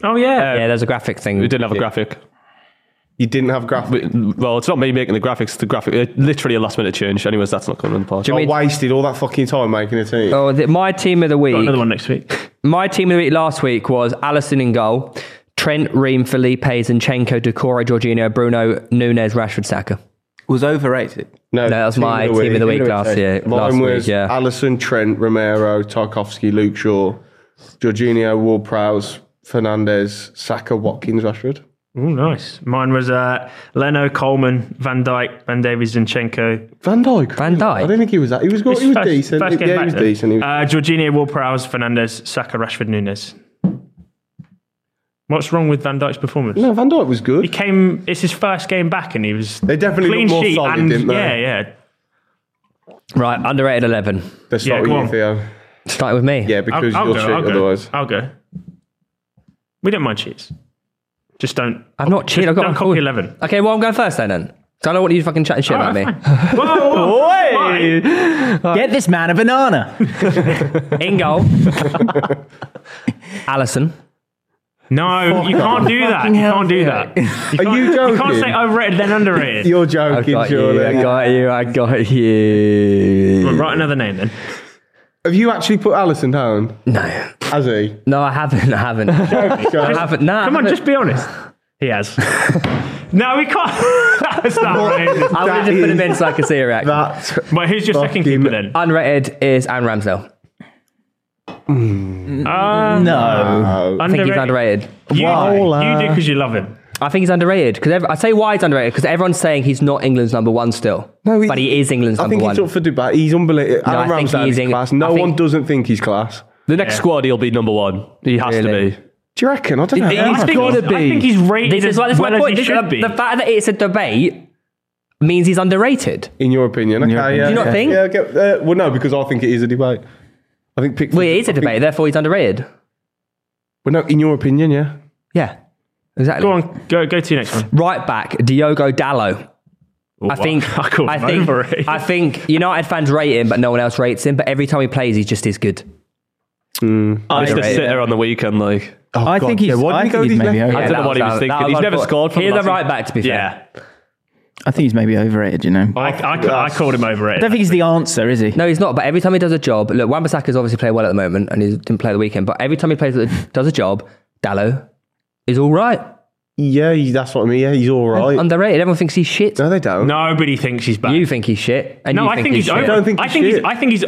Speaker 2: Oh yeah.
Speaker 5: Yeah, there's a graphic thing.
Speaker 6: We didn't have a graphic.
Speaker 4: You didn't have graphic.
Speaker 6: Well, it's not me making the graphics. The graphic, uh, literally a last minute change. Anyways, that's not coming on the podcast.
Speaker 4: I
Speaker 5: mean-
Speaker 4: wasted all that fucking time making a team.
Speaker 5: Oh, the, my team of the
Speaker 2: Got
Speaker 5: week.
Speaker 2: another one next week.
Speaker 5: My team of the week last week was Allison in goal, Trent, Ream, Felipe, Zinchenko, Decore, Jorginho, Bruno, Nunes, Rashford, Saka.
Speaker 3: was overrated.
Speaker 4: No,
Speaker 5: that was my team of the week last year-
Speaker 4: Mine
Speaker 5: last
Speaker 4: was
Speaker 5: week, yeah.
Speaker 4: Allison, Trent, Romero, Tarkovsky, Luke Shaw, Jorginho, Ward Prowse, Fernandez, Saka, Watkins, Rashford.
Speaker 2: Oh, nice. Mine was uh, Leno, Coleman, Van Dyke, Van Davies, Zinchenko.
Speaker 4: Van Dijk.
Speaker 5: Van Dijk?
Speaker 4: I don't think he was that. He was good. He was
Speaker 2: First-
Speaker 4: decent.
Speaker 2: first game
Speaker 4: yeah,
Speaker 2: back
Speaker 4: he was
Speaker 2: then.
Speaker 4: decent. He was,
Speaker 2: Uh, Jorginho, Ward-Prowse, Fernandez, Saka, Rashford, Nunes. What's wrong with Van Dyke's performance?
Speaker 4: no, Van Dijk was
Speaker 2: He
Speaker 4: good.
Speaker 2: came. It's his first game back, and he was
Speaker 4: They definitely
Speaker 2: clean
Speaker 4: looked more
Speaker 2: sheet
Speaker 4: solid,
Speaker 2: and
Speaker 4: didn't they?
Speaker 2: yeah, yeah.
Speaker 5: Right, underrated 11.
Speaker 4: They're starting
Speaker 2: go
Speaker 4: you,
Speaker 2: on.
Speaker 4: Theo.
Speaker 5: Start with me.
Speaker 4: Yeah,
Speaker 2: I'll,
Speaker 4: because
Speaker 2: I'll
Speaker 4: you'll
Speaker 2: go.
Speaker 4: cheat
Speaker 2: I'll go.
Speaker 4: otherwise.
Speaker 2: I'll go. We don't mind cheats. Just don't.
Speaker 5: I've not cheated. I've
Speaker 2: Just
Speaker 5: got
Speaker 2: don't
Speaker 5: oh.
Speaker 2: copy eleven.
Speaker 5: Okay, well, I'm going first then. then. So I don't want you fucking chatting shit about me.
Speaker 2: Whoa,
Speaker 4: [LAUGHS]
Speaker 2: whoa, whoa. Why?
Speaker 3: Get this man a banana.
Speaker 5: In goal, [LAUGHS] Allison.
Speaker 2: No, you can't do that. You can't do that.
Speaker 5: [LAUGHS]
Speaker 2: You can't,
Speaker 4: you
Speaker 2: can't
Speaker 4: joking?
Speaker 2: say overrated then underrated.
Speaker 4: You're joking, surely.
Speaker 5: got you. I got you.
Speaker 2: Write another
Speaker 5: [LAUGHS]
Speaker 2: name then.
Speaker 4: Have you actually put Allison down?
Speaker 5: No,
Speaker 4: Has he?
Speaker 5: no, I haven't. I haven't.
Speaker 2: [LAUGHS]
Speaker 5: I haven't. No, I
Speaker 2: Come on,
Speaker 5: haven't.
Speaker 2: just be honest. He
Speaker 4: [LAUGHS]
Speaker 2: has. no, we can't. [LAUGHS] That's not right.
Speaker 5: I would have
Speaker 4: That
Speaker 5: just put him
Speaker 4: is-
Speaker 5: in so I could see a reaction.
Speaker 4: That's
Speaker 2: But who's your second
Speaker 4: Fucking-
Speaker 2: keeper then?
Speaker 5: Unrated is Anne Ramsdale.
Speaker 2: Uh,
Speaker 5: Oh,
Speaker 4: um,
Speaker 3: No.
Speaker 5: I think he's underrated.
Speaker 2: You,
Speaker 4: Why?
Speaker 2: you do because you love him.
Speaker 5: I think he's underrated because I say why he's underrated because everyone's saying he's not England's number one still,
Speaker 4: No, he-
Speaker 5: but he is England's
Speaker 4: I
Speaker 5: number
Speaker 4: think
Speaker 5: one.
Speaker 4: he's up for Dubai. He's unbelievable.
Speaker 5: No,
Speaker 4: Adam
Speaker 5: I think
Speaker 4: Ramsdale
Speaker 5: he's
Speaker 4: is
Speaker 5: in-
Speaker 4: class.
Speaker 5: I
Speaker 4: No
Speaker 5: think-
Speaker 4: one doesn't think he's class.
Speaker 6: The next squad, he'll be number one. He has
Speaker 5: Really?
Speaker 6: to be.
Speaker 4: Do you reckon? I don't know.
Speaker 2: I think, he's, I think he's rated
Speaker 5: this is
Speaker 2: as
Speaker 5: what this is
Speaker 2: well
Speaker 5: my
Speaker 2: as
Speaker 5: point.
Speaker 2: he
Speaker 5: This is-
Speaker 2: should be.
Speaker 5: The fact that it's a debate means he's underrated.
Speaker 4: in your opinion, okay,
Speaker 3: your opinion.
Speaker 4: yeah,
Speaker 5: Do you not
Speaker 4: yeah.
Speaker 5: think?
Speaker 4: Yeah, okay, uh, well, no, because I think it is a debate. I think Pickford.
Speaker 5: Well, it is a
Speaker 4: I think-
Speaker 5: debate, therefore he's underrated.
Speaker 4: Well, no, in your opinion, yeah.
Speaker 5: Yeah, exactly.
Speaker 2: Go on, go go to your next one.
Speaker 5: Right back, Diogo Dallo. I
Speaker 6: [LAUGHS]
Speaker 5: think.
Speaker 2: I call
Speaker 5: I
Speaker 2: him
Speaker 5: think.
Speaker 2: overrated.
Speaker 5: I think United fans rate him, but no one else rates him. But every time he plays, he just is good.
Speaker 6: Just a
Speaker 5: Underrated.
Speaker 6: sitter on the weekend, like.
Speaker 3: I think he's.
Speaker 4: yeah, why
Speaker 3: I
Speaker 4: didn't he
Speaker 3: think
Speaker 4: go with his
Speaker 3: he's maybe.
Speaker 4: left?
Speaker 3: Over,
Speaker 6: I don't know what he was thinking. He's never scored for
Speaker 5: He's
Speaker 6: them,
Speaker 5: a
Speaker 6: has he?
Speaker 5: right back, to be fair.
Speaker 6: Yeah.
Speaker 3: I think he's maybe overrated. You know. I
Speaker 2: I, I, ca- I called him overrated.
Speaker 3: don't think he's the answer, is he?
Speaker 5: No, he's not. But every time he does a job, look, Wan-Bissaka's obviously playing well at the moment, and he didn't play at the weekend. But every time he plays, does a job, Dallo is all right,
Speaker 4: Yeah, he, that's what I mean. Yeah, he's all right.
Speaker 5: underrated. Everyone thinks he's shit.
Speaker 4: no, they don't.
Speaker 2: Nobody thinks he's bad.
Speaker 5: You think he's shit, and
Speaker 2: no,
Speaker 5: you
Speaker 2: I
Speaker 5: think,
Speaker 2: think he's.
Speaker 5: shit.
Speaker 2: Over,
Speaker 4: don't think
Speaker 2: I
Speaker 4: he's
Speaker 2: think he's.
Speaker 4: shit.
Speaker 2: I think he's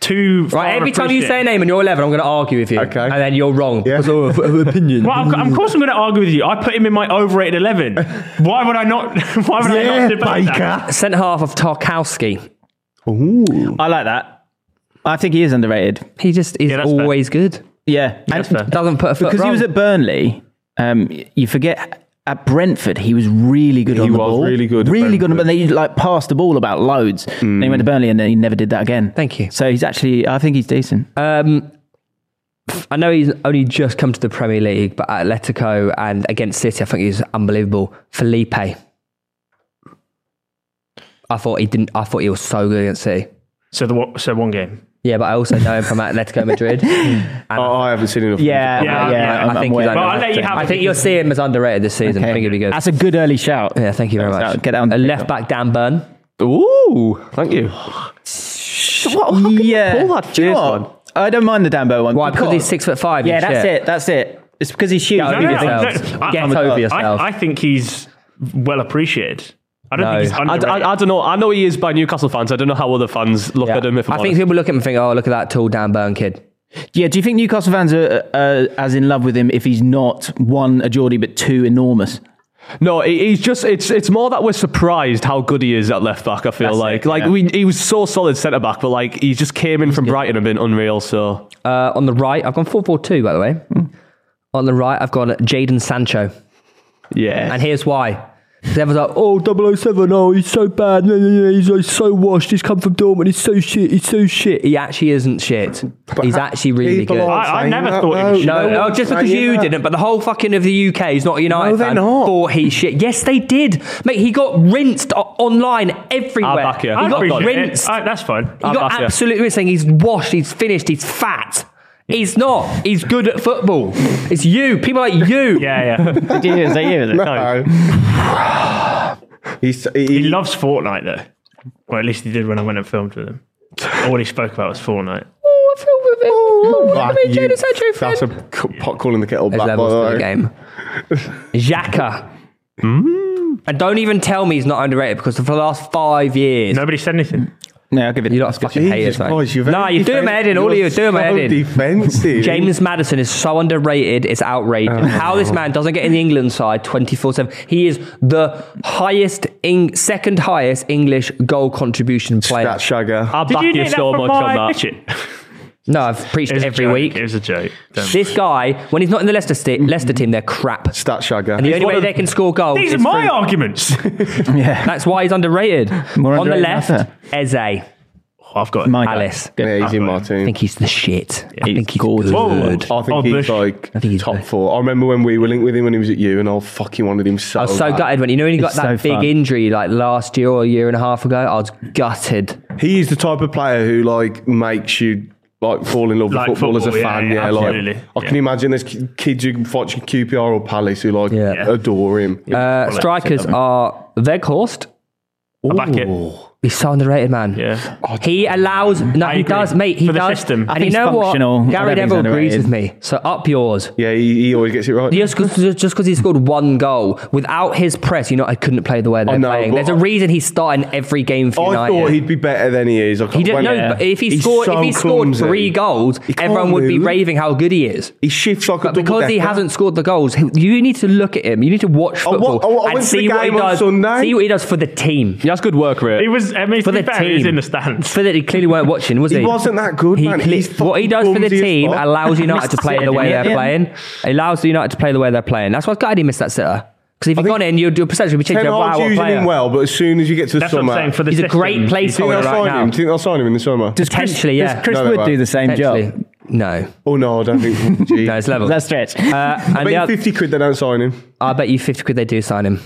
Speaker 2: too. far
Speaker 5: Right, every
Speaker 2: approaching
Speaker 5: time you
Speaker 2: it.
Speaker 5: say a name and you're 11, I'm going to argue with you.
Speaker 4: Okay.
Speaker 5: And then you're wrong.
Speaker 4: Yeah.
Speaker 5: Because of, of opinion.
Speaker 2: Well, of, of course I'm going to argue with you. I put him in my overrated
Speaker 4: [LAUGHS]
Speaker 2: eleven. Why would I not? [LAUGHS] Why would I
Speaker 4: Yeah,
Speaker 2: not debate that?
Speaker 4: Baker.
Speaker 5: Centre half of Tarkowski.
Speaker 4: Ooh.
Speaker 3: I like that. I think he is underrated.
Speaker 5: He just is
Speaker 2: Yeah, that's
Speaker 5: always good.
Speaker 3: Yeah,
Speaker 2: That's fair.
Speaker 5: Doesn't put a foot
Speaker 3: because he
Speaker 5: wrong.
Speaker 3: was at Burnley. Um, you forget at Brentford he was really good on the
Speaker 4: was
Speaker 3: ball.
Speaker 4: really good at
Speaker 3: really good.
Speaker 4: Brentford.
Speaker 3: But they like passed the ball about loads. Then he went to Burnley and then he never did that again.
Speaker 5: Thank you.
Speaker 3: So he's actually, I think he's decent.
Speaker 5: Um, I know he's only just come to the Premier League, but at Atletico and against City, I think he's unbelievable. Felipe. I thought he didn't. I thought he was so good against City.
Speaker 2: So the one- so one game.
Speaker 5: Yeah, but I also know him from [LAUGHS] Atletico
Speaker 3: [LAUGHS]
Speaker 5: Madrid. And I-
Speaker 4: Oh, I haven't seen enough.
Speaker 3: yeah,
Speaker 2: Yeah, yeah,
Speaker 5: I think he's
Speaker 3: way-
Speaker 5: underrated.
Speaker 2: Well, I'll let you have
Speaker 5: I
Speaker 2: it.
Speaker 5: think you'll see him as underrated this season. I think he'll be good.
Speaker 3: That's a good early shout.
Speaker 5: Yeah, thank you very much.
Speaker 3: Get down.
Speaker 5: A left back, Dan Burn.
Speaker 6: Ooh. Thank you.
Speaker 3: What, how can
Speaker 6: Yeah.
Speaker 3: You pull that
Speaker 6: Do you know
Speaker 3: first
Speaker 6: what?
Speaker 3: one? I don't mind the Dambo one.
Speaker 5: Why? Because he's six foot five.
Speaker 3: Yeah,
Speaker 5: you
Speaker 3: that's
Speaker 5: shit.
Speaker 3: it. That's it. It's because he's huge.
Speaker 5: over
Speaker 2: No, no, no,
Speaker 5: yourselves.
Speaker 2: no, I-
Speaker 5: Get
Speaker 2: I'm-
Speaker 5: over yourself.
Speaker 2: I, I think he's well appreciated. I don't
Speaker 5: No.
Speaker 2: think he's
Speaker 6: I,
Speaker 2: underrated.
Speaker 6: I- I don't know. I know he is by Newcastle fans. I don't know how other fans look
Speaker 5: Yeah.
Speaker 6: at him. If I'm
Speaker 5: I think people look at him and think, oh, look at that tall Dan Burn kid.
Speaker 3: Yeah, do you think Newcastle fans are uh, as in love with him if he's not one a Geordie but two enormous?
Speaker 6: No, he- he's just it's it's more that we're surprised how good he is at left back. I feel
Speaker 3: That's
Speaker 6: like
Speaker 3: it,
Speaker 6: like
Speaker 3: yeah.
Speaker 6: we he was so solid centre back, but like he just came in from Brighton and been unreal. So
Speaker 5: Uh, on the right, I've gone 4 4 2, by the way. On the right, I've gone Jaden Sancho.
Speaker 6: yeah,
Speaker 5: And here's why. Because everyone's like, oh, 007, oh, he's so bad. No, no, no, he's like, so washed. He's come from Dortmund. He's so shit. He's so shit. He actually isn't shit. he's actually really
Speaker 4: people
Speaker 5: good.
Speaker 4: are
Speaker 2: I- I
Speaker 4: saying
Speaker 2: never
Speaker 4: that,
Speaker 2: thought he
Speaker 4: though.
Speaker 2: was shit.
Speaker 5: No,
Speaker 4: No
Speaker 5: oh,
Speaker 4: one's
Speaker 5: just because
Speaker 4: saying
Speaker 5: you
Speaker 4: that.
Speaker 5: didn't, but the whole fucking of the UK is not a United
Speaker 4: No, they're
Speaker 5: fan.
Speaker 4: not.
Speaker 5: Thought he shit. Yes, they did, mate. He got rinsed o- online everywhere.
Speaker 6: I'll back you.
Speaker 5: He
Speaker 6: I'll
Speaker 5: got
Speaker 6: back you.
Speaker 5: rinsed.
Speaker 2: I- that's fine.
Speaker 5: He
Speaker 6: back
Speaker 5: got
Speaker 6: you.
Speaker 5: absolutely rinsed. Saying he's washed. He's finished. He's fat. He's not. He's good at football. It's you. People like you.
Speaker 2: yeah,
Speaker 5: [LAUGHS]
Speaker 2: yeah.
Speaker 3: Is that you?
Speaker 4: No. He's, he,
Speaker 2: he loves Fortnite though. Well, at least he did when I went and filmed with him. All he spoke about was Fortnite.
Speaker 5: Oh, I feel
Speaker 6: Ah, you- That's a c- pot calling the kettle
Speaker 5: There's
Speaker 6: black. By
Speaker 5: levels to
Speaker 6: the
Speaker 5: the
Speaker 6: way.
Speaker 5: game. Xhaka.
Speaker 6: Mm.
Speaker 5: And don't even tell me he's not underrated because for the last five years,
Speaker 2: Nobody said anything.
Speaker 3: No, I'll give it.
Speaker 5: you lot fucking haters,
Speaker 6: Jesus
Speaker 5: mate.
Speaker 6: Christ, you're very
Speaker 5: Nah, you're doing my head in. All of you
Speaker 6: you're
Speaker 5: are doing my
Speaker 6: so
Speaker 5: head in.
Speaker 6: defensive.
Speaker 5: James Madison is so underrated, it's outrageous. How this man doesn't get in the England side 24 7. He is the highest, Eng- second highest English goal contribution player.
Speaker 6: That shagger.
Speaker 4: I'll
Speaker 2: Did
Speaker 4: back
Speaker 2: you
Speaker 4: you
Speaker 2: get that
Speaker 4: so
Speaker 2: from
Speaker 4: much
Speaker 2: my
Speaker 4: on that.
Speaker 2: midget?
Speaker 5: No, I've preached
Speaker 2: It was a
Speaker 5: every
Speaker 2: joke.
Speaker 5: week.
Speaker 2: It was a joke. Don't-
Speaker 5: This guy, when he's not in the Leicester, sti- Leicester team, they're crap.
Speaker 6: Stat shagger.
Speaker 5: And the only
Speaker 2: one
Speaker 5: way
Speaker 2: of-
Speaker 5: they can score goals
Speaker 2: These are
Speaker 5: is
Speaker 2: my
Speaker 5: through-
Speaker 6: [LAUGHS]
Speaker 2: arguments.
Speaker 3: Yeah,
Speaker 5: That's why he's underrated.
Speaker 3: More
Speaker 5: On the
Speaker 3: underrated
Speaker 5: left,
Speaker 3: than
Speaker 5: Eze. I
Speaker 2: I've got
Speaker 3: my guy.
Speaker 5: Alice.
Speaker 3: Good.
Speaker 6: yeah, he's in my team.
Speaker 5: think he's the shit. I think he's
Speaker 3: gorgeous.
Speaker 5: good.
Speaker 2: Whoa.
Speaker 6: I think
Speaker 2: Oh,
Speaker 6: he's
Speaker 2: Bush.
Speaker 6: like
Speaker 5: think he's
Speaker 6: top
Speaker 5: Bush.
Speaker 6: four. I remember when we were linked with him when he was at you, and I fucking wanted him so.
Speaker 5: I was so
Speaker 6: bad.
Speaker 5: gutted when you know when he got
Speaker 3: It's
Speaker 5: that
Speaker 3: so
Speaker 5: big
Speaker 3: fun.
Speaker 5: injury like last year or a year and a half ago. I was gutted.
Speaker 6: He is the type of player who like makes you like fall in love
Speaker 2: Like
Speaker 6: with football, as a
Speaker 2: football, yeah,
Speaker 6: fan.
Speaker 2: yeah,
Speaker 6: Yeah, like
Speaker 2: absolutely.
Speaker 6: I can
Speaker 2: Yeah.
Speaker 6: imagine there's ki- kids who watch QPR or Palace who like
Speaker 5: Yeah.
Speaker 6: adore him.
Speaker 5: Uh, strikers are Weghorst.
Speaker 2: I back it.
Speaker 5: He's so underrated, man.
Speaker 2: Yeah.
Speaker 5: He allows. No,
Speaker 2: I
Speaker 5: he
Speaker 2: agree.
Speaker 5: does, mate. He
Speaker 2: For the
Speaker 5: does.
Speaker 2: system.
Speaker 5: And you
Speaker 3: He's
Speaker 5: know what?
Speaker 3: functional. I
Speaker 5: Gary
Speaker 3: don't think he's
Speaker 5: Neville agrees
Speaker 3: underrated.
Speaker 5: with me. So up yours.
Speaker 6: Yeah, he, he always gets it right.
Speaker 5: Just because just 'cause he scored one goal without his press, you know, I couldn't play the way they're
Speaker 6: know,
Speaker 5: playing.
Speaker 6: but-
Speaker 5: There's a reason he's starting every game for
Speaker 6: I
Speaker 5: United.
Speaker 6: thought he'd be better than he is. I
Speaker 5: He didn't
Speaker 6: when-
Speaker 5: know, but if he
Speaker 6: He's
Speaker 5: scored,
Speaker 6: so
Speaker 5: if he scored
Speaker 6: clumsy.
Speaker 5: three goals,
Speaker 6: He can't
Speaker 5: everyone would be
Speaker 6: move.
Speaker 5: raving how good he is.
Speaker 6: He shifts like a
Speaker 5: But because he
Speaker 6: double-decker.
Speaker 5: hasn't scored the goals, he- you need to look at him. You need to watch
Speaker 6: I wa-
Speaker 5: football
Speaker 6: I wa- I
Speaker 5: and
Speaker 6: went to the
Speaker 5: see what he
Speaker 6: game on
Speaker 5: does.
Speaker 6: Sunday.
Speaker 5: See what he does for the team.
Speaker 4: That's good work,
Speaker 2: He
Speaker 4: Rick.
Speaker 2: was, I mean,
Speaker 5: For
Speaker 2: to
Speaker 5: the
Speaker 2: be fair, he was
Speaker 5: team.
Speaker 2: in the stands.
Speaker 5: For that he clearly weren't watching, was he?
Speaker 6: He wasn't that good, man. He's
Speaker 5: cle- what he
Speaker 6: fucking
Speaker 5: does for the
Speaker 6: clumsy as
Speaker 5: team
Speaker 6: fuck.
Speaker 5: allows United to play the way
Speaker 3: Yeah,
Speaker 5: they're
Speaker 3: yeah.
Speaker 5: playing. Allows United to play the way they're playing. That's why God he missed that sitter. Because if he'd gone in, your, your perception would be changed.
Speaker 6: Ten
Speaker 5: to, Wow,
Speaker 6: Hag's
Speaker 5: what a
Speaker 6: using
Speaker 5: player.
Speaker 6: him well, but as soon as you get to the
Speaker 2: That's what
Speaker 6: summer,
Speaker 2: I'm saying. For the
Speaker 5: He's a great
Speaker 2: system,
Speaker 5: player.
Speaker 2: he's-
Speaker 6: do you
Speaker 5: player
Speaker 6: think they'll
Speaker 5: right
Speaker 6: sign
Speaker 5: now.
Speaker 6: him? Do you think they'll sign him in
Speaker 5: [LAUGHS]
Speaker 6: the summer?
Speaker 3: Does Chris-
Speaker 5: Potentially, yeah.
Speaker 3: Does Chris
Speaker 6: No, no,
Speaker 3: Wood
Speaker 6: no.
Speaker 3: do the same job?
Speaker 5: Potentially. No,
Speaker 6: oh no, I
Speaker 5: [LAUGHS]
Speaker 6: don't think. Gee.
Speaker 5: no, it's level.
Speaker 3: That's stretch.
Speaker 5: Uh, and
Speaker 6: bet
Speaker 5: the
Speaker 6: you
Speaker 5: oth-
Speaker 6: fifty quid they don't sign him.
Speaker 5: I bet you 50 quid they do sign him.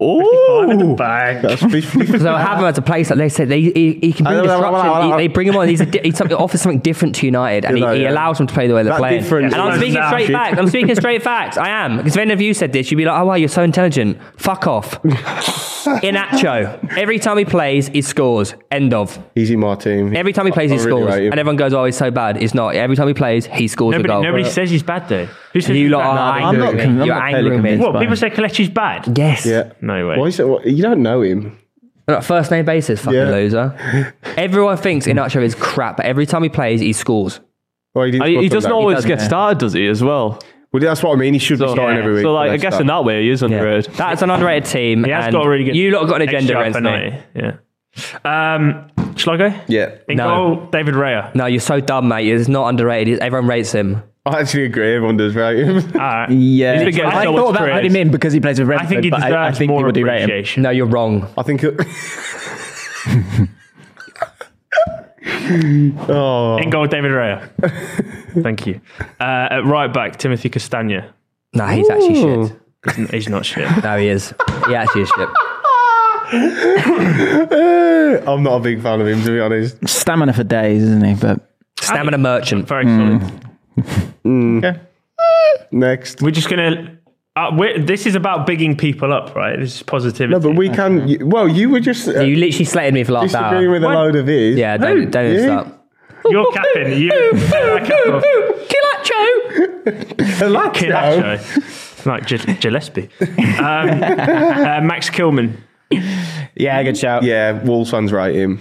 Speaker 2: Five in the
Speaker 4: Oh,
Speaker 2: bag.
Speaker 6: That's 50 quid.
Speaker 5: So I have him as a place that they said they, he, he can bring
Speaker 6: I know, I know, I know, I
Speaker 5: disruption.
Speaker 6: know.
Speaker 5: He- They bring him on. He's, a, di- he's something, offers something different to United, and
Speaker 6: You know,
Speaker 5: he, he
Speaker 6: yeah.
Speaker 5: allows them to play the way they're
Speaker 6: That
Speaker 5: playing.
Speaker 6: difference
Speaker 5: And I'm
Speaker 2: is
Speaker 5: speaking
Speaker 2: now
Speaker 5: straight
Speaker 2: shit.
Speaker 5: facts. I'm speaking straight facts. I am because if any of you said this, you'd be like, "Oh wow, you're so intelligent." Fuck off. Inacho. Every time he plays, he scores. End of.
Speaker 6: He's in my team.
Speaker 5: Every time he plays,
Speaker 6: I-
Speaker 5: he
Speaker 6: I really
Speaker 5: scores,
Speaker 6: rate him.
Speaker 5: and everyone goes, "Oh, he's so bad." It's not. Every time he plays, he scores
Speaker 2: Nobody,
Speaker 5: a goal.
Speaker 2: nobody says he's bad, though. Who says
Speaker 5: you
Speaker 2: he's
Speaker 5: lot
Speaker 2: bad?
Speaker 5: are
Speaker 3: I'm not
Speaker 5: angry.
Speaker 3: con- I'm
Speaker 5: You're
Speaker 3: not totally
Speaker 5: angry with
Speaker 3: convinced.
Speaker 5: me.
Speaker 2: What, people say Kalechi's bad?
Speaker 5: Yes.
Speaker 6: Yeah.
Speaker 2: No way.
Speaker 6: Why is it, what, you don't know him.
Speaker 5: On a first name basis, fucking
Speaker 6: Yeah. [LAUGHS]
Speaker 5: loser. Everyone thinks Inacho is crap, but every time he plays, he scores.
Speaker 6: Well, he, didn't
Speaker 4: he,
Speaker 6: score
Speaker 4: he
Speaker 6: from
Speaker 4: doesn't
Speaker 6: that.
Speaker 4: always
Speaker 3: doesn't,
Speaker 4: get
Speaker 3: yeah.
Speaker 4: started, does he? As well.
Speaker 6: Well, that's what I mean. He should be
Speaker 4: So,
Speaker 6: starting every week.
Speaker 4: so, like,
Speaker 6: for
Speaker 4: I guess
Speaker 6: Leicester.
Speaker 4: in that way, he is underrated.
Speaker 5: That's an underrated team.
Speaker 2: He has
Speaker 5: and
Speaker 2: got a really good.
Speaker 5: You lot got an agenda,
Speaker 2: extra
Speaker 5: Ren's
Speaker 2: penalty, Yeah. Um, shall I go?
Speaker 6: Yeah.
Speaker 2: In
Speaker 5: No.
Speaker 2: goal, David Raya.
Speaker 5: No, you're so dumb, mate. It's not underrated. Everyone rates him.
Speaker 6: I actually agree. Everyone does
Speaker 4: [LAUGHS]
Speaker 6: rate him.
Speaker 2: All right.
Speaker 3: yeah,
Speaker 2: been getting so
Speaker 3: I thought
Speaker 2: much
Speaker 3: about
Speaker 2: praise.
Speaker 3: adding him in because he plays with Brentford.
Speaker 2: I think he
Speaker 3: but
Speaker 2: deserves
Speaker 3: I, I think
Speaker 2: more
Speaker 3: people do rate him.
Speaker 2: appreciation.
Speaker 5: No, you're wrong.
Speaker 6: I think. [LAUGHS] It,
Speaker 2: In goal, David Raya.
Speaker 3: [LAUGHS]
Speaker 2: Thank you. Uh, at right back, Timothy Castagna.
Speaker 5: No, he's actually shit.
Speaker 2: He's not shit.
Speaker 5: No, he is. He actually is
Speaker 2: [LAUGHS]
Speaker 5: shit.
Speaker 6: I'm not a big fan of him to be honest.
Speaker 3: Stamina for days, isn't he? But
Speaker 5: Stamina merchant.
Speaker 2: Very
Speaker 3: Hmm.
Speaker 2: solid.
Speaker 6: Next.
Speaker 2: We're just gonna. Uh, we're, this is about bigging people up, right? This is positivity.
Speaker 6: No, but we can. you- Well, you were just uh,
Speaker 5: You literally slated me for last
Speaker 6: disagreeing
Speaker 5: hour.
Speaker 6: with a load of his.
Speaker 5: uh, Yeah, don't, don't even
Speaker 6: You?
Speaker 5: start.
Speaker 2: You're capping.
Speaker 3: [LAUGHS]
Speaker 2: You. I cap off.
Speaker 5: Kilacho!
Speaker 2: Kid Hacho. Like Gi- Gillespie. Um, uh, Max Kilman.
Speaker 3: yeah, good shout.
Speaker 6: Yeah, Wolves fans rate him.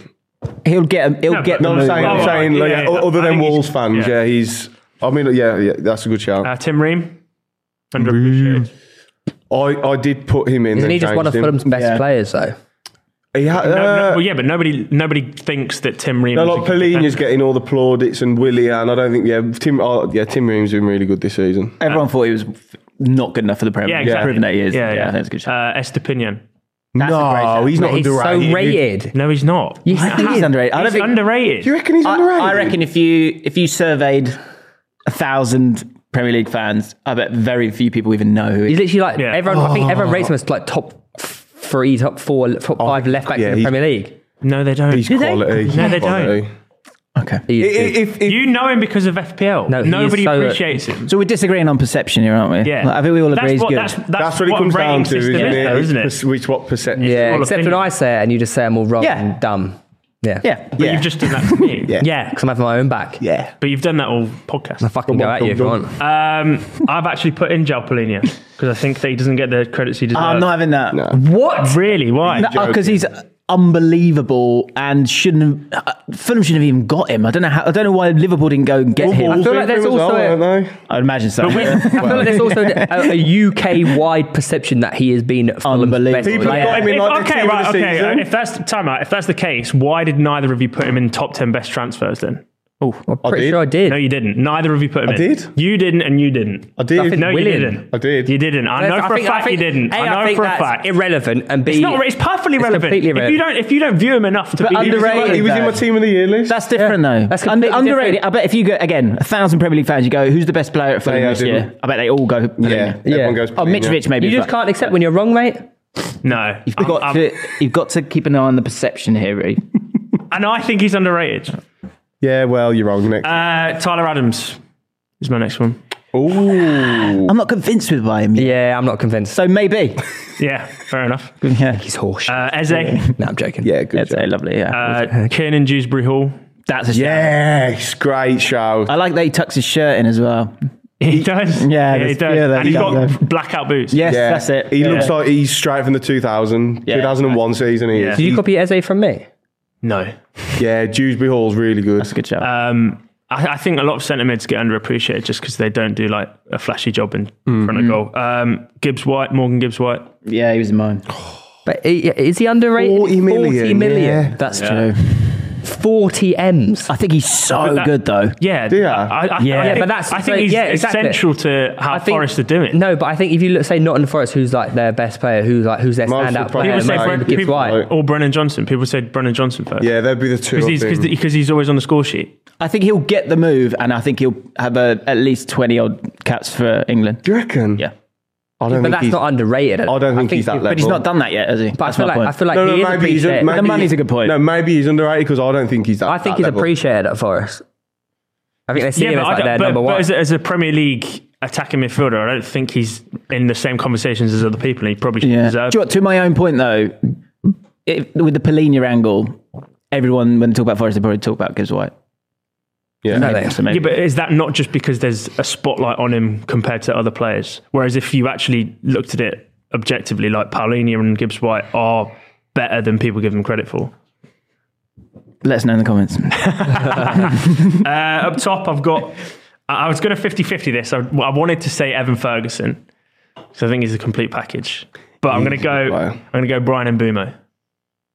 Speaker 3: He'll get him. He'll
Speaker 2: No,
Speaker 3: get
Speaker 2: but-
Speaker 6: No,
Speaker 3: them.
Speaker 6: I'm saying, I'm
Speaker 2: Oh,
Speaker 6: saying like,
Speaker 2: yeah,
Speaker 6: o-
Speaker 2: yeah,
Speaker 6: other
Speaker 2: I
Speaker 6: than
Speaker 2: think
Speaker 6: Wolves
Speaker 2: he's-
Speaker 6: fans,
Speaker 2: yeah.
Speaker 6: yeah. he's. I mean, yeah, yeah, that's a good shout.
Speaker 2: Uh, Tim Ream. Underappreciated.
Speaker 6: I, I did put him in.
Speaker 5: Isn't
Speaker 6: then
Speaker 5: he just one of
Speaker 6: changed him.
Speaker 5: Fulham's best
Speaker 3: Yeah.
Speaker 5: players, though?
Speaker 6: He ha-
Speaker 2: No,
Speaker 6: uh,
Speaker 2: no, well, yeah, but nobody nobody thinks that Tim Ream.
Speaker 6: No,
Speaker 2: is a
Speaker 6: like
Speaker 2: good
Speaker 6: Polina's
Speaker 2: defender.
Speaker 6: getting all the plaudits and Willian. I don't think, yeah, Tim, oh, yeah, Tim Ream's been really good this season.
Speaker 3: Everyone thought he was f- not good enough for the Premier.
Speaker 2: Yeah, exactly.
Speaker 3: Proven that he is.
Speaker 2: Yeah, yeah.
Speaker 3: I think it's a good shout.
Speaker 2: Uh, Estepinian.
Speaker 3: That's a great shout.
Speaker 6: he's not
Speaker 5: He's so
Speaker 6: underrated.
Speaker 5: rated.
Speaker 2: No, he's not.
Speaker 5: You
Speaker 3: I think he's underrated. I don't
Speaker 2: He's
Speaker 3: think.
Speaker 2: underrated.
Speaker 6: Do you reckon he's
Speaker 3: I,
Speaker 6: underrated?
Speaker 3: I reckon if you if you surveyed a thousand Premier League fans, I bet very few people even know who he
Speaker 5: He's
Speaker 3: is.
Speaker 5: literally like
Speaker 2: Yeah.
Speaker 5: everyone. I think everyone rates him as like top f- three, top four, top five left backs
Speaker 6: yeah,
Speaker 5: in the
Speaker 6: he's-
Speaker 5: Premier League.
Speaker 2: no, they don't.
Speaker 6: he's quality.
Speaker 2: No, they
Speaker 6: Quality.
Speaker 2: don't.
Speaker 3: Okay.
Speaker 5: He is good.
Speaker 6: If, if, if,
Speaker 2: You know him because of FPL.
Speaker 5: No, he is
Speaker 2: nobody
Speaker 5: so-
Speaker 2: appreciates him.
Speaker 3: So we're disagreeing on perception here, aren't we?
Speaker 2: Yeah,
Speaker 3: Like, I think we all
Speaker 2: That's
Speaker 3: agree he's
Speaker 2: what-
Speaker 3: good.
Speaker 2: That's, that's,
Speaker 6: that's what it
Speaker 2: what
Speaker 6: comes
Speaker 2: rating
Speaker 6: down to,
Speaker 2: system
Speaker 6: isn't
Speaker 2: is,
Speaker 6: it?
Speaker 2: though, isn't
Speaker 6: It's
Speaker 2: it?
Speaker 6: Which what perception?
Speaker 5: Yeah,
Speaker 2: all
Speaker 5: except when
Speaker 2: opinion.
Speaker 5: I say it and you just say I'm all wrong
Speaker 3: Yeah.
Speaker 5: and dumb. Yeah.
Speaker 3: Yeah.
Speaker 2: But you've just done that to
Speaker 6: [LAUGHS]
Speaker 2: me.
Speaker 4: Yeah.
Speaker 5: Yeah, because I'm having my own back.
Speaker 4: Yeah.
Speaker 2: But you've done that all podcast.
Speaker 5: I fucking go
Speaker 4: on,
Speaker 5: at you if you
Speaker 4: come on.
Speaker 5: want.
Speaker 2: Um, I've actually put in Jalpolinia because I think that he doesn't get the credits he deserves.
Speaker 3: I'm not having that.
Speaker 4: Ah, No.
Speaker 3: What?
Speaker 2: really. Why?
Speaker 3: Because he's unbelievable and shouldn't have, uh, Fulham shouldn't have even got him. I don't know how. I don't know why Liverpool didn't go and get
Speaker 4: Wolves
Speaker 3: him.
Speaker 5: feel like
Speaker 4: beat
Speaker 5: there's
Speaker 4: them as
Speaker 6: Oh,
Speaker 5: also a-
Speaker 4: well, aren't they?
Speaker 3: I'd imagine
Speaker 4: [LAUGHS]
Speaker 3: so.
Speaker 5: I feel like there's also a, a UK wide perception that he has been Fulham's
Speaker 3: Unbelievable.
Speaker 5: best
Speaker 3: People
Speaker 4: People
Speaker 5: player.
Speaker 4: got him in
Speaker 2: If-
Speaker 4: like the
Speaker 2: okay,
Speaker 4: team
Speaker 2: right,
Speaker 4: of the
Speaker 2: okay.
Speaker 4: season.
Speaker 2: uh, If that's time out, if that's the case, why did neither of you put him in top ten best transfers then?
Speaker 5: I'm pretty
Speaker 4: did.
Speaker 5: sure I did.
Speaker 2: No, you didn't. Neither of you put him I in.
Speaker 4: did.
Speaker 2: You didn't, and you didn't.
Speaker 4: I did.
Speaker 2: No,
Speaker 5: Willian.
Speaker 2: you didn't.
Speaker 4: I did.
Speaker 2: You didn't. I know for a fact you didn't.
Speaker 5: A,
Speaker 2: I know
Speaker 5: think
Speaker 2: for
Speaker 5: that's
Speaker 2: a fact.
Speaker 5: irrelevant. And B,
Speaker 2: It's not. It's perfectly relevant.
Speaker 5: completely
Speaker 2: If you don't, if you don't view him enough to be
Speaker 3: underrated.
Speaker 4: He was in my team of the year list.
Speaker 3: That's different though.
Speaker 5: that's
Speaker 3: Under,
Speaker 5: completely
Speaker 3: underrated.
Speaker 5: different.
Speaker 3: I bet if you go again, a thousand Premier League fans, you go, who's the best player at Fulham
Speaker 4: They, uh,
Speaker 3: this year?
Speaker 4: didn't.
Speaker 3: I bet they all go. Pellegrini.
Speaker 4: Yeah, everyone goes
Speaker 3: Oh,
Speaker 4: Pellegrini.
Speaker 3: Mitrovic maybe.
Speaker 5: you
Speaker 3: as
Speaker 5: just
Speaker 3: well.
Speaker 5: can't accept when you're wrong, mate.
Speaker 2: no.
Speaker 3: You've got
Speaker 2: I'm-
Speaker 3: to. You've got to keep an eye on the perception here. Really.
Speaker 2: and I think he's underrated.
Speaker 4: yeah, well, you're wrong. Next.
Speaker 2: Uh, Tyler Adams is my next one.
Speaker 4: Ooh.
Speaker 3: I'm not convinced with by him. Yet.
Speaker 5: Yeah, I'm not convinced.
Speaker 4: [LAUGHS]
Speaker 3: So maybe.
Speaker 2: Yeah, fair enough.
Speaker 3: yeah.
Speaker 5: He's horse.
Speaker 2: Uh, Eze,
Speaker 5: no, I'm joking.
Speaker 4: Yeah, good
Speaker 3: That's
Speaker 4: job.
Speaker 3: very lovely. Yeah.
Speaker 2: uh, Kiernan Dewsbury Hall.
Speaker 3: That's a shout.
Speaker 4: Yes, great shout.
Speaker 3: I like that he tucks his shirt in as well.
Speaker 2: [LAUGHS] He does.
Speaker 3: yeah,
Speaker 2: he
Speaker 3: there's a few of
Speaker 2: does.
Speaker 3: them.
Speaker 2: And he's
Speaker 3: Yeah,
Speaker 2: got
Speaker 3: yeah.
Speaker 2: blackout boots.
Speaker 3: Yes,
Speaker 4: Yeah.
Speaker 3: that's it.
Speaker 4: He
Speaker 3: Yeah.
Speaker 4: looks like he's straight from the 2000,
Speaker 3: Yeah.
Speaker 4: 2001 season. He
Speaker 2: Yeah.
Speaker 4: is.
Speaker 5: Did you copy Eze from me?
Speaker 2: No.
Speaker 4: Yeah, Dewsbury Hall's really good.
Speaker 3: That's a good shout.
Speaker 2: Um, I, I think a lot of centre mids get underappreciated just because they don't do like a flashy job in front of goal. Um, Gibbs White, Morgan Gibbs White.
Speaker 3: yeah, he was mine.
Speaker 5: But i- is he underrated?
Speaker 4: 40 million,
Speaker 5: 40 million.
Speaker 4: yeah.
Speaker 5: That's
Speaker 4: Oh.
Speaker 3: True.
Speaker 5: 40 M's.
Speaker 3: I think he's so
Speaker 2: that-
Speaker 3: good though.
Speaker 2: Yeah,
Speaker 4: Yeah.
Speaker 2: I, I,
Speaker 3: Yeah.
Speaker 2: I
Speaker 3: Yeah,
Speaker 2: think,
Speaker 5: but that's-
Speaker 2: I think
Speaker 5: so-
Speaker 2: he's
Speaker 5: yeah, exactly.
Speaker 2: essential to how
Speaker 5: I think-
Speaker 2: Forest are doing.
Speaker 5: No, but I think if you look, say Nottingham Forest, who's like their best player, who's like who's their
Speaker 4: Miles
Speaker 5: standout
Speaker 4: would probably
Speaker 5: player,
Speaker 4: say
Speaker 5: most
Speaker 4: Brendan
Speaker 5: people give
Speaker 2: people-
Speaker 5: Dwight.
Speaker 4: Right.
Speaker 2: or Brennan Johnson. People said Brennan Johnson first.
Speaker 4: Yeah, they'd be the two.
Speaker 2: because
Speaker 4: I
Speaker 2: he's,
Speaker 4: think.
Speaker 2: cause, the- 'cause he's always on the score sheet.
Speaker 3: I think he'll get the move, and I think he'll have a, at least twenty odd caps for England.
Speaker 4: Do you reckon?
Speaker 3: Yeah,
Speaker 4: I don't
Speaker 5: But
Speaker 4: think
Speaker 5: that's
Speaker 4: he's,
Speaker 5: not underrated.
Speaker 4: I don't think,
Speaker 5: think
Speaker 4: he's that
Speaker 5: he-
Speaker 4: level.
Speaker 3: but he's not done that yet, has he?
Speaker 5: But I
Speaker 3: That's
Speaker 5: feel
Speaker 3: my
Speaker 5: like I
Speaker 3: point.
Speaker 5: feel like
Speaker 4: No,
Speaker 5: he
Speaker 4: no,
Speaker 5: is
Speaker 4: maybe he's
Speaker 5: appreciated.
Speaker 4: maybe
Speaker 3: The money's
Speaker 4: he's-
Speaker 3: a good point.
Speaker 4: No, maybe he's underrated because I don't think he's that.
Speaker 5: I think
Speaker 4: that
Speaker 5: he's
Speaker 4: level.
Speaker 5: appreciated at Forest. I think they see him as
Speaker 2: I
Speaker 5: like
Speaker 2: don't-
Speaker 5: their
Speaker 2: but,
Speaker 5: number
Speaker 2: but
Speaker 5: one.
Speaker 2: as, a, as a Premier League attacking midfielder, I don't think he's in the same conversations as other people. He probably should
Speaker 3: Yeah.
Speaker 2: deserve.
Speaker 3: Do you know what, to my own point though, if, with the Polina angle, everyone when they talk about Forest, they probably talk about Gibbs White.
Speaker 4: Yeah.
Speaker 5: No, they-
Speaker 3: So maybe.
Speaker 2: Yeah, but is that not just because there's a spotlight on him compared to other players? Whereas if you actually looked at it objectively, like Paulinho and Gibbs White are better than people give them credit for.
Speaker 3: Let us know in the comments.
Speaker 2: Uh, up top, I've got. I I was going to 50 50 this. I, I wanted to say Evan Ferguson because I think he's a complete package. But I'm going to
Speaker 4: He's a good
Speaker 2: go.
Speaker 4: player.
Speaker 2: I'm going to go Brian and Bumo.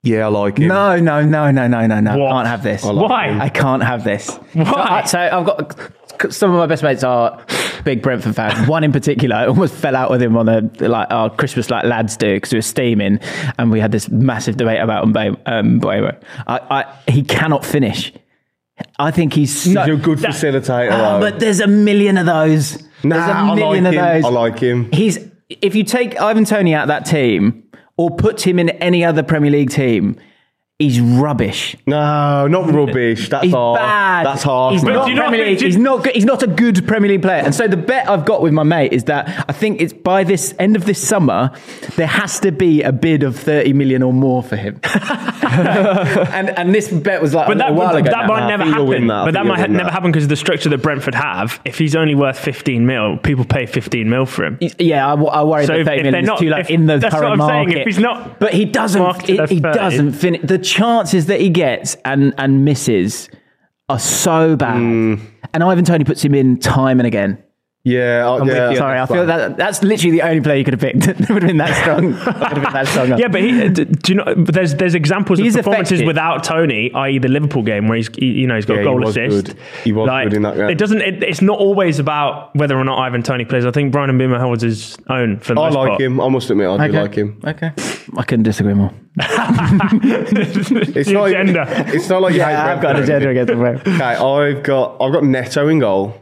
Speaker 4: Yeah, I like him.
Speaker 3: No, no, no, no, no, no, no.
Speaker 2: What?
Speaker 3: I can't have this.
Speaker 4: like
Speaker 2: Why?
Speaker 3: I can't have this.
Speaker 2: Why?
Speaker 3: So, so I've got some of my best mates are big Brentford
Speaker 2: [LAUGHS]
Speaker 3: fans. One in particular, I almost fell out with him on a like our Christmas like lads do because we were steaming and we had this massive debate about Mbe- um, Mbeumo. I, I he cannot finish. I think he's so.
Speaker 4: He's a good facilitator.
Speaker 3: Ah,
Speaker 4: though.
Speaker 3: but there's a million of those. there's
Speaker 4: Nah, I
Speaker 3: a million
Speaker 4: like
Speaker 3: of
Speaker 4: him.
Speaker 3: those.
Speaker 4: I like him.
Speaker 3: He's if you take Ivan Tony out of that team or put him in any other Premier League team, he's rubbish.
Speaker 4: No, not rubbish. That's
Speaker 3: He's
Speaker 4: harsh.
Speaker 3: bad.
Speaker 4: That's harsh.
Speaker 3: He's
Speaker 4: man.
Speaker 3: not,
Speaker 2: do you not
Speaker 3: Premier
Speaker 2: think-
Speaker 3: League.
Speaker 2: do you-
Speaker 3: he's not good. He's not a good Premier League player. And so the bet I've got with my mate is that I think it's by this end of this summer there has to be a bid of thirty million or more
Speaker 4: [LAUGHS]
Speaker 3: for him. and and this bet was like
Speaker 2: But that,
Speaker 3: a while
Speaker 2: would-
Speaker 3: ago.
Speaker 2: that
Speaker 3: now.
Speaker 2: might
Speaker 4: I
Speaker 2: never
Speaker 4: think you'll
Speaker 2: happen.
Speaker 4: win that. I
Speaker 2: But
Speaker 4: think
Speaker 2: that
Speaker 4: you'll
Speaker 2: might ha-
Speaker 4: win
Speaker 2: never
Speaker 4: that.
Speaker 2: happen because of the structure that Brentford have. If he's only worth 15 mil, people pay 15 mil for him.
Speaker 3: Yeah, I, wo- I worry
Speaker 2: So
Speaker 3: that
Speaker 2: if-
Speaker 3: 30
Speaker 2: if
Speaker 3: million
Speaker 2: they're
Speaker 3: is
Speaker 2: not-
Speaker 3: too like
Speaker 2: if-
Speaker 3: in the
Speaker 2: that's what
Speaker 3: current
Speaker 2: I'm saying,
Speaker 3: market.
Speaker 2: if he's not
Speaker 3: but he doesn't.
Speaker 2: marketed
Speaker 3: He,
Speaker 2: as
Speaker 3: he
Speaker 2: 30.
Speaker 3: doesn't finish. The chances that he gets and and misses are so bad.
Speaker 4: Hmm.
Speaker 3: And Ivan Tony puts him in time and again.
Speaker 4: Yeah, I, yeah.
Speaker 3: Sorry, I
Speaker 4: that's
Speaker 3: feel
Speaker 4: bad.
Speaker 3: that that's literally the only player you could have picked. [LAUGHS] that would have been that
Speaker 2: [LAUGHS]
Speaker 3: strong. That would have been that strong.
Speaker 2: Yeah, but he, d- do you know? but There's there's examples
Speaker 3: He's
Speaker 2: of performances
Speaker 3: effective.
Speaker 2: without Tony, i.e. the Liverpool game where he's he, you know he's got
Speaker 4: Yeah,
Speaker 2: a
Speaker 4: he
Speaker 2: goal
Speaker 4: was
Speaker 2: assist.
Speaker 4: good. He was good in that game.
Speaker 2: It doesn't. It, it's not always about whether or not Ivan Tony plays. I think Brian Mbuma holds his own for the
Speaker 4: I
Speaker 2: most
Speaker 4: like
Speaker 2: part. [LAUGHS]
Speaker 4: him. I must admit, I do like him.
Speaker 3: Okay, I couldn't disagree more.
Speaker 4: It's
Speaker 2: Your
Speaker 4: not.
Speaker 2: agenda.
Speaker 4: It's not like you hate
Speaker 3: I've got a
Speaker 4: Brentford.
Speaker 3: gender against
Speaker 4: [LAUGHS]
Speaker 3: the Brentford.
Speaker 4: Okay, I've got I've got Neto in goal.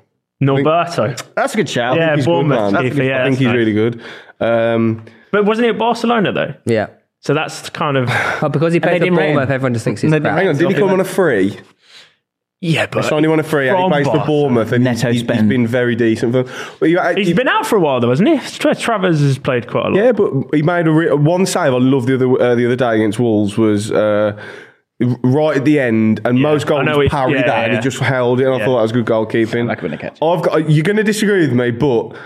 Speaker 2: Norberto.
Speaker 3: That's a good shout.
Speaker 2: Yeah,
Speaker 4: He's good,
Speaker 2: Bournemouth.
Speaker 4: man. I think,
Speaker 2: Keeper, yeah,
Speaker 4: I think
Speaker 2: that's
Speaker 4: he's
Speaker 2: nice.
Speaker 4: really good. Um,
Speaker 2: But wasn't he at Barcelona though?
Speaker 5: yeah.
Speaker 2: So that's kind
Speaker 4: [SIGHS]
Speaker 2: of
Speaker 5: But because he plays
Speaker 3: they
Speaker 5: for
Speaker 3: didn't rate him.
Speaker 5: Bournemouth, everyone just thinks he's
Speaker 3: They didn't
Speaker 5: crap.
Speaker 4: hang on, did he come on a free?
Speaker 2: yeah. But
Speaker 4: Signed him on a free, and he
Speaker 2: From
Speaker 4: plays for
Speaker 2: Bath.
Speaker 4: Bournemouth, and
Speaker 3: Neto
Speaker 4: he's, he's
Speaker 3: spend.
Speaker 4: been very decent. For, well, he, uh,
Speaker 2: he's
Speaker 4: he-
Speaker 2: been out for a while though, hasn't he? Tra- Travers has played quite a lot.
Speaker 4: Yeah, but he made a re- one save. I love the other uh, the other day against Wolves was uh, right at the end, and most
Speaker 2: I
Speaker 4: goals
Speaker 2: know it-
Speaker 4: parried
Speaker 2: yeah,
Speaker 4: that, and
Speaker 2: yeah.
Speaker 4: he just held it. And I thought that was good goalkeeping.
Speaker 3: Like when they catch it.
Speaker 4: I've got. You're going to disagree with me, but.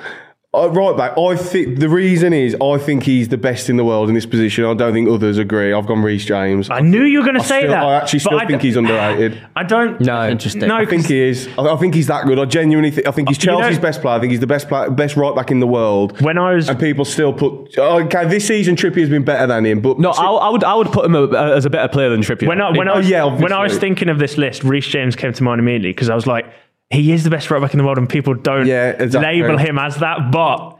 Speaker 4: Uh, right back. I think the reason is I think he's the best in the world in this position. I don't think others agree. I've gone Reece James.
Speaker 2: I knew you were going to
Speaker 4: I
Speaker 2: say
Speaker 4: still-
Speaker 2: that.
Speaker 4: I actually
Speaker 2: Uh, but
Speaker 4: still
Speaker 2: d-
Speaker 4: think
Speaker 2: [LAUGHS]
Speaker 4: he's underrated.
Speaker 2: I don't.
Speaker 5: No.
Speaker 3: Interesting.
Speaker 2: No,
Speaker 4: I think he is. I, I think he's that good. I genuinely think. I think he's
Speaker 2: You know-
Speaker 4: Chelsea's best player. I think he's the best player, best right back in the world.
Speaker 2: When I was-
Speaker 4: and people still put uh, okay. This season, Trippier has been better than him, but
Speaker 6: No, I, I would I would put him a, as a better player than Trippier.
Speaker 2: When I, when,
Speaker 4: Oh,
Speaker 2: I was,
Speaker 4: yeah,
Speaker 2: when I was
Speaker 4: obviously.
Speaker 2: thinking of this list, Reece James came to mind immediately because I was like, he is the best right back in the world, and people don't
Speaker 4: Yeah, exactly.
Speaker 2: label him as that. But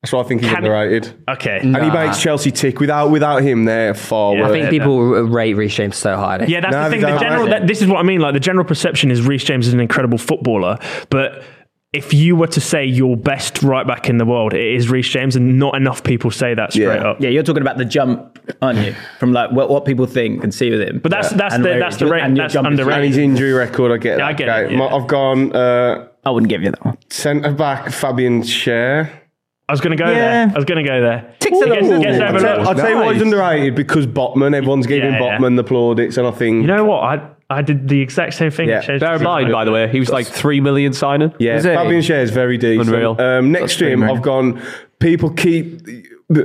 Speaker 4: that's why I think he's
Speaker 2: Can-
Speaker 4: underrated.
Speaker 2: okay,
Speaker 4: And he
Speaker 5: Nah.
Speaker 4: makes Chelsea tick. Without without him, they're far
Speaker 2: Yeah.
Speaker 5: I
Speaker 4: worse.
Speaker 5: think
Speaker 2: Yeah.
Speaker 5: people rate Reece James so highly.
Speaker 2: yeah, that's
Speaker 4: No,
Speaker 2: the thing.
Speaker 4: they
Speaker 2: The
Speaker 4: don't,
Speaker 2: general,
Speaker 4: right?
Speaker 2: that, this is what I mean. Like the general perception is Reece James is an incredible footballer, but if you were to say your best right back in the world, it is Reece James, and not enough people say that straight
Speaker 4: Yeah.
Speaker 2: up.
Speaker 3: Yeah, you're talking about the jump, aren't you? From like what, what people think and see with him.
Speaker 2: But that's that's
Speaker 3: And
Speaker 2: the
Speaker 3: where
Speaker 2: that's
Speaker 3: it
Speaker 2: the
Speaker 3: is.
Speaker 2: rate
Speaker 3: And your
Speaker 2: that's
Speaker 3: jump is-
Speaker 4: and
Speaker 2: underrated.
Speaker 4: his injury record, I get.
Speaker 2: Yeah, I
Speaker 4: that.
Speaker 2: get it,
Speaker 4: Okay.
Speaker 2: yeah.
Speaker 4: My- I've gone uh,
Speaker 3: I wouldn't give you that one.
Speaker 4: centre back Fabian Cher.
Speaker 2: I was going to go
Speaker 3: Yeah.
Speaker 2: there. I was going to go there.
Speaker 3: Ticks
Speaker 2: He
Speaker 3: of the
Speaker 2: gets-
Speaker 3: wall.
Speaker 2: gets
Speaker 4: I'll tell,
Speaker 2: overlooked.
Speaker 4: I'll tell you why he's
Speaker 3: Nice.
Speaker 4: underrated because Botman. Everyone's giving
Speaker 2: Yeah, yeah.
Speaker 4: Botman the plaudits, and I think
Speaker 2: You know what? I I did the exact same thing.
Speaker 4: Yeah.
Speaker 2: Changed
Speaker 6: bear in
Speaker 2: his
Speaker 6: mind,
Speaker 2: mind.
Speaker 6: by the way, he was like three million signing.
Speaker 4: Yeah,
Speaker 3: Is it?
Speaker 4: Fabian Cher is very decent.
Speaker 6: Unreal.
Speaker 4: Um, next to him,
Speaker 3: pretty
Speaker 4: I've gone. People keep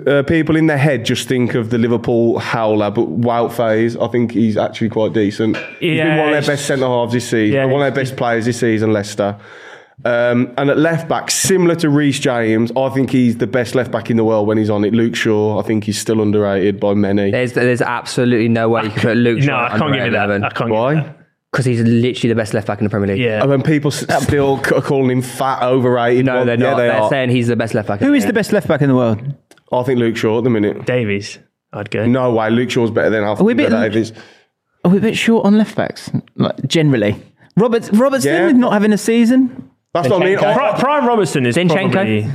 Speaker 4: uh, people in their head just think of the Liverpool howler, but Wout Faze, I think he's actually quite decent. he's been
Speaker 2: Yeah,
Speaker 4: one of
Speaker 2: he's-
Speaker 4: their best centre halves this season.
Speaker 2: Yeah,
Speaker 4: one of
Speaker 2: he's-
Speaker 4: their best players this season, Leicester. Um, and at left back, similar to Reece James, I think he's the best left back in the world when he's on it. Luke Shaw, I think he's still underrated by many.
Speaker 5: There's, there's absolutely no way you can put Luke
Speaker 2: No, I can't give you that. I can't.
Speaker 4: Why?
Speaker 2: Give you that.
Speaker 5: Because he's literally the best left back in the Premier League.
Speaker 2: Yeah.
Speaker 4: And when people s- still c- are calling him fat, overrated,
Speaker 5: No,
Speaker 4: well,
Speaker 5: they're
Speaker 4: yeah,
Speaker 5: not.
Speaker 4: They
Speaker 5: They are
Speaker 4: are.
Speaker 5: saying he's the best left back.
Speaker 3: Who is the best left back in the world?
Speaker 4: I think Luke Shaw at the minute.
Speaker 2: Davies, I'd go.
Speaker 4: No way, Luke Shaw's better than Alfie
Speaker 3: we a bit-
Speaker 4: Davies.
Speaker 3: Are we a bit short on left backs? Like generally. Roberts Robertson
Speaker 4: Yeah.
Speaker 3: not having a season.
Speaker 4: That's what I mean. I-
Speaker 2: Pri- Prime Robertson is
Speaker 5: Zinchenko?
Speaker 2: probably.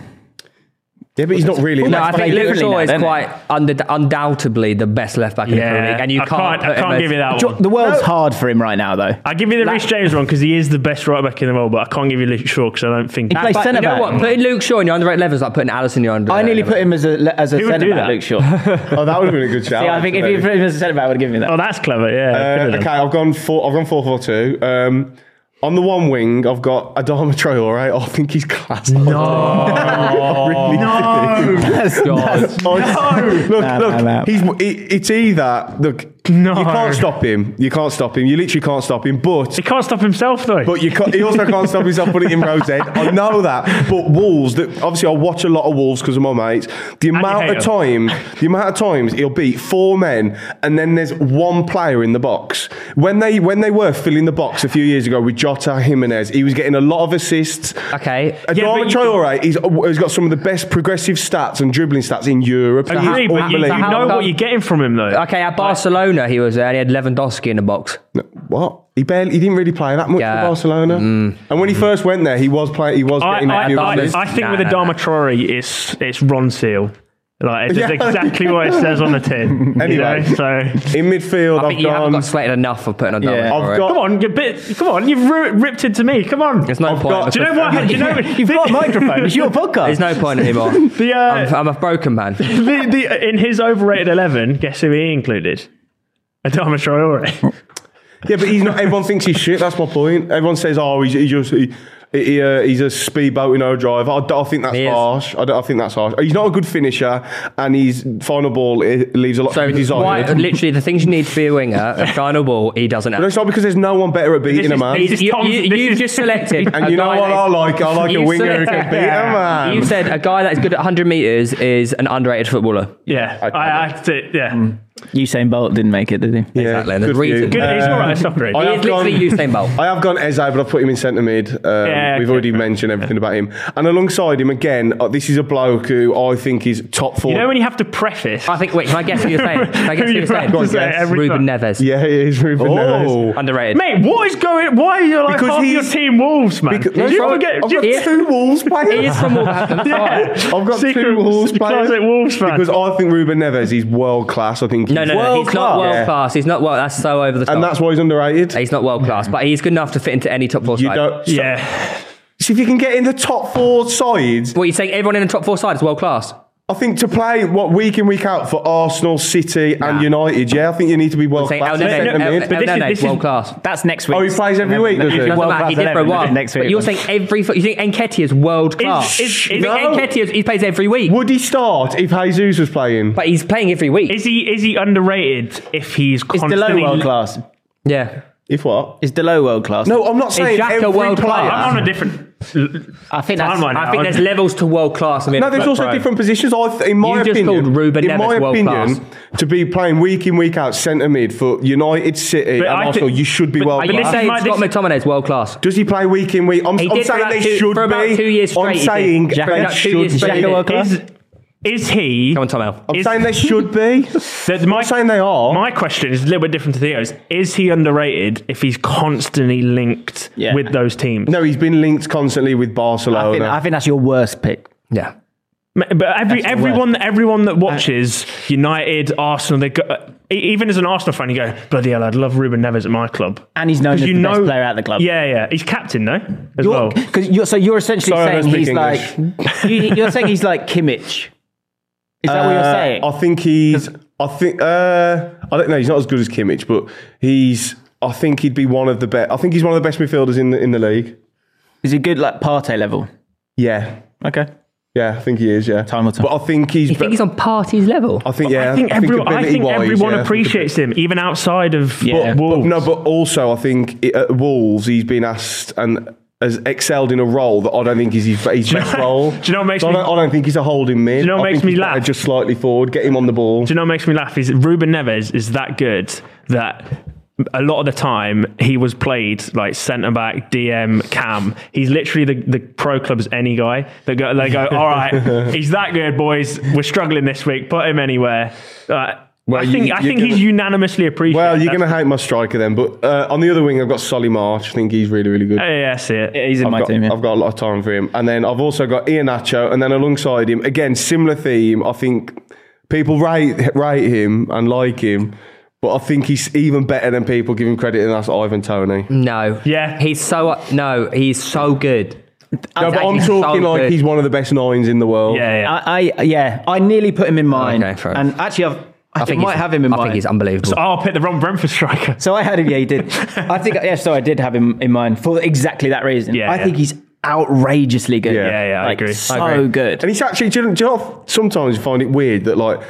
Speaker 4: Yeah, but he's not really.
Speaker 5: No,
Speaker 4: No,
Speaker 5: I think Luke
Speaker 3: differently
Speaker 5: Shaw
Speaker 3: now,
Speaker 5: is
Speaker 3: don't they?
Speaker 5: quite under, undoubtedly the best left back in the Premier
Speaker 2: Yeah,
Speaker 5: League, and you
Speaker 2: I
Speaker 5: can't.
Speaker 2: can't,
Speaker 5: put
Speaker 2: I
Speaker 5: him
Speaker 2: can't
Speaker 5: as-
Speaker 2: give you that
Speaker 3: Jo-
Speaker 2: one.
Speaker 3: The world's hard for him right now, though.
Speaker 2: I give you the Rich James one because he is the best right back in the world, but I can't give you Luke Shaw because I don't think.
Speaker 3: plays
Speaker 5: But
Speaker 3: centre
Speaker 5: you know
Speaker 3: back.
Speaker 5: what? Putting Luke Shaw in your underrated level is like putting Allison in your underrated.
Speaker 3: I nearly
Speaker 5: level.
Speaker 3: put him as a le- as a
Speaker 2: Uh, Who would
Speaker 3: centre
Speaker 2: do
Speaker 3: back.
Speaker 2: that?
Speaker 3: [LAUGHS] Luke Shaw. yeah,
Speaker 4: oh, that would have been a good shout.
Speaker 3: I think if you
Speaker 4: actually.
Speaker 3: put him as a centre back, I would give him
Speaker 2: [LAUGHS]
Speaker 3: that.
Speaker 2: Oh, that's clever. Yeah.
Speaker 4: Uh,
Speaker 2: Good of
Speaker 4: okay,
Speaker 2: them.
Speaker 4: I've gone four. I've gone four four two. Um, on the one wing, I've got Adama
Speaker 6: [LAUGHS] Oh,
Speaker 4: Traore. I think he's class.
Speaker 2: No. [LAUGHS]
Speaker 4: Really
Speaker 2: no.
Speaker 3: That's, that's-
Speaker 4: [LAUGHS] look,
Speaker 3: Nah,
Speaker 4: look.
Speaker 3: nah, nah.
Speaker 4: He's. It, it's either look.
Speaker 2: No.
Speaker 4: You can't stop him. You can't stop him. You literally can't stop him. But
Speaker 2: He can't stop himself though.
Speaker 4: But you can't, he also can't stop himself putting it in Rose Ed. I know that. But Wolves, that obviously I watch a lot of Wolves because of my mates. The amount
Speaker 2: hate
Speaker 4: of
Speaker 2: 'em.
Speaker 4: time, the amount of times he'll beat four men, and then there's one player in the box. When they when they were filling the box a few years ago with Jota Jimenez, he was getting a lot of assists.
Speaker 5: Okay.
Speaker 2: Yeah,
Speaker 4: Adama
Speaker 2: but you-
Speaker 4: Traore, he's, he's got some of the best progressive stats and dribbling stats in Europe. He is
Speaker 2: Agree, but you, you
Speaker 4: unbelievable.
Speaker 2: know
Speaker 5: come-
Speaker 2: what you're getting from him though.
Speaker 5: Okay, at Barcelona he was there, and he had Lewandowski in the box.
Speaker 4: No, what? He barely, he didn't really play that much
Speaker 5: Yeah. Mm.
Speaker 4: for Barcelona. And when he first went there, he was playing. He was
Speaker 2: I,
Speaker 4: getting. a
Speaker 2: I,
Speaker 4: few
Speaker 2: I,
Speaker 4: assists.
Speaker 2: I think
Speaker 5: Nah,
Speaker 2: with
Speaker 5: nah,
Speaker 2: Adama
Speaker 5: nah.
Speaker 2: Traore, it's it's Ron Seal. Like it's
Speaker 4: Yeah.
Speaker 2: exactly what it says on the tin. you know,
Speaker 4: Anyway.
Speaker 2: so
Speaker 4: In midfield,
Speaker 5: I
Speaker 4: I've
Speaker 5: think you haven't
Speaker 4: gone.
Speaker 5: got slated enough for putting on double.
Speaker 3: Yeah.
Speaker 4: I've
Speaker 5: for it.
Speaker 4: got-
Speaker 2: Come on, you bit. Come on, you've ru- ripped into me. Come on.
Speaker 5: There's no
Speaker 4: I've
Speaker 5: point.
Speaker 4: got-
Speaker 2: Do you know what? Do you know
Speaker 3: You've got a
Speaker 2: [LAUGHS]
Speaker 3: microphone. It's your
Speaker 5: [LAUGHS]
Speaker 3: podcast.
Speaker 5: There's no point anymore.
Speaker 2: the,
Speaker 5: I'm,
Speaker 2: uh,
Speaker 5: I'm a broken man.
Speaker 2: the, the in his overrated eleven? Guess who he included? Adama Traore.
Speaker 4: Yeah, but he's not. Everyone thinks he's shit. That's my point. Everyone says, "Oh, he's, he's just he, he, uh, he's a speedboat in no driver." I, don't- I think that's
Speaker 5: He is.
Speaker 4: harsh. I, don't, I think that's harsh. He's not a good finisher, and his final ball it leaves a lot
Speaker 5: So
Speaker 4: to be desired.
Speaker 5: why, literally, the things you need to be a winger, a final ball, he doesn't
Speaker 4: But
Speaker 5: have.
Speaker 4: it's not because there's no one better at beating
Speaker 2: This
Speaker 4: a
Speaker 2: is-
Speaker 4: man.
Speaker 2: he's-
Speaker 5: You,
Speaker 2: This Tom's-
Speaker 5: you-
Speaker 2: this
Speaker 5: you've
Speaker 2: is-
Speaker 5: just selected.
Speaker 4: [LAUGHS] And
Speaker 5: a
Speaker 4: you know
Speaker 5: guy
Speaker 4: what
Speaker 5: that-
Speaker 4: I like? I like a
Speaker 5: You've
Speaker 4: winger who can
Speaker 5: selected-
Speaker 4: beat a man.
Speaker 5: You said a guy that's good at 100 meters is an underrated footballer.
Speaker 2: yeah, I, I, have to- yeah.
Speaker 3: Usain Bolt didn't make it, did he?
Speaker 4: Yeah,
Speaker 5: Exactly, and
Speaker 4: good
Speaker 5: there's
Speaker 4: for you.
Speaker 5: reasons.
Speaker 2: Good, he's all right. It's not great.
Speaker 4: I
Speaker 5: He
Speaker 4: have
Speaker 5: is literally
Speaker 4: gone-
Speaker 5: Usain Bolt.
Speaker 4: I have gone Eze, but I've put him in centre mid. Um,
Speaker 2: Yeah,
Speaker 4: we've
Speaker 2: okay,
Speaker 4: already
Speaker 2: fair.
Speaker 4: mentioned everything about him. And alongside him, again, uh, this is a bloke who I think is top four.
Speaker 2: You know when you have to preface.
Speaker 5: I think. Wait, can I guess who you're saying? Can
Speaker 2: [LAUGHS]
Speaker 5: I guess
Speaker 2: Who
Speaker 5: who
Speaker 2: you
Speaker 5: you're saying?
Speaker 2: about to say every
Speaker 5: Ruben
Speaker 2: time?
Speaker 5: Neves.
Speaker 4: [LAUGHS] yeah, he is Ruben
Speaker 2: Oh.
Speaker 4: Neves.
Speaker 5: Underrated.
Speaker 2: Mate, what is going? Why are you like
Speaker 4: Because
Speaker 2: half your
Speaker 4: he's-
Speaker 2: team Wolves, man?
Speaker 4: Because-
Speaker 2: Do you
Speaker 4: I've got-
Speaker 2: forget?
Speaker 4: I've
Speaker 2: do you-
Speaker 4: got two Wolves
Speaker 5: He
Speaker 4: players.
Speaker 5: is from
Speaker 4: [LAUGHS]
Speaker 5: Wolverhampton. that's
Speaker 2: Yeah.
Speaker 5: right.
Speaker 4: I've got two
Speaker 2: Secret-
Speaker 4: Wolves players.
Speaker 2: closet Wolves fan.
Speaker 4: Because I think Ruben Neves is world class. I think
Speaker 5: No,
Speaker 4: he's
Speaker 5: no, no. He's not
Speaker 4: world-class.
Speaker 5: world
Speaker 4: Yeah.
Speaker 5: class. He's not world. That's so over the top.
Speaker 4: And that's why he's underrated.
Speaker 5: he's not world class, but he's good enough to fit into any top four
Speaker 4: You
Speaker 5: side.
Speaker 4: don't. so-
Speaker 2: yeah.
Speaker 4: See if you can get in the top four sides.
Speaker 5: What you saying? Everyone in the top four side is world class.
Speaker 6: I think to play what week in week out for Arsenal, City, and United, yeah, I think you need to be world
Speaker 5: Say
Speaker 6: class.
Speaker 5: El Nene, El,
Speaker 6: centre mid.
Speaker 2: but
Speaker 5: El
Speaker 2: this is-
Speaker 5: Nene,
Speaker 2: this is-
Speaker 5: world class.
Speaker 3: That's next week.
Speaker 6: Oh, he plays every week, does he?
Speaker 5: Doesn't
Speaker 3: World
Speaker 5: matter. He
Speaker 3: class
Speaker 5: did for a
Speaker 3: 11,
Speaker 5: while.
Speaker 3: Next week.
Speaker 5: But you're saying every. fo- You think Enketia is world class?
Speaker 2: is-
Speaker 5: you think
Speaker 2: no.
Speaker 5: Nketiah is- he plays every week,
Speaker 6: Would he start if Jesus was playing?
Speaker 5: but he's playing every week.
Speaker 2: Is he is he underrated if he's
Speaker 3: Is
Speaker 2: constantly?
Speaker 3: Delo world class?
Speaker 5: yeah.
Speaker 6: If what?
Speaker 3: Is Delo world class?
Speaker 6: No, I'm not saying
Speaker 5: Xhaka
Speaker 6: every
Speaker 5: world
Speaker 6: player.
Speaker 5: class?
Speaker 2: I'm on a different.
Speaker 5: I think that's.
Speaker 2: Timeline now.
Speaker 5: I think there's levels to world class. I mean,
Speaker 6: No, there's also different positions. I, th- in my
Speaker 5: You just
Speaker 6: opinion,
Speaker 5: called Ruben
Speaker 6: in
Speaker 5: Neves
Speaker 6: my
Speaker 5: world
Speaker 6: opinion,
Speaker 5: class.
Speaker 6: to be playing week in week out centre mid for United, City,
Speaker 2: But
Speaker 6: and
Speaker 2: I
Speaker 6: Arsenal,
Speaker 2: thi-
Speaker 6: you should be
Speaker 2: but-
Speaker 6: world
Speaker 2: but
Speaker 5: But you
Speaker 6: class.
Speaker 2: this
Speaker 5: say
Speaker 2: is my-
Speaker 5: Scott
Speaker 2: this-
Speaker 5: McTominay is world class.
Speaker 6: Does he play week in week? I'm,
Speaker 5: He
Speaker 6: I'm
Speaker 5: did for
Speaker 6: saying
Speaker 5: about
Speaker 6: they
Speaker 5: two-
Speaker 6: should
Speaker 5: for about
Speaker 6: be.
Speaker 5: two years straight,
Speaker 6: I'm
Speaker 5: he did.
Speaker 6: saying
Speaker 5: Jack-
Speaker 6: they
Speaker 5: about two
Speaker 6: should
Speaker 5: years straight,
Speaker 6: be.
Speaker 5: he did.
Speaker 2: Is, is he?
Speaker 5: Come on, Tom L.
Speaker 6: I'm
Speaker 2: Is-
Speaker 6: saying they should be.
Speaker 2: That my,
Speaker 6: I'm saying they are.
Speaker 2: My question is a little bit different to Theo's. Is he underrated if he's constantly linked
Speaker 3: Yeah.
Speaker 2: with those teams?
Speaker 6: no, he's been linked constantly
Speaker 3: I
Speaker 6: with
Speaker 3: think, I
Speaker 6: Barcelona.
Speaker 3: think that's your worst pick.
Speaker 5: Yeah.
Speaker 2: Ma- But every,
Speaker 3: That's the
Speaker 2: everyone, everyone that watches United, Arsenal, they go, e- even as an Arsenal fan, you go, bloody hell, I'd love Ruben Neves at my club.
Speaker 3: And he's known
Speaker 2: 'Cause
Speaker 3: as the best player at the club.
Speaker 2: Yeah, yeah. He's captain, though, as
Speaker 3: Um, You're,
Speaker 2: well.
Speaker 3: cause you're, so you're essentially
Speaker 6: Sorry, I don't
Speaker 3: saying he's
Speaker 6: speak
Speaker 3: like [LAUGHS] you, you're saying he's like Kimmich. Is that what you're
Speaker 6: Uh,
Speaker 3: saying?
Speaker 6: I think he's. I think. Uh, I don't know. He's not as good as Kimmich, but he's. I think he'd be one of the best. I think he's one of the best midfielders in the in the league.
Speaker 3: Is he good like Partey level?
Speaker 6: Yeah,
Speaker 3: Okay.
Speaker 6: yeah. I think he is. Yeah.
Speaker 3: Time will tell.
Speaker 6: But I think he's.
Speaker 5: You think he's on parties level?
Speaker 6: I think yeah.
Speaker 2: I think, everyone, I think
Speaker 6: ability-wise,
Speaker 2: everyone
Speaker 6: yeah, I think
Speaker 2: appreciates him, even outside of
Speaker 3: Yeah.
Speaker 2: Wolves.
Speaker 6: No, but also I think it, at Wolves he's been asked and has excelled in a role that I don't think
Speaker 2: [LAUGHS]
Speaker 6: is his, his best role.
Speaker 2: Do you know what makes
Speaker 6: So I,
Speaker 2: me-
Speaker 6: don't, I don't think he's a holding mid.
Speaker 2: you know what
Speaker 6: I
Speaker 2: makes
Speaker 6: think
Speaker 2: me
Speaker 6: he's better
Speaker 2: laugh?
Speaker 6: Just slightly forward, get him on the ball.
Speaker 2: Do you know what makes me laugh? Is Ruben Neves is that good that a lot of the time he was played like centre back, DM, cam. He's literally the, the pro club's any guy. They go, they go, all
Speaker 6: [LAUGHS]
Speaker 2: right, he's that good, boys. We're struggling this week. Put him anywhere. Uh, I
Speaker 6: Well, you-
Speaker 2: think I
Speaker 6: you're
Speaker 2: think he's
Speaker 6: gonna-
Speaker 2: unanimously appreciated.
Speaker 6: well, you're
Speaker 2: That's-
Speaker 6: going to hate my striker then, but uh, on the other wing I've got Solly March. I think he's really, really good.
Speaker 2: Yeah, yeah, I see it.
Speaker 3: He's in
Speaker 6: I've
Speaker 3: my
Speaker 6: got,
Speaker 3: team. Yeah.
Speaker 6: I've got a lot of time for him. And then I've also got Ianacho, and then alongside him, again, similar theme. I think people rate, rate him and like him, but I think he's even better than people give him credit, and that's Ivan Tony.
Speaker 5: No.
Speaker 2: Yeah.
Speaker 5: He's so no. He's so good.
Speaker 6: No, but I'm talking like he's one of the best nines in the world.
Speaker 2: Yeah, yeah.
Speaker 3: I, I yeah, I nearly put him in mine.
Speaker 5: Okay, fair
Speaker 3: and actually, I've, I,
Speaker 5: I think
Speaker 3: think might
Speaker 5: he's-
Speaker 3: have him in
Speaker 5: I
Speaker 3: mine.
Speaker 5: think he's unbelievable.
Speaker 2: So- oh, I picked the wrong Brentford striker.
Speaker 3: So I had him. Yeah, he [LAUGHS] did. I think. Yeah, so I did have him in mind for exactly that reason.
Speaker 2: Yeah,
Speaker 3: I
Speaker 2: yeah.
Speaker 3: think he's outrageously good.
Speaker 6: Yeah. Yeah,
Speaker 2: yeah, I
Speaker 3: Like,
Speaker 2: agree. I
Speaker 3: So
Speaker 5: agree.
Speaker 3: good.
Speaker 6: And it's actually, do you, know- do you know, sometimes you find it weird that like,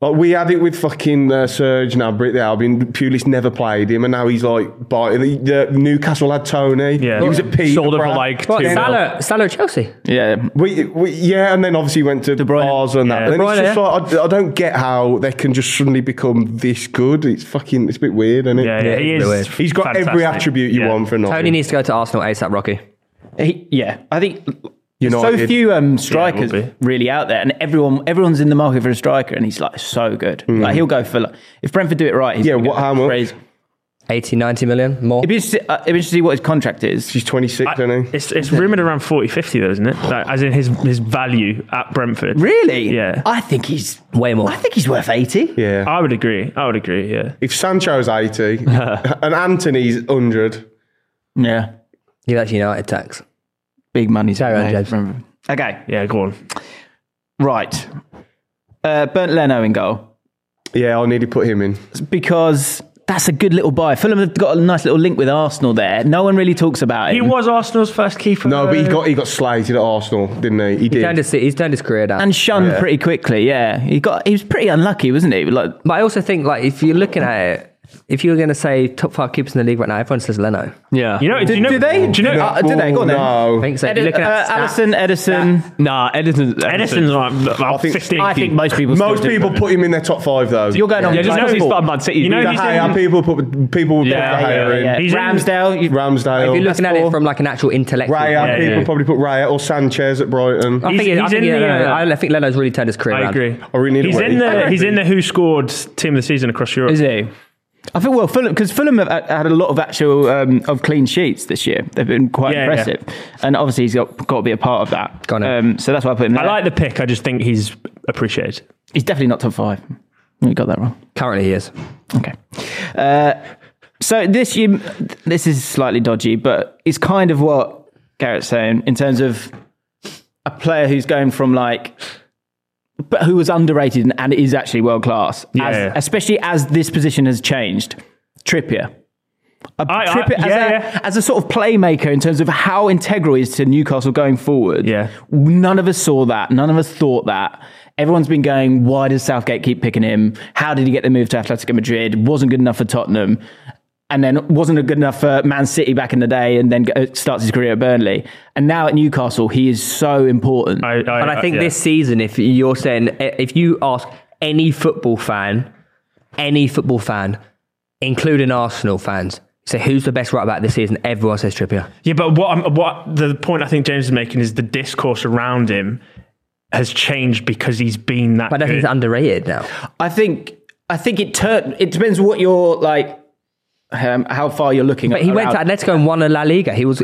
Speaker 6: like we had it with fucking uh, Serge Gnabry at the Albion. Pulis never played him, and now he's like biting. The, the Newcastle had Tony.
Speaker 2: Yeah.
Speaker 6: he was at Peterborough.
Speaker 4: Sold him for like
Speaker 5: What,
Speaker 4: two mil.
Speaker 5: Salah, Salah at Chelsea.
Speaker 3: Yeah,
Speaker 6: We, we, yeah, and then obviously went to
Speaker 3: Bruyne.
Speaker 6: bars and that.
Speaker 2: Yeah.
Speaker 6: And then
Speaker 5: Bruyne,
Speaker 6: it's just
Speaker 5: yeah.
Speaker 6: like, I, I don't get how they can just suddenly become this good. It's fucking, it's a bit weird, isn't it?
Speaker 2: Yeah, yeah, he
Speaker 5: it's
Speaker 2: is.
Speaker 5: weird.
Speaker 6: He's got every
Speaker 2: fantastic.
Speaker 6: attribute you
Speaker 2: Yeah.
Speaker 6: want for
Speaker 5: Tony
Speaker 6: nothing.
Speaker 5: needs to go to Arsenal ASAP. Rocky.
Speaker 3: He, yeah, I think
Speaker 6: You
Speaker 3: you
Speaker 6: know
Speaker 3: know
Speaker 6: what,
Speaker 3: so
Speaker 6: it-
Speaker 3: few um,
Speaker 2: it will
Speaker 3: strikers
Speaker 2: be.
Speaker 3: really out there, and everyone everyone's in the market for a striker, and he's like so good. Like he'll go for like, if Brentford do it right. He's
Speaker 6: Hmm. Yeah,
Speaker 3: gonna
Speaker 6: what-
Speaker 3: go
Speaker 6: how much?
Speaker 3: crazy.
Speaker 5: 80, 90 million more.
Speaker 3: It'd be, interesting, uh, it'd be interesting to see what his contract is.
Speaker 6: He's 26,
Speaker 2: I-
Speaker 6: isn't he?
Speaker 2: it's it's rumoured around 40, 50 though, isn't it? Like, as in his his value at Brentford.
Speaker 3: Really?
Speaker 2: Yeah.
Speaker 3: I think he's.
Speaker 5: Way more.
Speaker 3: I think he's worth eighty.
Speaker 6: Yeah.
Speaker 2: I would agree. I would agree. Yeah.
Speaker 6: If Sancho's 80 and Anthony's 100,
Speaker 3: Yeah,
Speaker 5: You actually United tax.
Speaker 3: big money.
Speaker 5: Tyrone
Speaker 3: Hey,
Speaker 5: James.
Speaker 3: remember. Okay,
Speaker 2: Yeah, go on.
Speaker 3: right. Uh, Burnt Leno in goal.
Speaker 6: yeah, I'll need to put him in.
Speaker 3: because that's a good little buy. Fulham have got a nice little link with Arsenal there. No one really talks about it.
Speaker 2: He was Arsenal's first keeper.
Speaker 6: No, but he got he got slated at Arsenal, didn't he? He
Speaker 5: Turned
Speaker 6: did.
Speaker 5: his, he's turned his career down.
Speaker 3: and shunned
Speaker 6: Yeah.
Speaker 3: pretty quickly. Yeah, he got he was pretty unlucky, wasn't he? Like
Speaker 5: but I also think like if you're looking at it, if you were going to say top five keepers in the league right now, everyone says Leno.
Speaker 4: Yeah.
Speaker 2: You know, do,
Speaker 3: Did-
Speaker 2: you know,
Speaker 3: did they?
Speaker 2: Do you know?
Speaker 3: No. Uh, did they? Go on then.
Speaker 6: no.
Speaker 5: I think so. If you're
Speaker 3: Edi-
Speaker 5: looking
Speaker 3: uh,
Speaker 5: at stats-
Speaker 3: Allison, Edison.
Speaker 4: Nah, Edison.
Speaker 2: Edison's like about
Speaker 6: think-
Speaker 2: 15.
Speaker 3: I think most people. still
Speaker 6: Most
Speaker 3: do.
Speaker 6: people put him in their top five, though.
Speaker 3: You're going on.
Speaker 4: Yeah, just
Speaker 3: like,
Speaker 4: because he's
Speaker 3: football.
Speaker 4: from Man City.
Speaker 2: You know
Speaker 6: the
Speaker 2: he's
Speaker 6: higher
Speaker 2: in-
Speaker 6: people put people would
Speaker 4: Yeah,
Speaker 6: put the
Speaker 4: yeah,
Speaker 6: higher in.
Speaker 3: yeah.
Speaker 2: He's in-
Speaker 3: Ramsdale. you-
Speaker 6: Ramsdale.
Speaker 5: if you're looking at it
Speaker 3: four.
Speaker 5: from like an actual intellectual.
Speaker 6: Raya,
Speaker 2: Yeah,
Speaker 6: people
Speaker 2: yeah.
Speaker 6: probably put Raya or Sanchez at Brighton.
Speaker 5: I
Speaker 2: He's-
Speaker 5: think, it- I,
Speaker 2: he's
Speaker 5: think
Speaker 2: in
Speaker 5: yeah,
Speaker 2: the,
Speaker 5: no, no,
Speaker 2: uh,
Speaker 5: I think Leno's really turned his career
Speaker 2: I
Speaker 5: around.
Speaker 2: agree.
Speaker 6: I really need
Speaker 2: he's
Speaker 6: a
Speaker 2: in
Speaker 6: wait. [LAUGHS]
Speaker 2: the he's in the who scored team of the season across Europe.
Speaker 3: Is he? I think well, Fulham because Fulham have had had a lot of actual um, of clean sheets this year. They've been quite
Speaker 2: Yeah, yeah.
Speaker 3: impressive, and obviously he's got, got to be a part of that.
Speaker 5: Got it.
Speaker 3: Um, so that's why I put him. There.
Speaker 2: I like the pick. I just think he's appreciated.
Speaker 3: He's definitely not top five. You got that wrong.
Speaker 5: Currently, he is.
Speaker 3: Okay. Uh, so this you, this is slightly dodgy, but it's kind of what Garrett's saying in terms of a player who's going from like but who was underrated and, and is actually world class.
Speaker 2: Yeah.
Speaker 3: As, especially as this position has changed. Trippier. A,
Speaker 2: I- I-
Speaker 3: Trippier as,
Speaker 2: yeah,
Speaker 3: a,
Speaker 2: yeah.
Speaker 3: as a sort of playmaker in terms of how integral he is to Newcastle going forward.
Speaker 2: Yeah.
Speaker 3: None of us saw that. None of us thought that. Everyone's been going, why does Southgate keep picking him? How did he get the move to Atletico Madrid? Wasn't good enough for Tottenham. And then wasn't good enough for Man City back in the day and then go- starts his career at Burnley. And now at Newcastle, he is so important.
Speaker 2: I, I,
Speaker 5: And I think
Speaker 2: yeah.
Speaker 5: this season, if you're saying, eh, if you ask any football fan, any football fan, including Arsenal fans, say who's the best right back this season, everyone says Trippier.
Speaker 2: Yeah, but what I'm, what the point I think James is making is the discourse around him has changed because he's been that.
Speaker 5: But I don't think
Speaker 2: good.
Speaker 5: he's underrated now.
Speaker 3: I think I think it turned. It depends what you're like, um, how far you're looking.
Speaker 5: But he went to Atletico and won a La Liga. He was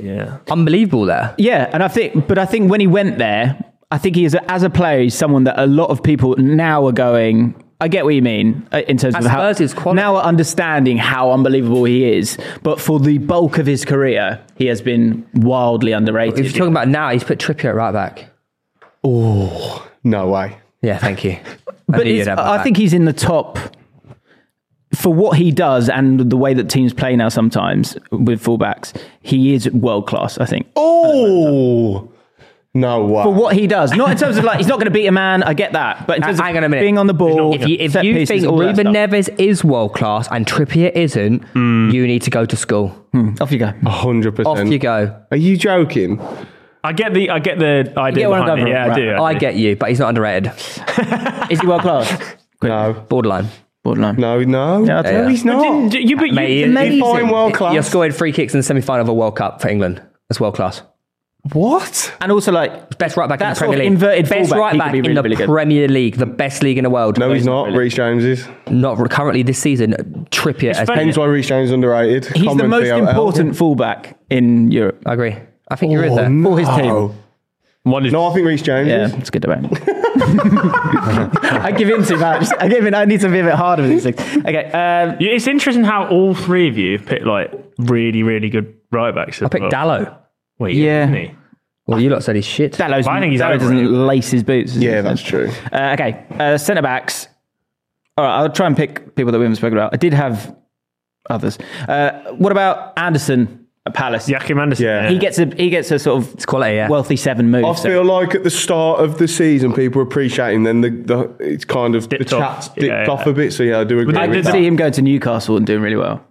Speaker 5: unbelievable there.
Speaker 3: yeah, and I think, but I think when he went there, I think he is a, as a player, he's someone that a lot of people now are going. I get what you mean uh, in terms
Speaker 5: At
Speaker 3: of how
Speaker 5: Spurs, it's quality.
Speaker 3: now are understanding how unbelievable he is. But for the bulk of his career, he has been
Speaker 5: If
Speaker 3: wildly
Speaker 5: you're
Speaker 3: underrated.
Speaker 5: talking about now, he's put Trippier at right back.
Speaker 4: No way.
Speaker 5: Yeah, thank you.
Speaker 3: [LAUGHS] But
Speaker 5: knew
Speaker 3: it's-
Speaker 5: you'd have
Speaker 3: I
Speaker 5: that.
Speaker 3: think he's in the top for what he does and the way that teams play now. Sometimes with fullbacks, he is world class. I think.
Speaker 4: Oh, no way.
Speaker 3: for what he does. Not in terms of like he's not going to beat a man. I get that, but in
Speaker 5: Now,
Speaker 3: terms
Speaker 5: hang
Speaker 3: of
Speaker 5: on a minute.
Speaker 3: being on the ball,
Speaker 5: [LAUGHS] If you, if
Speaker 3: set
Speaker 5: you
Speaker 3: pieces,
Speaker 5: think
Speaker 3: all that
Speaker 5: Ruben
Speaker 3: stuff. Mm.
Speaker 5: Neves is world class and Trippier isn't, you need to go to school.
Speaker 3: off you go.
Speaker 4: Hundred percent.
Speaker 5: Off you go.
Speaker 4: Are you joking?
Speaker 2: I get the I get the idea.
Speaker 3: get what I'm
Speaker 2: behind it.
Speaker 3: going
Speaker 2: Yeah,
Speaker 3: for,
Speaker 2: I do.
Speaker 3: right.
Speaker 2: I,
Speaker 5: I
Speaker 2: do.
Speaker 5: get you, but he's not underrated.
Speaker 3: Is he world class?
Speaker 4: No,
Speaker 5: Borderline.
Speaker 3: [LAUGHS] Borderline.
Speaker 4: no, no.
Speaker 3: Yeah,
Speaker 4: no,
Speaker 3: I think-
Speaker 4: he's not.
Speaker 2: Do You, but
Speaker 5: Mate,
Speaker 2: you,
Speaker 5: he-
Speaker 4: He's fine world class.
Speaker 5: You're scoring free kicks in the semi final of a World Cup for England. That's world class.
Speaker 4: What?
Speaker 3: And also like
Speaker 5: Best right back
Speaker 3: That
Speaker 5: in the
Speaker 3: sort of
Speaker 5: Premier League.
Speaker 3: inverted
Speaker 5: best
Speaker 3: fullback,
Speaker 5: right
Speaker 3: he
Speaker 5: back
Speaker 3: could be
Speaker 5: in
Speaker 3: really,
Speaker 5: the
Speaker 3: really good.
Speaker 5: Premier League, the best league in the world.
Speaker 4: No, he's not. Reece James is.
Speaker 5: Not currently this season. Trippier. Has
Speaker 2: funny-
Speaker 5: been,
Speaker 4: Hence
Speaker 6: Oh,
Speaker 4: why Reece James is underrated.
Speaker 3: he's the most important fullback in Europe.
Speaker 5: I agree. I think you're in
Speaker 4: Oh,
Speaker 5: there.
Speaker 4: no.
Speaker 3: For his team.
Speaker 2: one is,
Speaker 4: No, I think Reece James
Speaker 3: Yeah,
Speaker 4: is.
Speaker 3: it's a good debate. [LAUGHS] I give in too much. I give in. I need to be a bit harder with these things. Okay. Um,
Speaker 2: Yeah, it's interesting how all three of you have picked like really, really good right backs.
Speaker 5: I picked Dallo.
Speaker 2: Wait,
Speaker 3: Yeah.
Speaker 2: isn't he?
Speaker 5: Well, you lot said he's shit.
Speaker 3: Dallow's,
Speaker 2: I think he's
Speaker 3: Dallow
Speaker 2: overrated.
Speaker 3: doesn't lace his boots.
Speaker 4: Yeah, that's true.
Speaker 3: Uh, okay, uh, centre backs. All right, I'll try and pick people that we haven't spoken about. I did have others. Uh, what about Anderson at Palace?
Speaker 2: Joachim Anderson.
Speaker 4: Yeah.
Speaker 3: he gets a he gets a uh, sort of
Speaker 5: quality, yeah.
Speaker 3: wealthy seven move.
Speaker 4: I
Speaker 3: so-
Speaker 4: feel like at the start of the season, people were appreciating. Then the, the it's kind of
Speaker 2: Dipped
Speaker 4: the
Speaker 2: off.
Speaker 4: chat's dipped
Speaker 2: Yeah, yeah.
Speaker 4: off a bit. So yeah, I do agree.
Speaker 2: they-
Speaker 3: I
Speaker 4: with
Speaker 3: could
Speaker 4: that.
Speaker 3: see him going to Newcastle and doing really well.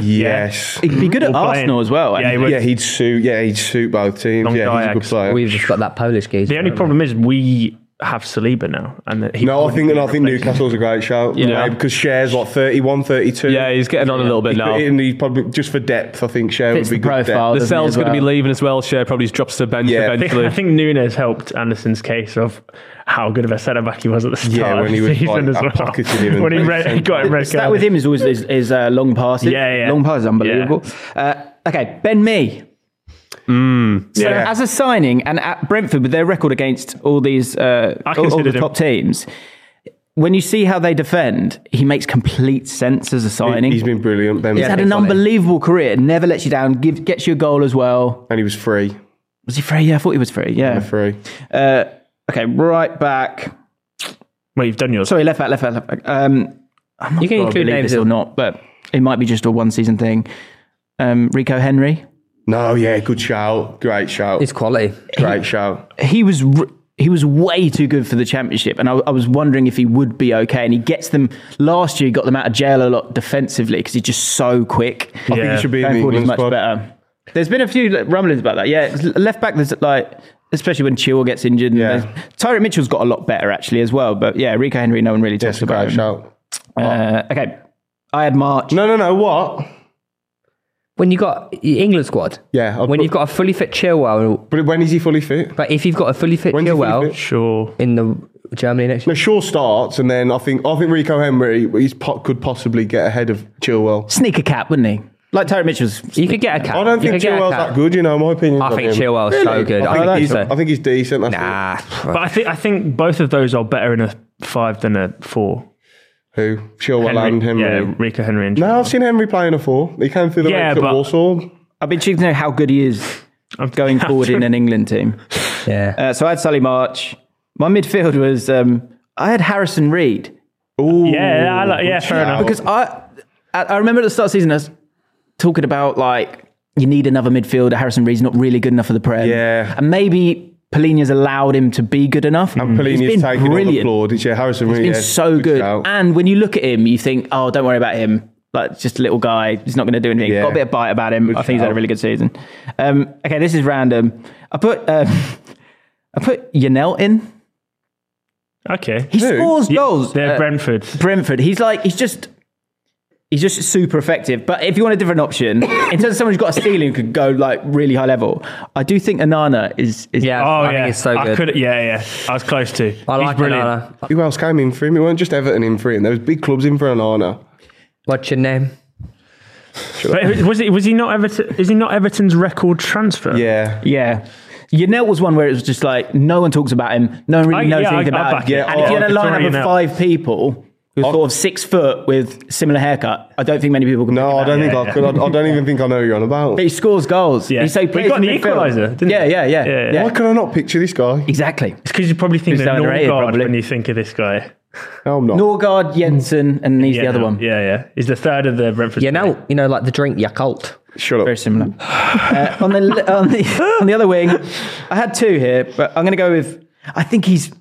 Speaker 4: Yes.
Speaker 3: He'd be good at
Speaker 2: Or playing-
Speaker 3: Arsenal as well.
Speaker 2: Yeah, he
Speaker 3: actually.
Speaker 2: would.
Speaker 4: Yeah, he'd suit. Yeah, he'd suit both teams.
Speaker 2: Long
Speaker 4: Yeah, he's a good
Speaker 2: Dyax.
Speaker 4: player.
Speaker 5: We've just got that Polish geezer.
Speaker 2: The only problem is we have Saliba now, and that he
Speaker 4: No, I
Speaker 2: wouldn't
Speaker 4: think
Speaker 2: be
Speaker 4: and I think
Speaker 2: replaced.
Speaker 4: Newcastle's a great shout. Yeah, because shares what 31, 32.
Speaker 6: Yeah, he's getting on a little bit
Speaker 4: He-
Speaker 6: now.
Speaker 4: and he probably just for depth. I think share
Speaker 3: Fits
Speaker 4: would be
Speaker 3: the
Speaker 4: good. depth.
Speaker 3: profile.
Speaker 6: The
Speaker 3: doesn't he,
Speaker 6: cell's
Speaker 3: as
Speaker 6: going to be
Speaker 3: well?
Speaker 6: leaving as well. Share probably just drops to bench
Speaker 4: Yeah.
Speaker 2: I think,
Speaker 6: eventually.
Speaker 2: I think Nunes helped Anderson's case of how good of a centre back he was at the start
Speaker 4: Yeah,
Speaker 2: of
Speaker 4: when
Speaker 2: the
Speaker 4: he was,
Speaker 2: season
Speaker 4: like,
Speaker 2: as well.
Speaker 4: pocketing him and
Speaker 2: when he,
Speaker 4: playing
Speaker 2: re- he
Speaker 4: centre
Speaker 2: got him red
Speaker 3: It's that with
Speaker 2: card.
Speaker 3: him is always is, is uh, long passes.
Speaker 2: Yeah, yeah.
Speaker 3: long passes, unbelievable. Uh, okay, Ben Mee. So
Speaker 4: Yeah.
Speaker 3: as a signing, and at Brentford with their record against all these uh,
Speaker 2: I
Speaker 3: all, all the
Speaker 2: considered him.
Speaker 3: top teams, when you see how they defend, he makes complete sense as a signing.
Speaker 4: He's been brilliant. Ben,
Speaker 3: He's had
Speaker 5: been
Speaker 3: an
Speaker 5: solid.
Speaker 3: unbelievable career. Never lets you down. Give, gets you a goal as well.
Speaker 4: and he was free.
Speaker 3: Was he free? Yeah, I thought he was free. Yeah.
Speaker 4: Free.
Speaker 3: Uh, okay, right back.
Speaker 2: Well, you've done yours.
Speaker 3: Sorry, left back, left back, left back. Um,
Speaker 5: you can
Speaker 3: well, I
Speaker 5: include
Speaker 3: believe
Speaker 5: names.
Speaker 3: this or not, but it might be just a one season thing. Um, Rico Henry.
Speaker 4: No, Oh, yeah, good shout. Great shout.
Speaker 5: It's quality.
Speaker 4: Great shout.
Speaker 3: he was r- he was way too good for the championship, and I, I was wondering if he would be okay. And he gets them last year. He got them out of jail a lot defensively because he's just so quick.
Speaker 4: I think he should be in the
Speaker 3: Going forward, he's
Speaker 4: England
Speaker 3: much
Speaker 4: squad.
Speaker 3: better. There's been a few like, rumblings about that. Yeah, it's l- left back. There's like, especially when Chilwell gets injured. and
Speaker 4: Yeah.
Speaker 3: there's- Tyrant Mitchell's got a lot better actually as well. But yeah, Rico Henry, no one really talks
Speaker 4: Yes, a
Speaker 3: about
Speaker 4: great
Speaker 3: him.
Speaker 4: shout.
Speaker 3: Uh, okay, I had March.
Speaker 4: No, no, no. What?
Speaker 5: When you got your England squad,
Speaker 4: Yeah, I'll
Speaker 5: when
Speaker 4: put-
Speaker 5: you've got a fully fit Chilwell,
Speaker 4: But when is he fully fit?
Speaker 5: but if you've got a fully fit
Speaker 4: When's he fully
Speaker 5: Chilwell
Speaker 4: fit?
Speaker 2: Sure.
Speaker 5: in the Germany next
Speaker 4: No,
Speaker 5: year,
Speaker 4: Shaw starts, and then I think I think Rico Henry he's po- could possibly get ahead of Chilwell.
Speaker 3: Sneaker cap, wouldn't he? Like Tyrant Mitchell's.
Speaker 5: you could get a cap.
Speaker 4: I don't
Speaker 5: You
Speaker 4: think
Speaker 5: could get a
Speaker 4: Chilwell's
Speaker 5: cap.
Speaker 4: that good. You know my opinion.
Speaker 5: I
Speaker 4: on
Speaker 5: think
Speaker 4: him.
Speaker 5: Chilwell's so good.
Speaker 4: I
Speaker 5: I
Speaker 4: think,
Speaker 5: don't
Speaker 4: he's,
Speaker 5: think Ah, so.
Speaker 4: I think he's decent. That's
Speaker 5: Nah,
Speaker 2: But I think I think both of those are better in a five than a four.
Speaker 4: it. Who Chilwell and Henry?
Speaker 2: Yeah, Rico Henry. And
Speaker 4: No, I've seen Henry playing a four. He came through the
Speaker 2: Yeah,
Speaker 4: ranks at
Speaker 2: but-
Speaker 4: Warsaw.
Speaker 3: I've been curious to know how good he is
Speaker 2: I'm
Speaker 4: [LAUGHS]
Speaker 3: going forward in an England team.
Speaker 5: yeah.
Speaker 3: Uh, so I had Sully March. My midfield was um, I had Harrison Reed
Speaker 2: [LAUGHS] Yeah, I like, yeah,
Speaker 4: good
Speaker 2: fair enough.
Speaker 4: shout.
Speaker 3: because I, I I remember at the start of the season I was talking about like you need another midfielder. Harrison Reed's not really good enough for the Prem.
Speaker 4: Yeah.
Speaker 3: and maybe Polina's allowed him to be good enough. And
Speaker 4: Pelini's taking all the plaudits. Yeah, Harrison Reed.
Speaker 3: He's
Speaker 4: yeah,
Speaker 3: been so good.
Speaker 4: shout.
Speaker 3: And when you look at him, you think, oh, don't worry about him. Like, just a little guy. He's not going to do anything.
Speaker 4: Yeah.
Speaker 3: Got a bit of bite about him. I think he's had a
Speaker 4: shout.
Speaker 3: really good season. Um, okay, this is random. I put um, [LAUGHS] I put Yanel in.
Speaker 2: Okay.
Speaker 3: He scores goals.
Speaker 2: They're
Speaker 3: Uh,
Speaker 2: Brentford.
Speaker 3: Brentford. He's like he's just he's just super effective. But if you want a different option, in terms of someone who's got a ceiling who could go like really high level, I do think Anana is, is
Speaker 5: Yeah,
Speaker 2: Oh
Speaker 5: I
Speaker 2: yeah,
Speaker 5: think it's so
Speaker 2: I
Speaker 5: good.
Speaker 2: could. Yeah, yeah. I was close to.
Speaker 5: I
Speaker 2: He's
Speaker 5: like
Speaker 2: brilliant.
Speaker 5: banana.
Speaker 4: Who else came in for him? It weren't just Everton in for him. There was big clubs in for Anana.
Speaker 5: What's your name?
Speaker 2: But was it? Was he not Everton? Is he not Everton's record transfer?
Speaker 4: Yeah.
Speaker 3: Yeah. Yanel was one where it was just like no one talks about him, no one really
Speaker 2: I-
Speaker 3: knows
Speaker 2: yeah, I-
Speaker 3: anything
Speaker 2: I
Speaker 3: about
Speaker 2: back
Speaker 3: him.
Speaker 2: it.
Speaker 3: and if
Speaker 2: Yeah,
Speaker 3: you had a
Speaker 2: I- I
Speaker 3: lineup
Speaker 2: agree
Speaker 3: of
Speaker 2: now.
Speaker 3: five people who
Speaker 4: Oh.
Speaker 3: are sort of six foot with similar haircut, I don't think many people can. pick
Speaker 4: No,
Speaker 3: him
Speaker 4: I
Speaker 3: out.
Speaker 4: don't think
Speaker 2: yeah,
Speaker 4: I
Speaker 2: yeah.
Speaker 4: could. I, I don't even think I know who you're on about.
Speaker 3: But he scores goals.
Speaker 2: Yeah.
Speaker 3: He's so
Speaker 2: But he
Speaker 3: plays
Speaker 2: got
Speaker 3: in
Speaker 2: the
Speaker 3: midfield.
Speaker 2: equaliser, didn't he?
Speaker 3: yeah, yeah, yeah,
Speaker 2: Yeah, yeah.
Speaker 4: Why can I not picture this guy?
Speaker 3: Exactly.
Speaker 2: Because you probably think
Speaker 3: He's
Speaker 2: of
Speaker 3: underrated,
Speaker 2: Norgard
Speaker 3: probably.
Speaker 2: when you think of this guy.
Speaker 4: No, I'm not.
Speaker 3: Norgard, Jensen, and he's
Speaker 2: yeah,
Speaker 3: the other one.
Speaker 2: Yeah, yeah. He's the third of the Brentford.
Speaker 5: You know, you know, like the drink Yakult.
Speaker 4: Shut up.
Speaker 3: Very similar. [SIGHS] Uh, on the on the [LAUGHS] on the other wing, I had two here, but I'm going to go with. I think he's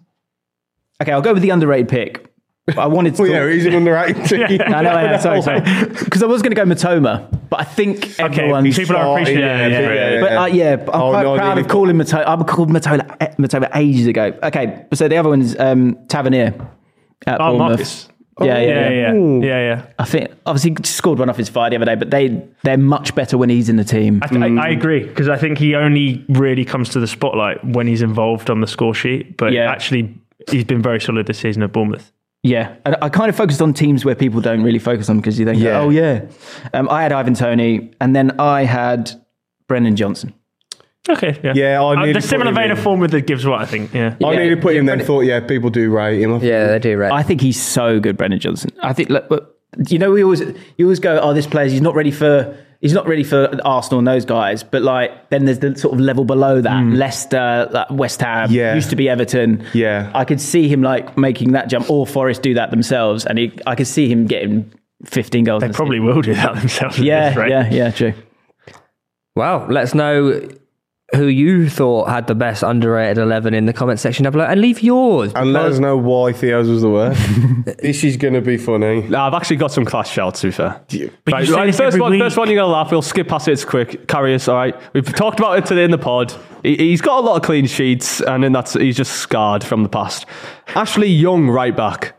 Speaker 3: okay. I'll go with the underrated pick. But I wanted
Speaker 4: [LAUGHS]
Speaker 3: to.
Speaker 4: Oh,
Speaker 3: talk-
Speaker 4: yeah, he's an under 18.
Speaker 3: I know, I am. Sorry, sorry.
Speaker 4: [LAUGHS]
Speaker 3: Because I was going to go Matoma, but I think everyone.
Speaker 2: people are appreciating it, yeah, yeah,
Speaker 3: But uh, yeah, but I'm
Speaker 4: Oh,
Speaker 3: quite
Speaker 4: no, I
Speaker 3: proud
Speaker 4: nearly
Speaker 3: of calling Matoma. I've called Matoma, eh, Matoma ages ago. Okay, so the other one's um, Tavernier at
Speaker 2: Oh,
Speaker 3: Bournemouth.
Speaker 2: Marcus.
Speaker 3: Yeah, yeah,
Speaker 2: Yeah,
Speaker 3: yeah,
Speaker 2: yeah, yeah, yeah.
Speaker 3: I think obviously he scored one off his fire the other day, but they they're much better when he's in the team.
Speaker 2: I, I, I agree because I think he only really comes to the spotlight when he's involved on the score sheet. But
Speaker 3: Yeah.
Speaker 2: actually, he's been very solid this season at Bournemouth.
Speaker 3: Yeah, and I kind of focused on teams where people don't really focus on because you think,
Speaker 4: Yeah.
Speaker 3: oh yeah. Um, I had Ivan Tony, and then I had Brennan Johnson.
Speaker 2: Okay, yeah,
Speaker 4: Yeah, I
Speaker 2: Uh,
Speaker 4: nearly
Speaker 2: the
Speaker 4: put
Speaker 2: similar
Speaker 4: him
Speaker 2: vein
Speaker 4: in.
Speaker 2: of form with the Gibbs White, I think. Yeah,
Speaker 4: I
Speaker 3: Yeah.
Speaker 4: nearly put him then thought, yeah, people do rate him.
Speaker 5: Yeah, they do, right?
Speaker 3: I think he's so good, Brennan Johnson. I think, look, look, you know, we always you always go, oh, this player, he's not ready for. He's not ready for Arsenal and those guys, but like then there's the sort of level below that. Leicester, like West Ham,
Speaker 4: Mm. Yeah.
Speaker 3: used to be Everton.
Speaker 4: Yeah.
Speaker 3: I could see him like making that jump, or Forest do that themselves, and he, I could see him getting 15 goals.
Speaker 2: they
Speaker 3: in the
Speaker 2: probably will do that themselves. at
Speaker 3: season.
Speaker 2: this
Speaker 3: yeah,
Speaker 2: rate.
Speaker 3: yeah, yeah, true.
Speaker 5: Well, let us know who you thought had the best underrated 11 in the comment section down below and leave yours.
Speaker 4: And let us know why Theo's was the worst. this is going to be funny.
Speaker 6: Nah, I've actually got some class shouts, to be fair.
Speaker 2: But
Speaker 6: Right,
Speaker 2: you say
Speaker 6: right,
Speaker 2: this
Speaker 6: first,
Speaker 2: every
Speaker 6: one,
Speaker 2: week.
Speaker 6: first one, you're going to laugh. We'll skip past it. It's quick. Carrius, all right. We've talked about it today in the pod. He, he's got a lot of clean sheets, and then that's he's just scarred from the past. Ashley Young, right back.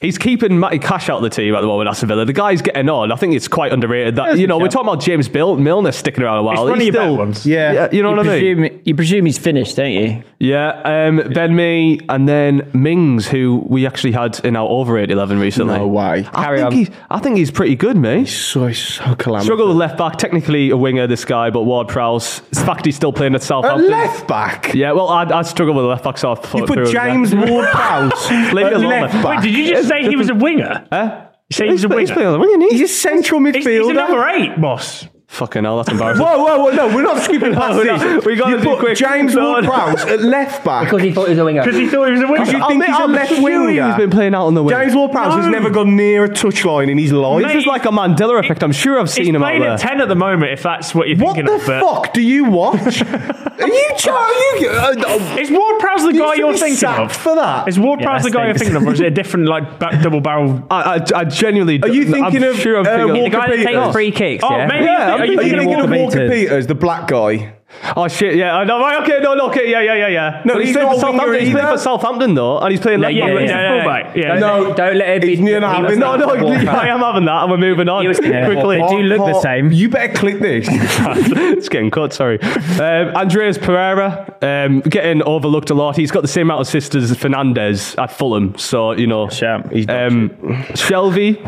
Speaker 6: He's keeping Matty Cash out of the team at the moment, Aston Villa. The guy's getting on. I think it's quite underrated that, you know, we're talking about James Bill, Milner sticking around a while.
Speaker 2: It's one of
Speaker 6: oh, He's
Speaker 2: your better
Speaker 6: still-
Speaker 2: ones.
Speaker 4: Yeah.
Speaker 6: Yeah, you know what I mean?
Speaker 3: presume, you presume he's finished, don't you?
Speaker 6: Yeah, um, Ben Mee and then Mings, who we actually had in our overrated 11 recently.
Speaker 4: No way.
Speaker 6: I
Speaker 5: Carry
Speaker 6: think,
Speaker 5: on.
Speaker 6: he's, I think he's pretty good, mate.
Speaker 4: So, so calamitous.
Speaker 6: Struggle with left back, technically a winger, this guy, but Ward Prowse. It's fact he's still playing at
Speaker 4: At
Speaker 6: Southampton.
Speaker 4: left back?
Speaker 6: Yeah, well, I, I struggle with left back Southampton.
Speaker 4: You put James Ward Prowse
Speaker 6: [LAUGHS]
Speaker 4: at
Speaker 6: Leave it alone.
Speaker 4: left
Speaker 6: Wait,
Speaker 4: back.
Speaker 2: Wait, did you just say he was a winger?
Speaker 6: Huh?
Speaker 2: You say he was
Speaker 6: He's,
Speaker 2: a
Speaker 6: he's,
Speaker 2: winger.
Speaker 6: playing on the wing, isn't he?
Speaker 4: He's a central
Speaker 2: He's, he's a
Speaker 4: midfielder.
Speaker 2: number eight, boss.
Speaker 6: Fucking hell, that's [LAUGHS] embarrassing.
Speaker 4: Whoa, whoa, whoa! No, we're not skipping past
Speaker 6: we're not.
Speaker 4: this.
Speaker 6: We gotta
Speaker 4: you
Speaker 6: be
Speaker 4: put
Speaker 6: quick.
Speaker 4: James
Speaker 6: No,
Speaker 4: Ward
Speaker 6: no.
Speaker 4: Prowse at left back.
Speaker 5: Because he thought he was a winger.
Speaker 2: Because he thought he was a
Speaker 4: you
Speaker 2: winger.
Speaker 4: think he's a left winger?
Speaker 6: He's been playing out on the wing.
Speaker 4: James Ward Prowse has
Speaker 2: No.
Speaker 4: never gone near a touchline in his life.
Speaker 2: Mate,
Speaker 6: This is like a Mandela effect. I'm sure I've
Speaker 2: He's
Speaker 6: seen him out
Speaker 2: playing
Speaker 6: there.
Speaker 2: at ten at the moment. If that's what you're
Speaker 4: What
Speaker 2: thinking
Speaker 4: the
Speaker 2: of, but
Speaker 4: fuck do you watch?
Speaker 6: [LAUGHS]
Speaker 4: are you trying? You, uh, uh,
Speaker 2: Is Ward Prowse the
Speaker 4: You
Speaker 2: guy
Speaker 4: should
Speaker 2: you're
Speaker 4: be
Speaker 2: thinking
Speaker 4: sacked
Speaker 2: of?
Speaker 4: for that.
Speaker 2: Is Ward
Speaker 3: Yeah,
Speaker 2: Prowse the
Speaker 3: that's
Speaker 2: guy you're
Speaker 3: dangerous.
Speaker 2: thinking of, or is it a different like back double barrel?
Speaker 6: I, I, I genuinely.
Speaker 4: Are you
Speaker 6: I'm
Speaker 4: thinking of,
Speaker 6: sure I'm
Speaker 4: uh,
Speaker 6: thinking
Speaker 4: Walker
Speaker 5: the
Speaker 6: of
Speaker 5: guy that
Speaker 4: Peters?
Speaker 5: takes free kicks.
Speaker 2: Oh,
Speaker 5: yeah?
Speaker 2: maybe.
Speaker 4: yeah,
Speaker 2: are
Speaker 4: I'm
Speaker 2: you
Speaker 4: thinking,
Speaker 2: thinking
Speaker 4: of
Speaker 2: of?
Speaker 4: Walker Peters?
Speaker 3: Peters?
Speaker 4: the black guy.
Speaker 6: Oh shit! Yeah, I know. right, Okay, no, no, okay, yeah, yeah, yeah, yeah. No,
Speaker 4: But
Speaker 6: he's,
Speaker 4: he's
Speaker 6: playing
Speaker 4: not
Speaker 6: for
Speaker 4: a winger
Speaker 6: Southampton. He's playing
Speaker 4: either.
Speaker 6: for Southampton though, and he's playing left
Speaker 2: Yeah,
Speaker 6: back.
Speaker 2: yeah,
Speaker 6: right?
Speaker 2: yeah,
Speaker 5: fullback.
Speaker 2: yeah.
Speaker 5: Don't, don't let it be.
Speaker 4: He's near enough.
Speaker 5: he was-
Speaker 6: No, no, I am having that, and we're moving on
Speaker 5: He was- Yeah.
Speaker 6: quickly.
Speaker 3: They do look the same.
Speaker 4: You better click this.
Speaker 6: [LAUGHS] it's getting cut. Sorry, um, Andreas Pereira um, getting overlooked a lot. He's got the same amount of sisters as Fernandez at Fulham, so you know.
Speaker 3: Sham, he's
Speaker 8: Uh,
Speaker 6: um, Shelby,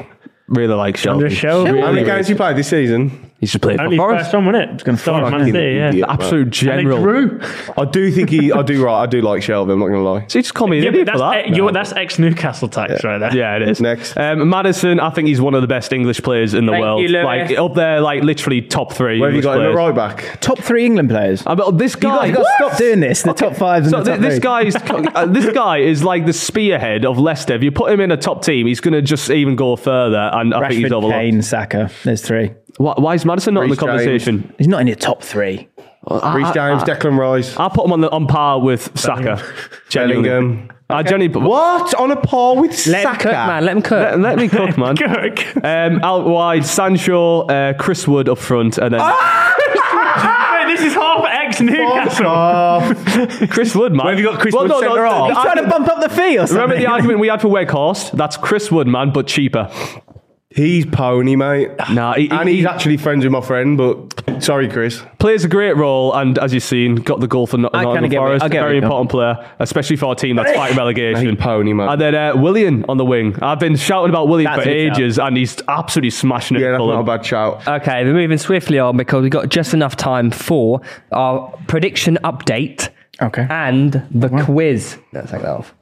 Speaker 6: really like Shelby.
Speaker 2: Shelby.
Speaker 4: How many games you played this season?
Speaker 8: He's just playing
Speaker 2: Only
Speaker 8: for Forest.
Speaker 2: first one, wasn't it? It's going to
Speaker 8: fucking
Speaker 2: Man City, yeah.
Speaker 6: idiot.
Speaker 8: The absolute
Speaker 2: And they
Speaker 8: general.
Speaker 2: drew.
Speaker 6: I do think he. I do right. I do like Shelby. I'm not gonna lie.
Speaker 8: So you just call me an
Speaker 2: Yeah, but
Speaker 8: idiot for
Speaker 2: that's,
Speaker 8: that.
Speaker 2: eh, you're- that's ex Newcastle tax right there.
Speaker 8: Yeah, it is.
Speaker 6: Next.
Speaker 8: um, Madison. I think he's one of the best English players in the
Speaker 5: Thank
Speaker 8: world.
Speaker 5: you, Lewis.
Speaker 8: like up there, like literally top three.
Speaker 6: Where have you
Speaker 8: English
Speaker 6: got him at
Speaker 8: players.
Speaker 6: right back?
Speaker 3: Top three England players.
Speaker 8: Uh, but this guy.
Speaker 3: you got to stop doing this. The top fives and
Speaker 8: So
Speaker 3: the top
Speaker 8: thi- this
Speaker 3: three.
Speaker 8: guy
Speaker 6: [LAUGHS]
Speaker 8: is uh, this guy is like the spearhead of Leicester. If you put him in a top team, he's going to just even go further. And I think he's
Speaker 3: Rashford,
Speaker 8: overlooked.
Speaker 3: Kane, Saka. There's three.
Speaker 8: Why, why is Madison not in the
Speaker 6: Reece James.
Speaker 8: conversation?
Speaker 3: He's not in your top three.
Speaker 5: Ah,
Speaker 6: Reece James, Declan Rice,
Speaker 8: I put him on the on par with Saka.
Speaker 6: [LAUGHS]
Speaker 8: Genuinely.
Speaker 6: Bellingham.
Speaker 8: I genuinely.
Speaker 6: What on a par with
Speaker 5: Let him
Speaker 6: Saka?
Speaker 5: cook, man. Let him cook.
Speaker 8: Let, let me
Speaker 6: [LAUGHS]
Speaker 8: cook, man.
Speaker 2: Kirk.
Speaker 8: Um, out wide, Sancho, uh, Chris Wood up front, and then
Speaker 6: Ah!
Speaker 2: Wait, this is half ex Newcastle.
Speaker 8: Chris Wood, man.
Speaker 6: Have you got Chris Wood centre half?
Speaker 3: He's trying to
Speaker 6: [LAUGHS]
Speaker 3: bump up the fee or
Speaker 8: Remember
Speaker 3: something.
Speaker 8: the argument we had for Wakehorst? That's Chris Wood, man, but cheaper.
Speaker 6: He's pony, mate.
Speaker 8: Nah, he,
Speaker 6: And
Speaker 8: he-
Speaker 6: he's actually friends with my friend, but sorry, Chris.
Speaker 8: plays a great role, and as you've seen, got the goal for Not-
Speaker 3: I
Speaker 8: Nottingham
Speaker 3: kinda get
Speaker 8: Forest.
Speaker 3: it. I get
Speaker 8: Very
Speaker 3: it, yeah.
Speaker 8: important player, especially for our team that's fighting relegation.
Speaker 6: He's pony, man.
Speaker 8: And then uh, Willian on the wing. I've been shouting about Willian
Speaker 3: That's
Speaker 8: for
Speaker 3: a good
Speaker 8: ages, and he's absolutely smashing it.
Speaker 6: yeah,
Speaker 8: for
Speaker 6: that's not a
Speaker 8: Fulham.
Speaker 6: bad shout.
Speaker 5: Okay, we're moving swiftly on because we've got just enough time for our prediction update
Speaker 3: Okay.
Speaker 5: and the quiz. No, take that off.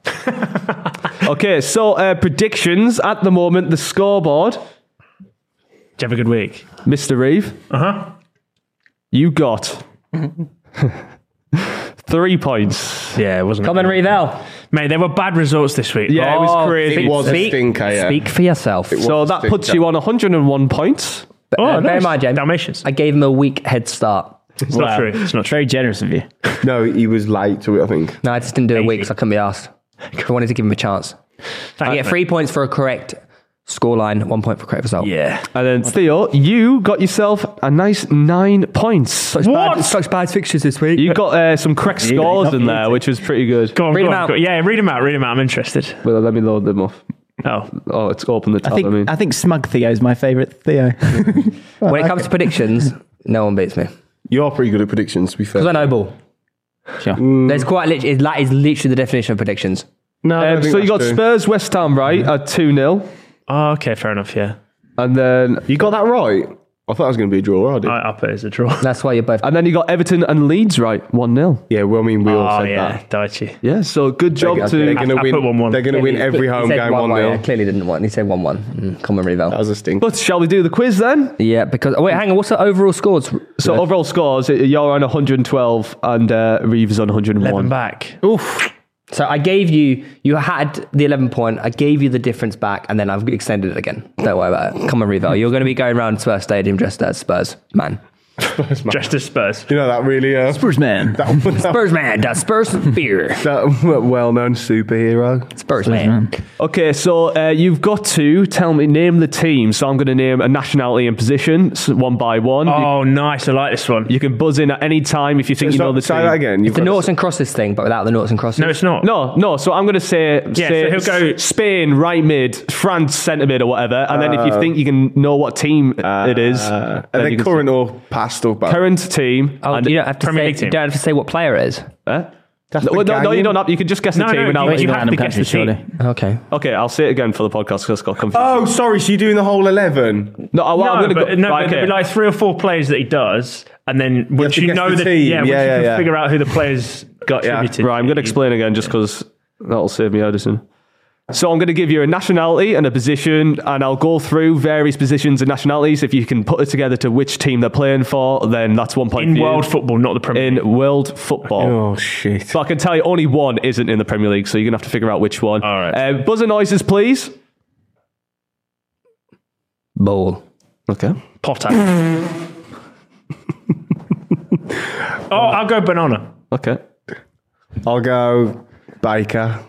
Speaker 8: Okay, so uh, predictions at the moment. The scoreboard,
Speaker 2: Did you have a good week?
Speaker 8: Mr. Reeve. Uh huh. You got [LAUGHS] three points.
Speaker 2: Yeah, it wasn't.
Speaker 5: Come and read out.
Speaker 2: Mate, there were bad results this week.
Speaker 8: Yeah, it was
Speaker 5: Oh,
Speaker 8: crazy.
Speaker 6: It was
Speaker 5: Speak-
Speaker 6: a stinker, yeah.
Speaker 5: Speak for yourself.
Speaker 8: So
Speaker 6: was
Speaker 8: that
Speaker 6: sick,
Speaker 8: puts
Speaker 6: that.
Speaker 8: you on 101 points.
Speaker 2: Oh,
Speaker 5: Uh, Bear in
Speaker 2: nice.
Speaker 5: mind, James,
Speaker 2: Dalmatians.
Speaker 5: I gave him a week head start.
Speaker 2: It's not true. It's not true.
Speaker 3: Very generous of you.
Speaker 6: No, he was late to it, I think.
Speaker 5: No, I just didn't do it a week, so I couldn't be asked. I wanted to give him a chance. I get
Speaker 2: mate.
Speaker 5: three points for a correct scoreline, one point for correct result.
Speaker 2: Yeah.
Speaker 8: And then Theo, you got yourself a nice nine points.
Speaker 5: Such
Speaker 2: What?
Speaker 5: Bad, such bad fixtures this week.
Speaker 8: You got uh, some correct scores in there, which was pretty good.
Speaker 2: Go on,
Speaker 5: Read
Speaker 2: go
Speaker 5: them
Speaker 2: on,
Speaker 5: out.
Speaker 2: go- Yeah, read them out. Read them out. I'm interested.
Speaker 8: Well, let me load them off.
Speaker 2: Oh,
Speaker 8: Oh, it's open the
Speaker 3: I
Speaker 8: top. I,
Speaker 3: think, I,
Speaker 8: mean,
Speaker 3: think Smug Theo is my favourite Theo.
Speaker 5: when it comes to predictions, no one beats me.
Speaker 6: You are pretty good at predictions, to be fair.
Speaker 5: Because I know ball.
Speaker 3: Sure.
Speaker 5: There's quite literally, that is literally the definition of predictions.
Speaker 6: No, I don't
Speaker 8: Um,
Speaker 6: think
Speaker 8: so you
Speaker 6: that's
Speaker 8: got
Speaker 6: true.
Speaker 8: Spurs, West Ham, right at two 0
Speaker 2: oh okay, fair enough. Yeah,
Speaker 8: and then
Speaker 6: You got that right. I thought it was going to be a draw. I did.
Speaker 2: I, I'll put it as a draw.
Speaker 5: That's why you're both.
Speaker 8: and then you got Everton and Leeds, right one 0
Speaker 6: yeah, well, I mean, we all
Speaker 2: Oh
Speaker 6: said
Speaker 2: yeah,
Speaker 6: that.
Speaker 2: Daichi.
Speaker 8: Yeah, so good job
Speaker 6: They're,
Speaker 8: to.
Speaker 6: going to
Speaker 2: I- I
Speaker 6: win.
Speaker 2: put 1-1.
Speaker 6: They're going to win every home
Speaker 5: He said
Speaker 6: game one
Speaker 5: 1-1, yeah,
Speaker 6: 0
Speaker 5: clearly didn't want. He said Mm, 1 1. Common
Speaker 6: That
Speaker 5: Revel.
Speaker 6: was a stinker.
Speaker 8: But shall we do the quiz then?
Speaker 5: Yeah, because. Oh, wait, hang on. What's the overall scores?
Speaker 8: So overall scores, uh, you're on 112 and uh, Reeves on 101.
Speaker 2: Eleven back.
Speaker 5: So I gave you, you had the 11 point. I gave you the difference back, and then I've extended it again. Don't worry about it. Common Revel. You're going to be going around Spurs Stadium dressed as Spurs man.
Speaker 2: Just as Spurs.
Speaker 6: You know that really. Uh,
Speaker 3: Spurs man.
Speaker 6: that one. That,
Speaker 5: Spurs man. That's Spurs beer.
Speaker 6: [LAUGHS] that well-known superhero.
Speaker 5: Spurs man.
Speaker 8: Okay, so uh, you've got to tell me name the team. So I'm going to name a nationality and position s- one by one. You,
Speaker 2: Oh, nice. I like this one.
Speaker 8: you can buzz in at any time if you think you
Speaker 6: So-
Speaker 8: know the
Speaker 6: say
Speaker 8: team.
Speaker 6: that again. You've
Speaker 5: The
Speaker 6: got
Speaker 5: noughts and crosses thing, but without the noughts and crosses.
Speaker 2: No, it's not.
Speaker 8: No, no. So I'm going to say,
Speaker 2: Yeah,
Speaker 8: say
Speaker 2: so he'll go-
Speaker 8: S- Spain right mid, France centre mid, or whatever. And then if
Speaker 2: Uh,
Speaker 8: you think you can know what team it is,
Speaker 6: Uh,
Speaker 8: then
Speaker 6: are
Speaker 8: you
Speaker 6: they
Speaker 8: can
Speaker 6: current or past or back?
Speaker 8: say- current team.
Speaker 5: Oh,
Speaker 8: and,
Speaker 5: you don't have to
Speaker 2: Premier
Speaker 5: say.
Speaker 2: League team.
Speaker 5: You don't have to say what player it is.
Speaker 8: Huh?
Speaker 6: That's the
Speaker 8: No, no, no, you
Speaker 6: game.
Speaker 8: don't have. You can just guess
Speaker 2: No,
Speaker 8: the team.
Speaker 2: no,
Speaker 8: and I'll-
Speaker 2: you- you have
Speaker 3: Random
Speaker 2: to guess
Speaker 3: country,
Speaker 2: the team.
Speaker 3: surely.
Speaker 5: Okay.
Speaker 8: okay, I'll say it again for the podcast because I got confused.
Speaker 6: Oh, sorry. So you're doing the whole eleven.
Speaker 8: no, I,
Speaker 2: Uh,
Speaker 8: well,
Speaker 2: No,
Speaker 8: I'm going
Speaker 2: but,
Speaker 8: to go.
Speaker 2: no,
Speaker 8: right,
Speaker 2: but there'll
Speaker 8: okay.
Speaker 2: be like three or four players that he does, and then once
Speaker 6: to
Speaker 2: you
Speaker 6: guess
Speaker 2: know
Speaker 6: the
Speaker 2: the
Speaker 6: team.
Speaker 2: yeah, once
Speaker 6: Yeah,
Speaker 2: you
Speaker 6: yeah,
Speaker 2: can
Speaker 6: yeah.
Speaker 2: figure out who the players got
Speaker 6: yeah.
Speaker 2: attributed.
Speaker 8: Right, I'm going to explain again just because that'll save me Edison. So I'm going to give you a nationality and a position, and I'll go through various positions and nationalities. If you can put it together to which team they're playing for, then that's one point.
Speaker 2: in
Speaker 8: for you.
Speaker 2: world football, not the Premier. League.
Speaker 8: in world football.
Speaker 6: Oh shit.
Speaker 8: But I can tell you, only one isn't in the Premier League, so you're going to have to figure out which one.
Speaker 2: All right.
Speaker 8: Uh, buzzer noises, please.
Speaker 5: Ball.
Speaker 8: Okay.
Speaker 2: Potter. [LAUGHS] oh, Oh, I'll go banana.
Speaker 8: Okay.
Speaker 6: I'll go Baker.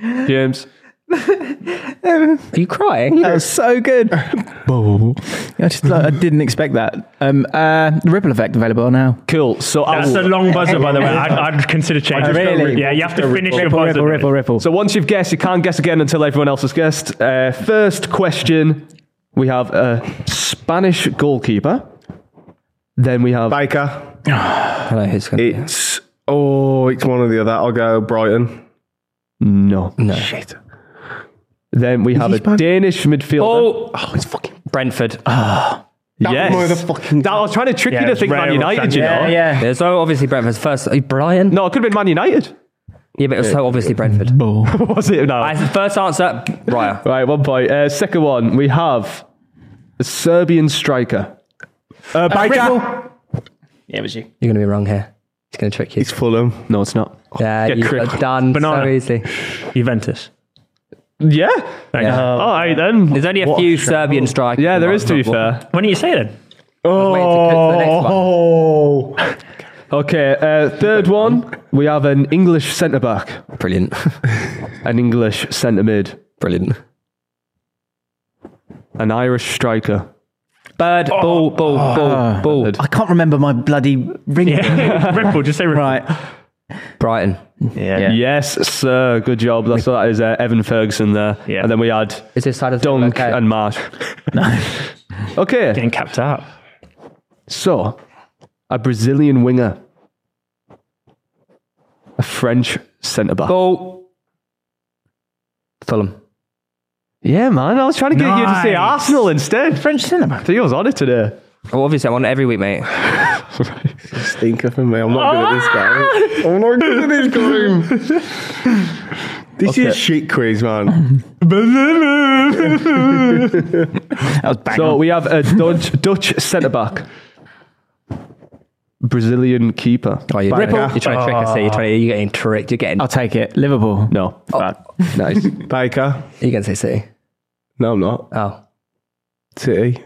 Speaker 8: James.
Speaker 5: Are you crying?
Speaker 3: That was so [LAUGHS] good. I just like, I didn't expect that. Um, uh, the ripple effect available now.
Speaker 8: Cool. So oh,
Speaker 2: That's a
Speaker 8: I'll,
Speaker 2: long buzzer, by the way. I'd, I'd consider changing.
Speaker 3: Really?
Speaker 2: it. Yeah, you have to finish your
Speaker 3: Ripple,
Speaker 2: buzzer.
Speaker 3: ripple, ripple, ripple.
Speaker 8: so once you've guessed, you can't guess again until everyone else has guessed. Uh, first question: We have a Spanish goalkeeper. Then we have
Speaker 6: Baker.
Speaker 5: I know who's going to.
Speaker 6: It's oh, it's one or the other. I'll go Brighton.
Speaker 8: no.
Speaker 5: No.
Speaker 8: Then we have a
Speaker 6: Spanish?
Speaker 8: Danish midfielder.
Speaker 5: Oh, it's fucking Brentford.
Speaker 6: That
Speaker 8: yes.
Speaker 6: was motherfucking-
Speaker 8: That- I was trying to trick
Speaker 2: Yeah,
Speaker 8: you to
Speaker 2: it's
Speaker 8: think Man
Speaker 2: rare
Speaker 8: United, you know?
Speaker 2: offensive.
Speaker 3: Uh, yeah.
Speaker 5: Yeah, so obviously Brentford's first. eh, Brian?
Speaker 8: No, it could have been Man United.
Speaker 5: Yeah, but it was so obviously Brentford.
Speaker 8: was it? No.
Speaker 5: I, first answer, Raya.
Speaker 8: Right, one point. Uh, second one, we have a Serbian striker. Uh, Baker.
Speaker 3: Yeah, it was you.
Speaker 5: You're going to be wrong here. It's going to trick you.
Speaker 6: It's Fulham.
Speaker 8: No, it's not.
Speaker 5: Uh, Yeah,
Speaker 2: Get
Speaker 5: you
Speaker 2: tricked.
Speaker 5: got done
Speaker 2: Banana.
Speaker 5: so easily.
Speaker 2: Juventus.
Speaker 8: Yeah.
Speaker 2: Yeah.
Speaker 8: All right then.
Speaker 5: There's only a few Serbian strikers.
Speaker 8: yeah, there is. To be
Speaker 5: Football.
Speaker 8: fair.
Speaker 2: When did you say then?
Speaker 5: waiting to click for the next one.
Speaker 8: Oh. Okay. Uh, third one, we have an English centre back,
Speaker 5: Brilliant. [LAUGHS]
Speaker 8: an English centre mid,
Speaker 5: Brilliant.
Speaker 8: an Irish striker.
Speaker 5: Bird,
Speaker 8: Oh.
Speaker 5: ball, ball,
Speaker 8: Ah.
Speaker 5: ball, ball.
Speaker 3: I can't remember my bloody ring.
Speaker 2: [LAUGHS] Ripple, just say Ripple.
Speaker 3: [LAUGHS] Right.
Speaker 5: Brighton.
Speaker 2: Yeah.
Speaker 8: Yes, sir. Good job. That's what that is. Uh, Evan Ferguson there.
Speaker 2: Yeah.
Speaker 8: And then we had
Speaker 5: Is this side of the
Speaker 8: Dunk
Speaker 5: okay.
Speaker 8: and Marsh. [LAUGHS] okay.
Speaker 2: Getting capped out.
Speaker 8: So, a Brazilian winger, a French centre back.
Speaker 5: Ball. Fulham.
Speaker 8: Yeah, man. I was trying to get you to say
Speaker 2: Nice.
Speaker 8: Arsenal instead.
Speaker 3: French cinema.
Speaker 8: Theo's on it today.
Speaker 5: Well, obviously, I want it every week, mate.
Speaker 6: Stinker for me. I'm not good at this game. [LAUGHS] I'm not good at this game. This is shit quiz, [LAUGHS] man.
Speaker 3: That was bang.
Speaker 8: So we have a Dutch Dutch centre back, Brazilian keeper.
Speaker 5: Oh, you're,
Speaker 6: Ripple.
Speaker 5: Trying, you're trying to trick us here. You're, trying to, you're getting tricked. You're getting.
Speaker 3: I'll take it. Liverpool.
Speaker 8: No,
Speaker 3: Fuck.
Speaker 8: nice.
Speaker 6: [LAUGHS] Baker.
Speaker 5: You're going to say City.
Speaker 6: No, I'm not.
Speaker 5: Oh.
Speaker 6: City.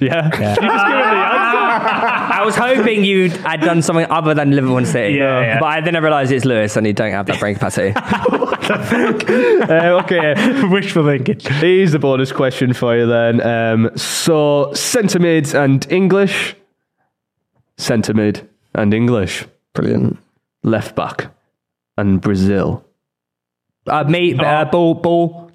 Speaker 8: Yeah.
Speaker 5: I was hoping you had done something other than Liverpool and City.
Speaker 2: Yeah, yeah.
Speaker 5: But I, then I realised it's Lewis and you don't have that brain
Speaker 8: [LAUGHS]
Speaker 5: capacity.
Speaker 8: Uh,
Speaker 2: [LAUGHS]
Speaker 8: okay.
Speaker 2: [LAUGHS] Wishful thinking.
Speaker 8: Here's the bonus question for you then. Um, so centre mid and English, centre mid and English,
Speaker 5: Brilliant.
Speaker 8: left back and Brazil.
Speaker 5: Uh, me, uh,
Speaker 3: Oh.
Speaker 5: ball, ball,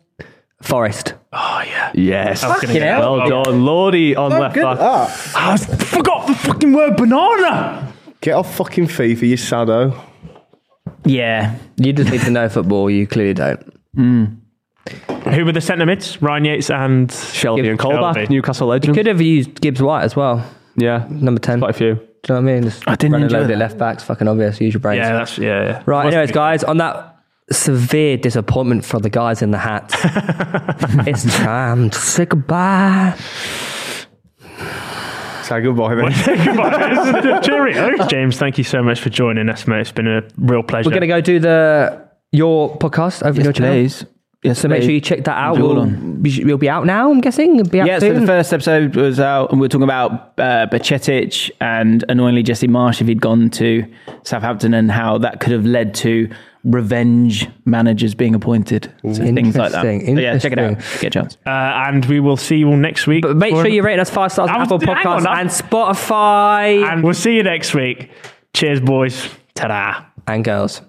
Speaker 5: Forest.
Speaker 2: Oh, yeah.
Speaker 8: Yes.
Speaker 2: Fucking hell.
Speaker 8: Well done, Lordy on left back.
Speaker 2: I was- forgot the fucking word banana.
Speaker 6: Get off fucking FIFA, you sado.
Speaker 3: Yeah.
Speaker 5: You just need to know football. You clearly don't.
Speaker 2: Who were the centre mids? Ryan Yates and
Speaker 8: Shelby and Colback,
Speaker 2: Shelby.
Speaker 8: Newcastle legend.
Speaker 5: Could have used Gibbs White as well.
Speaker 8: Yeah,
Speaker 5: Number 10.
Speaker 8: quite a few.
Speaker 5: Do you know what I mean? Just
Speaker 3: I didn't
Speaker 5: run a
Speaker 3: enjoy
Speaker 5: load of
Speaker 3: that.
Speaker 5: left backs. Fucking obvious. Use your brains.
Speaker 2: Yeah, that's yeah. yeah.
Speaker 5: Right.
Speaker 2: Must
Speaker 5: anyways,
Speaker 2: be-
Speaker 5: guys, on that severe disappointment for the guys in the
Speaker 3: [LAUGHS]
Speaker 5: hats, it's time to say goodbye.
Speaker 6: Say goodbye then.
Speaker 2: [LAUGHS] Cheerio, James. Thank you so much for joining us, mate. It's been a real pleasure.
Speaker 5: We're gonna go do the your podcast over in your channel.
Speaker 3: Please. Yes,
Speaker 5: So make sure you check that out.
Speaker 3: It's all
Speaker 5: We'll,
Speaker 3: on.
Speaker 5: we should- we'll be out now. I'm guessing. It'll be out
Speaker 3: Yeah, so
Speaker 5: soon.
Speaker 3: the first episode was out, and we were talking about uh, Bacetic and annoyingly Jesse Marsh if he'd gone to Southampton and how that could have led to revenge managers being appointed. So things like that.
Speaker 5: Interesting,
Speaker 3: So yeah, check it out. Get a chance.
Speaker 2: uh, and we will see you all next week.
Speaker 5: but make
Speaker 2: for
Speaker 5: sure
Speaker 2: an-
Speaker 5: you rate us five stars on
Speaker 2: I was-
Speaker 5: Apple
Speaker 2: hang
Speaker 5: Podcasts
Speaker 2: on, I-
Speaker 5: and Spotify
Speaker 2: And we'll see you next week. Cheers, boys. Ta-da.
Speaker 5: and girls.